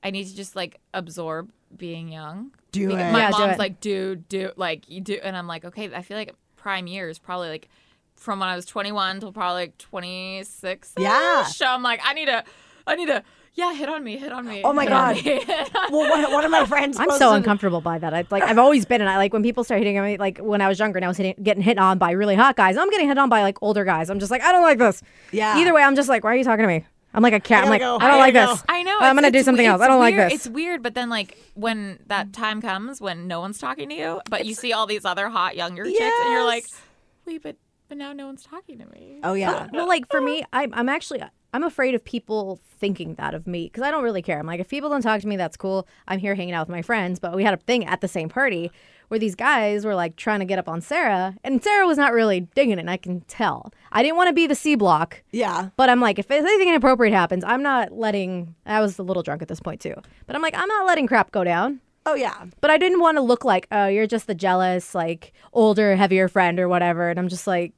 Speaker 3: I need to just like absorb being young.
Speaker 1: Do
Speaker 3: Because
Speaker 1: it.
Speaker 3: My
Speaker 2: Yeah, do
Speaker 3: mom's
Speaker 2: it.
Speaker 3: like, dude, do like you do, and I'm like, okay. I feel like prime years probably like from when I was 21 till probably like 26.
Speaker 1: Yeah.
Speaker 3: So I'm like, I need to, I need to, yeah, hit on me, hit on me.
Speaker 1: Oh my
Speaker 3: hit on
Speaker 1: God.
Speaker 3: me.
Speaker 1: Well, one, one of my friends.
Speaker 2: I'm
Speaker 1: posted-
Speaker 2: so uncomfortable by that. I like I've always been, and I like when people start hitting on me. Like when I was younger, and I was hitting, getting hit on by really hot guys. I'm getting hit on by like older guys. I'm just like I don't like this.
Speaker 1: Yeah.
Speaker 2: Either way, I'm just like, why are you talking to me? I'm like a cat. I'm like
Speaker 1: gotta go.
Speaker 2: I don't
Speaker 1: I
Speaker 2: like
Speaker 1: gotta
Speaker 2: this.
Speaker 1: go.
Speaker 3: I know.
Speaker 2: I'm
Speaker 3: it's-
Speaker 2: gonna do
Speaker 3: it's
Speaker 2: something
Speaker 3: we-
Speaker 2: else. I
Speaker 3: it's
Speaker 2: don't like
Speaker 3: weird-
Speaker 2: this.
Speaker 3: It's weird, but then like when that time comes when no one's talking to you, but you see all these other hot younger chicks, and you're like,
Speaker 1: Yes.
Speaker 3: wait, but but now no one's talking to
Speaker 2: Uh,
Speaker 3: me.
Speaker 1: Oh yeah.
Speaker 2: well, like for me, I'm, I'm actually I'm afraid of people thinking that of me because I don't really care. I'm like, if people don't talk to me, that's cool. I'm here hanging out with my friends. But we had a thing at the same party where these guys were like trying to get up on Sarah, and Sarah was not really digging it. And I can tell. I didn't want to be the C block.
Speaker 1: Yeah.
Speaker 2: But I'm like, if anything inappropriate happens, I'm not letting. I was a little drunk at this point too. But I'm like, I'm not letting crap go down.
Speaker 1: Oh yeah.
Speaker 2: But I didn't want to look like, oh, you're just the jealous, like older, heavier friend or whatever. And I'm just like,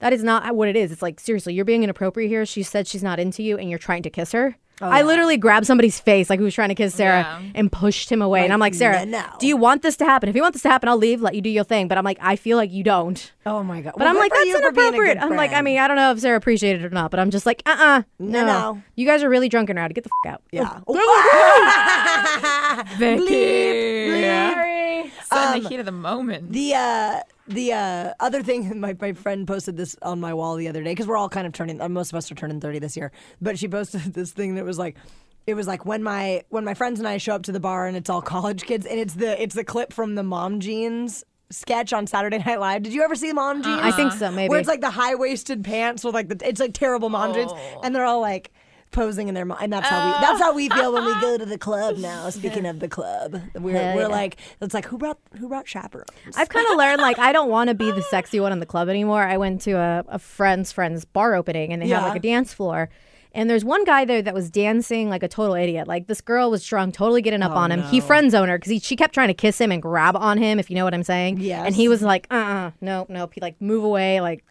Speaker 2: that is not what it is. It's like, seriously, you're being inappropriate here. She said she's not into you and you're trying to kiss her.
Speaker 1: Oh,
Speaker 2: I literally grabbed somebody's face, like who was trying to kiss Sarah,
Speaker 3: Yeah.
Speaker 2: and pushed him away. and I'm like, Sarah,
Speaker 1: no, no."
Speaker 2: do you want this to happen? If you want this to happen, I'll leave, let you do your thing. But I'm like, I feel like you don't.
Speaker 1: Oh my god.
Speaker 2: But I'm like, that's inappropriate. I'm like, I mean, I don't know if Sarah appreciated it or not, but I'm just like, uh uh
Speaker 1: No,
Speaker 2: No,
Speaker 1: no.
Speaker 2: You guys are really drunk and rowdy. Get the f out.
Speaker 1: Yeah.
Speaker 3: Vicky.
Speaker 2: Sorry.
Speaker 3: It's in the heat of the moment.
Speaker 1: The uh, the uh, other thing, my, my friend posted this on my wall the other day because we're all kind of turning. uh, Most of us are turning thirty this year, but she posted this thing that was like, it was like when my when my friends and I show up to the bar and it's all college kids and it's the it's the clip from the Mom Jeans sketch on Saturday Night Live. Did you ever see Mom Jeans?
Speaker 2: I think so, maybe.
Speaker 1: Where it's like the high waisted pants with like the it's like terrible mom jeans,
Speaker 2: Oh.
Speaker 1: and they're all like posing in their mom, and that's how we that's how we feel when we go to the club now. Speaking of the club, we're
Speaker 2: Hell
Speaker 1: we're
Speaker 2: yeah.
Speaker 1: like it's like who brought who brought chaperones?
Speaker 2: I've kind of learned like I don't want to be the sexy one in the club anymore. I went to a, a friend's friend's bar opening and they have
Speaker 1: Yeah.
Speaker 2: like a dance floor. And there's one guy there that was dancing like a total idiot. Like this girl was drunk, totally getting
Speaker 1: Oh,
Speaker 2: up on him. He friend zoned her because she kept trying to kiss him and grab on him, if you know what I'm saying.
Speaker 1: Yes.
Speaker 2: And he was like, uh, uh nope, nope. He like move away, like.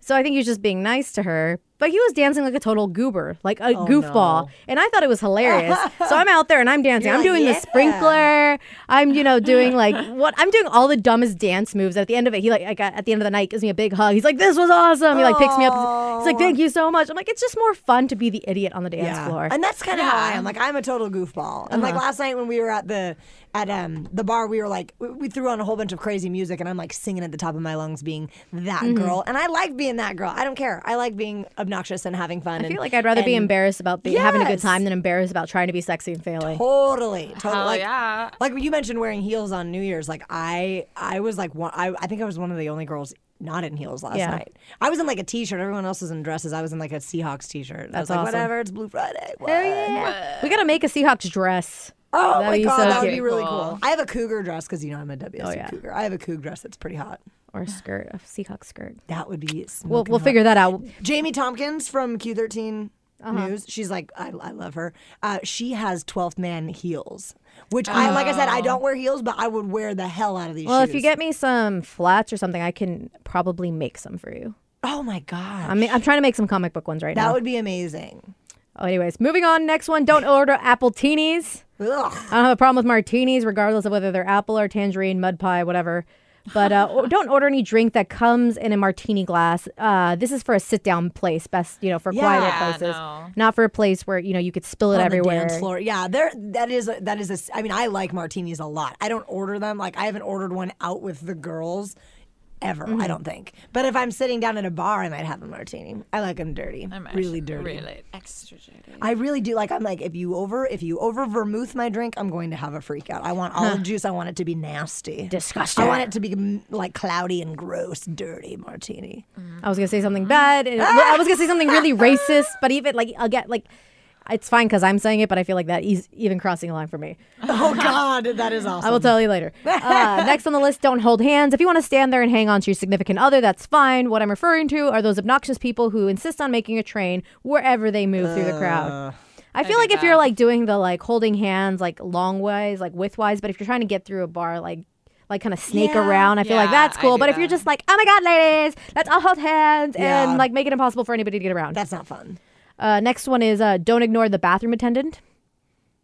Speaker 2: So I think he was just being nice to her, but he was dancing like a total goober, like
Speaker 1: Oh,
Speaker 2: a goofball, and I thought it was hilarious. so I'm out there and I'm dancing. I'm
Speaker 1: like,
Speaker 2: doing
Speaker 1: "Yeah."
Speaker 2: the sprinkler. Twitter. I'm, you know, doing like what I'm doing all the dumbest dance moves. At the end of it, he like I got, at the end of the night gives me a big hug. He's like, "This was awesome." He like picks me up. He's like, "Thank you so much." I'm like, "It's just more fun to be the idiot on the dance floor." Uh-huh.
Speaker 1: And that's kind of how I am. Like I'm a total goofball. And like last night when we were at the at um the bar, we were like we, we threw on a whole bunch of crazy music, and I'm like singing at the top of my lungs, being that
Speaker 2: Mm-hmm.
Speaker 1: girl. And I like being that girl. I don't care. I like being obnoxious and having fun.
Speaker 2: I feel like I'd rather be embarrassed about be, having a good
Speaker 1: Yes.
Speaker 2: time than embarrassed about trying to be sexy and failing.
Speaker 1: Totally, totally.
Speaker 3: Hell
Speaker 1: like,
Speaker 3: yeah.
Speaker 1: Like you mentioned wearing heels on New Year's. Like I, I was like one. I, I think I was one of the only girls not in heels last
Speaker 2: Yeah.
Speaker 1: night. I was in like a t-shirt. Everyone else was in dresses. I was in like a Seahawks t-shirt. I was
Speaker 2: That's
Speaker 1: like,
Speaker 2: awesome.
Speaker 1: whatever. It's Blue Friday. What?
Speaker 2: Yeah. We gotta make a Seahawks dress.
Speaker 1: Oh
Speaker 2: That'd
Speaker 1: my
Speaker 2: be
Speaker 1: god,
Speaker 2: so
Speaker 1: that would
Speaker 2: cute. Oh,
Speaker 1: be really cool.
Speaker 3: Cool.
Speaker 1: I have a cougar dress because you know I'm a WSU
Speaker 2: yeah.
Speaker 1: cougar. I have a cougar dress that's pretty hot.
Speaker 2: Or a skirt, a Seahawks skirt.
Speaker 1: That would be.
Speaker 2: We'll,
Speaker 1: smoking
Speaker 2: we'll
Speaker 1: hot.
Speaker 2: figure that out.
Speaker 1: Jamie Tompkins from Q13
Speaker 2: Uh-huh.
Speaker 1: News. She's like, I, I love her. Uh, she has 12th man heels, which I, like I said, I don't wear heels, but I would wear the hell out of these
Speaker 2: Oh. Well,
Speaker 1: shoes.
Speaker 2: if you get me some flats or something, I can probably make some for you.
Speaker 1: oh my god,
Speaker 2: I mean, I'm trying to make some comic book ones right now.
Speaker 1: that would be amazing.
Speaker 2: Oh, anyways, moving on. Next one. Don't order apple teenies.
Speaker 1: Ugh.
Speaker 2: I don't have a problem with martinis, regardless of whether they're apple or tangerine, mud pie, whatever. But uh, o- don't order any drink that comes in a martini glass. Uh, this is for a sit-down place, best you know, for
Speaker 1: Yeah,
Speaker 2: quiet places,
Speaker 3: no.
Speaker 2: not for a place where you know you could spill it
Speaker 1: On
Speaker 2: everywhere.
Speaker 1: the dance floor, yeah. There, that is a, that is. A, s- I mean, I like martinis a lot. I don't order them. Like I haven't ordered one out with the girls ever.
Speaker 2: Mm-hmm.
Speaker 1: I don't think. But if I'm sitting down at a bar, I might have a martini. I like them dirty,
Speaker 3: I'm
Speaker 1: really
Speaker 3: actually
Speaker 1: dirty.
Speaker 3: Really extra dirty.
Speaker 1: I really do like. I'm like, if you over, if you over vermouth my drink, I'm going to have a freak out. I want olive juice. I want it to be nasty,
Speaker 2: Disgusting.
Speaker 1: I want it to be mm, like cloudy and gross, dirty martini.
Speaker 2: I was gonna say something bad. and- I was gonna say something really racist, but even like again, like it's fine because I'm saying it, but I feel like that is even crossing a line for me.
Speaker 1: Oh God, that is awesome.
Speaker 2: I will tell you later. Uh, next on the list, don't hold hands. If you want to stand there and hang on to your significant other, that's fine. What I'm referring to are those obnoxious people who insist on making a train wherever they move through
Speaker 3: Uh,
Speaker 2: the crowd. I feel like if you're like doing the like holding hands like long ways, like widthwise, but if you're trying to get through a bar, like like kind of snake
Speaker 1: Yeah.
Speaker 2: around, I feel like
Speaker 3: Yeah,
Speaker 2: that's
Speaker 3: I
Speaker 2: cool.
Speaker 3: do
Speaker 2: But if you're
Speaker 3: that.
Speaker 2: just like, oh my god, ladies, let's all hold hands
Speaker 1: Yeah.
Speaker 2: and like make it impossible for anybody to get around.
Speaker 1: That's not fun.
Speaker 2: Uh, next one is uh, don't ignore the bathroom attendant.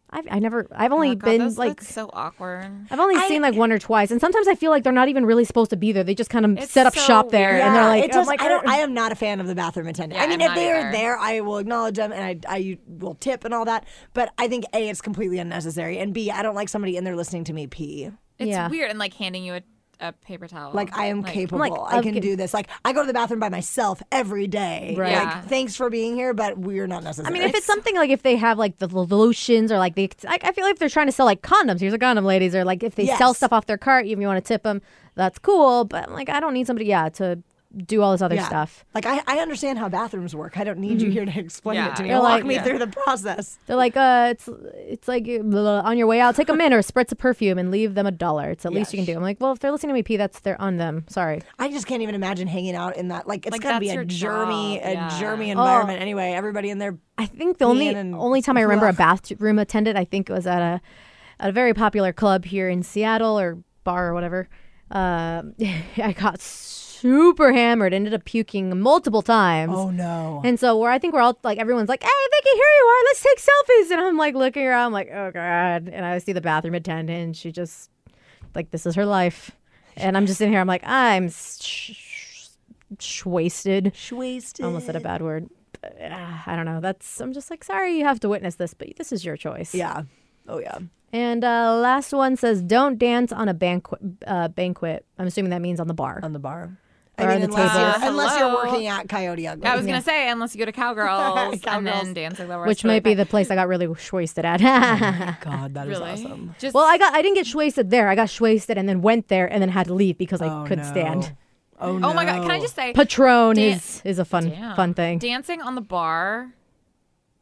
Speaker 2: I've I never I've only
Speaker 3: Oh, God,
Speaker 2: been
Speaker 3: those
Speaker 2: like
Speaker 3: look so awkward.
Speaker 2: I've only
Speaker 1: I-
Speaker 2: seen like one or twice, and sometimes I feel like they're not even really supposed to be there. They just kind of
Speaker 3: It's
Speaker 2: set up
Speaker 3: so
Speaker 2: shop there,
Speaker 3: weird.
Speaker 2: and they're like,
Speaker 1: it just,
Speaker 2: oh my
Speaker 1: I don't.
Speaker 2: God.
Speaker 1: I am not a fan of the bathroom attendant.
Speaker 3: Yeah,
Speaker 1: I mean,
Speaker 3: I'm
Speaker 1: if
Speaker 3: not
Speaker 1: they are
Speaker 3: either.
Speaker 1: there, I will acknowledge them and I, I will tip and all that. But I think a, it's completely unnecessary, and b, I don't like somebody in there listening to me pee.
Speaker 3: It's
Speaker 2: Yeah.
Speaker 3: weird and like handing you a, a paper towel.
Speaker 1: Like I am capable.
Speaker 2: like,
Speaker 1: I
Speaker 2: of
Speaker 1: can
Speaker 2: gi-
Speaker 1: do this. Like I go to the bathroom by myself every day.
Speaker 2: Right.
Speaker 1: Like
Speaker 3: Yeah.
Speaker 1: thanks for being here, but we're not necessary.
Speaker 2: I mean, if it's something like if they have like the lo- lotions or like they, I, I feel like if they're trying to sell like condoms, here's a condom, ladies, or like if they sell
Speaker 1: Yes.
Speaker 2: stuff off their cart, even you want to tip them, that's cool. But like, I don't need somebody, yeah, to do all this other
Speaker 1: Yeah.
Speaker 2: stuff.
Speaker 1: Like I, I understand how bathrooms work. I don't need you here to explain
Speaker 3: Mm-hmm. Yeah.
Speaker 1: it to me.
Speaker 3: You're
Speaker 1: Walk
Speaker 2: like-
Speaker 1: me
Speaker 3: Yeah.
Speaker 1: through the process.
Speaker 2: They're like, uh, it's it's like uh, blah, on your way out, take a minute or spritz a perfume and leave them a dollar. It's the least you can do. I'm like, well, if they're listening to me pee, that's they're on them. Sorry.
Speaker 1: I just can't even imagine hanging out in that. Like it's
Speaker 3: Like,
Speaker 1: gotta be
Speaker 3: that's
Speaker 1: a
Speaker 3: your
Speaker 1: germy,
Speaker 3: job.
Speaker 1: a
Speaker 3: Yeah.
Speaker 1: germy
Speaker 2: Oh.
Speaker 1: environment. Anyway, everybody in there.
Speaker 2: I think the only
Speaker 1: Ian and-
Speaker 2: only time I remember a
Speaker 1: Ugh.
Speaker 2: bathroom attendant, I think, was at a at a very popular club here in Seattle or bar or whatever. Uh, I got super hammered, ended up puking multiple times.
Speaker 1: Oh no.
Speaker 2: And so where I think we're all like everyone's like, "Hey, Vicky, here you are. Let's take selfies." And I'm like looking around, I'm like, "Oh god." And I see the bathroom attendant, and she just like this is her life. And I'm just in here. I'm like, I'm sh- sh- sh- wasted.
Speaker 1: Wasted.
Speaker 2: I almost said a bad word. But, uh, I don't know. That's I'm just like sorry you have to witness this, but this is your choice.
Speaker 1: Yeah. Oh yeah.
Speaker 2: And uh, last one says don't dance on a banquet. Uh, banquet. I'm assuming that means on the bar.
Speaker 1: On the bar.
Speaker 2: Or
Speaker 1: I mean,
Speaker 2: the
Speaker 1: unless,
Speaker 2: table.
Speaker 1: you're, unless you're
Speaker 3: Hello?
Speaker 1: working at Coyote Ugly.
Speaker 3: I was gonna say unless you go to cowgirls, and
Speaker 1: Cowgirls.
Speaker 3: then dancing lover,
Speaker 2: which might be the place I got really sh- wasted at.
Speaker 1: God, that is
Speaker 3: really
Speaker 1: awesome.
Speaker 3: Just
Speaker 2: well, I got I didn't get sh- wasted there. I got sh- wasted and then went there and then had to leave because I
Speaker 1: Oh,
Speaker 2: couldn't
Speaker 1: no.
Speaker 2: stand.
Speaker 1: Oh,
Speaker 3: oh my god, can I just say
Speaker 2: Patron
Speaker 3: Dan-
Speaker 2: is is a fun
Speaker 3: Damn.
Speaker 2: fun thing.
Speaker 3: dancing on the bar?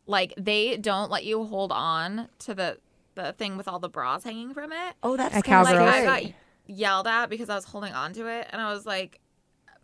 Speaker 3: Like they don't let you hold on to the the thing with all the bras hanging from it.
Speaker 1: Oh, that's
Speaker 2: At
Speaker 1: kinda
Speaker 3: like
Speaker 2: Cowgirls.
Speaker 3: I
Speaker 1: scary.
Speaker 3: got yelled at because I was holding on to it, and I was like,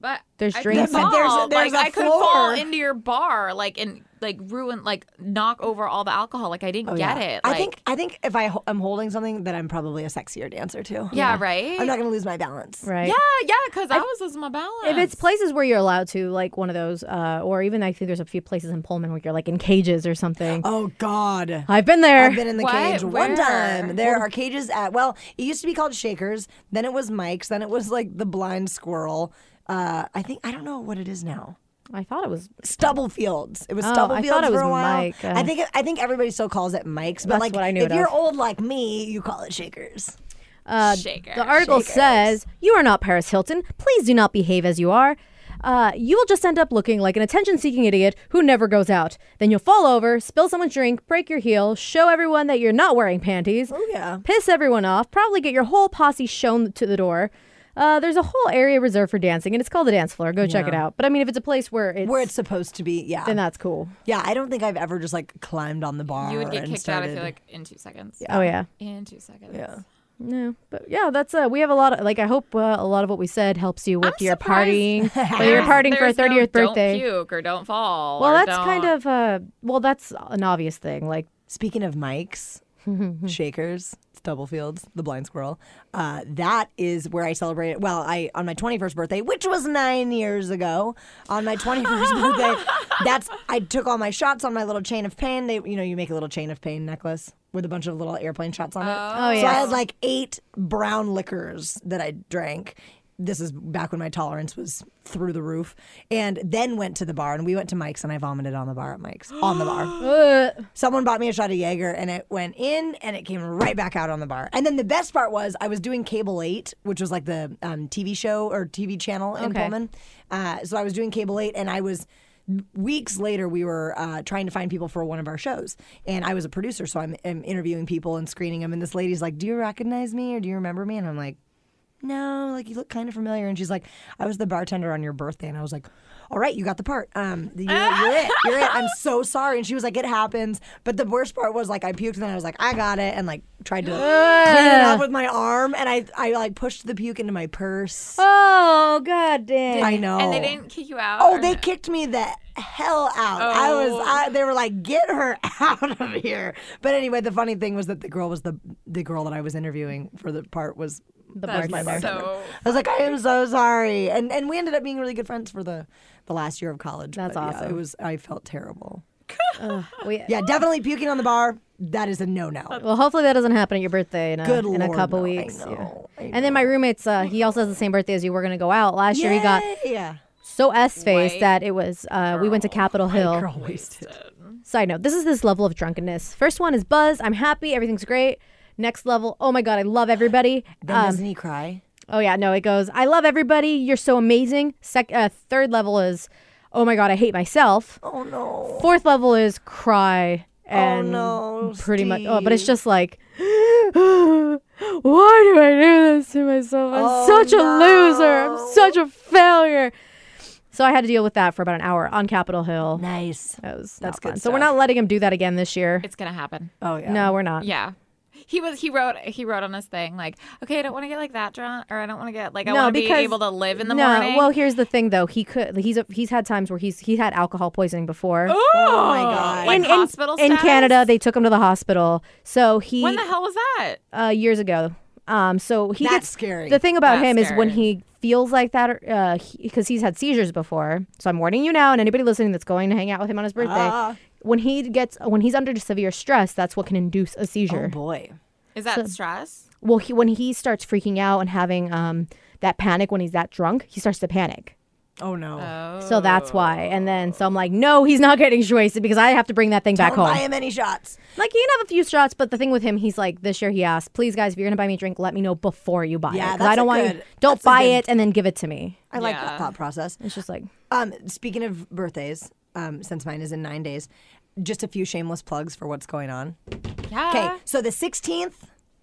Speaker 3: "But
Speaker 2: There's
Speaker 3: I could
Speaker 2: drinks
Speaker 1: and-
Speaker 3: Fall.
Speaker 1: There's a- there's
Speaker 3: like I
Speaker 1: a
Speaker 3: could fall
Speaker 1: floor.
Speaker 3: into your bar, like and like ruin, like knock over all the alcohol. Like I didn't
Speaker 1: Oh,
Speaker 3: get
Speaker 1: yeah.
Speaker 3: it.
Speaker 1: I
Speaker 3: Like,
Speaker 1: think I think if I ho- I'm holding something, then I'm probably a sexier dancer too.
Speaker 3: yeah, right.
Speaker 1: I'm not gonna lose my balance.
Speaker 2: Right.
Speaker 3: yeah, yeah, because I was losing my balance.
Speaker 2: If it's places where you're allowed to, like one of those, uh, or even I think there's a few places in Pullman where you're like in cages or something.
Speaker 1: Oh God.
Speaker 2: I've been there.
Speaker 1: I've been in the
Speaker 3: What?
Speaker 1: cage one
Speaker 3: Where?
Speaker 1: time. There are cages at well, it used to be called Shakers, then it was Mike's, then it was like the Blind Squirrel. Uh, I think I don't know what it is now.
Speaker 2: I thought it was
Speaker 1: Stubble Fields. It was
Speaker 2: Oh, I
Speaker 1: Stubble
Speaker 2: thought
Speaker 1: Fields
Speaker 2: it was
Speaker 1: for a while.
Speaker 2: Mike, uh,
Speaker 1: I think I think everybody still calls it Mike's, but
Speaker 2: That's
Speaker 1: like
Speaker 2: what I knew
Speaker 1: if
Speaker 2: it
Speaker 1: you're
Speaker 2: of.
Speaker 1: old like me, you call it Shakers.
Speaker 2: uh,
Speaker 3: Shaker,
Speaker 2: The article
Speaker 1: shaker.
Speaker 2: says, "You are not Paris Hilton. Please do not behave as you are. Uh, you will just end up looking like an attention-seeking idiot who never goes out. Then you'll fall over, spill someone's drink, break your heel, show everyone that you're not wearing panties,
Speaker 1: Oh yeah.
Speaker 2: piss everyone off, probably get your whole posse shown to the door." Uh, there's a whole area reserved for dancing, and it's called the dance floor. Go check it out. But I mean, if it's a place where it's,
Speaker 1: Where it's supposed to be, yeah.
Speaker 2: then that's cool.
Speaker 1: Yeah, I don't think I've ever just like climbed on the bar.
Speaker 3: you would get
Speaker 1: and
Speaker 3: kicked out.
Speaker 1: started.
Speaker 3: I feel like in two seconds.
Speaker 2: Oh yeah.
Speaker 3: In two seconds.
Speaker 1: Yeah.
Speaker 2: No, but yeah, that's uh, we have a lot of like. I hope uh, a lot of what we said helps you with
Speaker 3: I'm
Speaker 2: your
Speaker 3: surprised-
Speaker 2: partying. whether you're partying for a
Speaker 3: There's no
Speaker 2: 30th birthday.
Speaker 3: Don't puke or don't fall.
Speaker 2: Well,
Speaker 3: or
Speaker 2: that's
Speaker 3: don't-
Speaker 2: kind of uh, well, that's an obvious thing. Like,
Speaker 1: Speaking of mics, shakers, Stubblefields, the blind squirrel, uh, that is where I celebrated. Well, I on my 21st birthday, which was nine years ago, on my 21st birthday, that's I took all my shots on my little chain of pain. They, you know, you make a little chain of pain necklace with a bunch of little airplane shots on it.
Speaker 2: oh
Speaker 1: So I
Speaker 2: yeah,
Speaker 1: had like eight brown liquors that I drank. this is back when my tolerance was through the roof, and then went to the bar and we went to Mike's and I vomited on the bar at Mike's on the bar.
Speaker 2: Ugh.
Speaker 1: Someone bought me a shot of Jaeger and it went in and it came right back out on the bar. And then the best part was I was doing Cable 8, which was like the um, TV show or TV channel in
Speaker 2: Okay.
Speaker 1: Pullman. Uh, so I was doing Cable 8 and I was. Weeks later, we were uh, trying to find people for one of our shows, and I was a producer, so I'm, I'm interviewing people and screening them. And this lady's like, "Do you recognize me or do you remember me?" And I'm like, no, like you look kind of familiar. And she's like, I was the bartender on your birthday. And I was like, all right, you got the part. Um, you're, you're it. You're it. I'm so sorry. And she was like, it happens. But the worst part was like, I puked and then I was like, I got it. And like tried to clean it up with my arm. And I, I like pushed the puke into my purse.
Speaker 2: Oh god damn.
Speaker 1: I know.
Speaker 3: And they didn't kick you out.
Speaker 1: Oh,
Speaker 3: or
Speaker 1: they
Speaker 3: no?
Speaker 1: kicked me the hell out. I was. I, they were like, "Get her out of here!" But anyway, the funny thing was that the girl was the the girl that I was interviewing for the part was
Speaker 2: The
Speaker 3: That's
Speaker 2: bartender.
Speaker 3: so.
Speaker 1: I was like, I am so sorry. And and we ended up being really good friends for the the last year of college.
Speaker 2: That's
Speaker 1: but, yeah,
Speaker 2: awesome.
Speaker 1: it was I felt terrible.
Speaker 2: We-
Speaker 1: Yeah, definitely puking on the bar. That is a no no.
Speaker 2: Well, hopefully that doesn't happen at your birthday in a,
Speaker 1: Good
Speaker 2: in a
Speaker 1: Lord,
Speaker 2: couple
Speaker 1: no. I
Speaker 2: weeks.
Speaker 1: know, I
Speaker 2: And then my roommate's, uh, he also has the same birthday as you. We're going to go out. Last year he got
Speaker 1: yeah.
Speaker 2: so S faced
Speaker 3: White
Speaker 2: that it was, uh, we went to Capitol Hill.
Speaker 1: Girl
Speaker 3: Um,
Speaker 1: wasted.
Speaker 2: Side note, this is this level of drunkenness. First one is buzz. I'm happy. Everything's great. Next level, oh my God, I love everybody.
Speaker 1: Then
Speaker 2: Um,
Speaker 1: doesn't he cry?
Speaker 2: oh yeah, no, it goes, I love everybody. You're so amazing. Sec- uh, third level is, oh my God, I hate myself.
Speaker 1: Oh no.
Speaker 2: Fourth level is cry and
Speaker 1: Oh, no,
Speaker 2: pretty much. Oh, but it's
Speaker 1: Steve.
Speaker 2: just like, why do I do this to myself? I'm
Speaker 1: Oh,
Speaker 2: such a loser. I'm
Speaker 1: no.
Speaker 2: such a failure. So I had to deal with that for about an hour on Capitol Hill.
Speaker 1: Nice.
Speaker 2: That was
Speaker 1: That's
Speaker 2: not fun.
Speaker 1: good
Speaker 2: So we're
Speaker 1: stuff.
Speaker 2: not letting him do that again this year.
Speaker 3: It's gonna happen.
Speaker 1: Oh yeah.
Speaker 2: No, we're not.
Speaker 3: Yeah. He was. He wrote. He wrote on his thing like, "Okay, I don't want to get like that drunk, or I don't want to get like I
Speaker 2: No,
Speaker 3: want to be
Speaker 2: because-
Speaker 3: able to live in the
Speaker 2: no,
Speaker 3: morning."
Speaker 2: well, here's the thing though. He could. He's he's had times where he's he had alcohol poisoning before.
Speaker 1: Oh my god.
Speaker 3: Like
Speaker 2: in, in-
Speaker 3: hospital
Speaker 2: in
Speaker 3: status?
Speaker 2: Canada, they took him to the hospital. So he
Speaker 3: when the hell was that?
Speaker 2: uh, years ago. Um, so he
Speaker 1: That's
Speaker 2: gets
Speaker 1: scary.
Speaker 2: The thing about
Speaker 3: That's
Speaker 2: him is when
Speaker 3: scary.
Speaker 2: he feels like that, because he's had seizures before. So I'm warning you now, and anybody listening that's going to hang out with him on his birthday,
Speaker 1: Ah.
Speaker 2: when he gets when he's under severe stress, that's what can induce a
Speaker 1: oh
Speaker 2: seizure.
Speaker 1: boy.
Speaker 3: Is that stress?
Speaker 2: well, he, when he starts freaking out and having um, that panic when he's that drunk, he starts to panic.
Speaker 1: Oh no.
Speaker 3: Uh,
Speaker 2: So that's why. And then so I'm like, no, he's not getting wasted because I have to bring that thing back
Speaker 1: Don't
Speaker 2: home.
Speaker 1: buy him any shots.
Speaker 2: Like he can have a few shots, but the thing with him, he's like this year he asked, please guys, if you're gonna buy me a drink, let me know before you buy
Speaker 1: Yeah,
Speaker 2: it. 'cause
Speaker 1: that's
Speaker 2: I
Speaker 1: a
Speaker 2: don't want
Speaker 1: good-
Speaker 2: you don't
Speaker 1: that's a
Speaker 2: buy
Speaker 1: good-
Speaker 2: it and then give it to me.
Speaker 1: I like
Speaker 3: Yeah.
Speaker 1: that thought process.
Speaker 2: It's just like
Speaker 1: Um, speaking of birthdays, um, since mine is in nine days, just a few shameless plugs for what's going on.
Speaker 3: Yeah.
Speaker 1: Okay, so the 16th,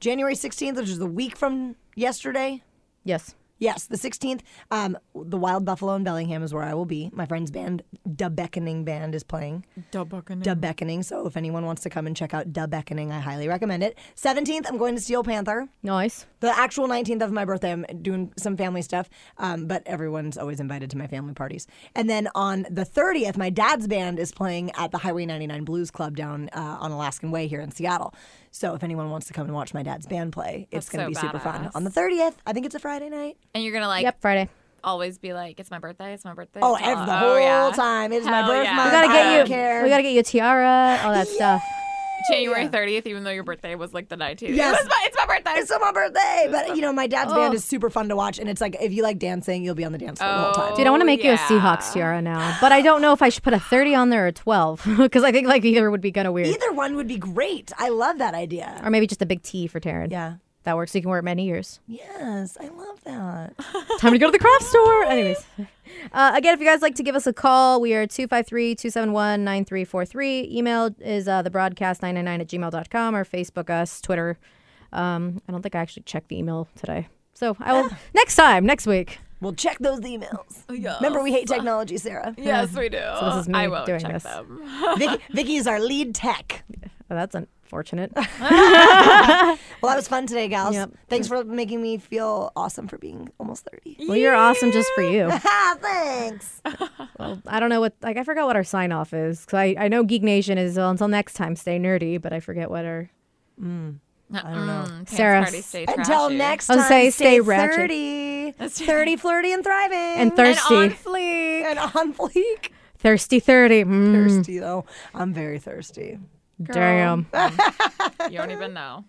Speaker 1: January 16th, which is the week from yesterday.
Speaker 2: yes.
Speaker 1: Yes, the 16th. Um, the Wild Buffalo in Bellingham is where I will be. My friend's band, Da Beckoning Band, is playing.
Speaker 3: Mm-hmm.
Speaker 1: Da Beckoning. So if anyone wants to come and check out Da Beckoning, I highly recommend it. 17th, I'm going to Steel Panther.
Speaker 2: Nice.
Speaker 1: The actual 19th of my birthday, I'm doing some family stuff, um, but everyone's always invited to my family parties. And then on the 30th, my dad's band is playing at the Highway 99 Blues Club down uh, on Alaskan Way here in Seattle. So if anyone wants to come and watch my dad's band play, it's going to
Speaker 3: so
Speaker 1: be super fun.
Speaker 3: badass.
Speaker 1: On the 30th, I think it's a Friday night.
Speaker 3: And you're gonna like
Speaker 2: Yep, Friday.
Speaker 3: always be like, "It's my birthday. It's my birthday."
Speaker 1: Oh,
Speaker 3: it's my-
Speaker 1: ev- the
Speaker 3: oh,
Speaker 1: whole
Speaker 3: yeah.
Speaker 1: time. It is my
Speaker 3: Hell
Speaker 1: birth
Speaker 3: yeah.
Speaker 1: month.
Speaker 2: We gotta
Speaker 1: I
Speaker 2: get
Speaker 1: don't
Speaker 2: you
Speaker 1: care.
Speaker 2: we gotta get you a tiara, all that stuff.
Speaker 3: January 30th, even though your birthday was like the 19th.
Speaker 1: Yes.
Speaker 3: It was my, it's my birthday.
Speaker 1: It's on my birthday, but you know my dad's band is super fun to watch, and it's like if you like dancing, you'll be on the dance floor the whole time.
Speaker 2: Dude, I want to make you a
Speaker 3: yeah.
Speaker 2: Seahawks tiara now, but I don't know if I should put a 30 on there or 12 because I think like either would be kind of weird,
Speaker 1: Either one would be great. I love that idea.
Speaker 2: or maybe just a big T for Taryn.
Speaker 1: Yeah.
Speaker 2: that works. You can wear it many years.
Speaker 1: Yes, I love that.
Speaker 2: Time to go to the craft store. Anyways, uh, again, if you guys like to give us a call, we are 253 271 9343. Email is uh, thebroadcast999 at gmail.com or Facebook us, Twitter. Um, I don't think I actually checked the email today. So I will next time, next week.
Speaker 1: Well, check those emails.
Speaker 3: Yes.
Speaker 1: Remember, we hate technology, Sarah.
Speaker 3: Yes, we do. So
Speaker 2: this is me
Speaker 3: I will
Speaker 2: doing
Speaker 3: check
Speaker 2: this.
Speaker 3: them.
Speaker 1: Vicky, Vicky is our lead tech.
Speaker 2: Oh, that's unfortunate.
Speaker 1: Well, that was fun today, gals.
Speaker 2: Yep.
Speaker 1: Thanks for making me feel awesome for being almost 30.
Speaker 2: Well, you're awesome just for you.
Speaker 1: Ah, thanks.
Speaker 2: Well, I don't know what, like, I forgot what our sign off is because I, I know Geek Nation is, well, until next time, stay nerdy, but I forget what our.
Speaker 3: I don't know.
Speaker 2: Sarah,
Speaker 3: Party, stay
Speaker 1: Until
Speaker 3: trashy.
Speaker 1: next
Speaker 2: I'll
Speaker 1: time,
Speaker 2: say stay ratchet.
Speaker 1: 30. 30, flirty, and thriving.
Speaker 2: And
Speaker 3: And
Speaker 2: thirsty.
Speaker 3: on fleek.
Speaker 1: and on fleek.
Speaker 2: thirsty 30. Mm,
Speaker 1: Thirsty, though. I'm very thirsty.
Speaker 2: damn.
Speaker 3: You don't even know.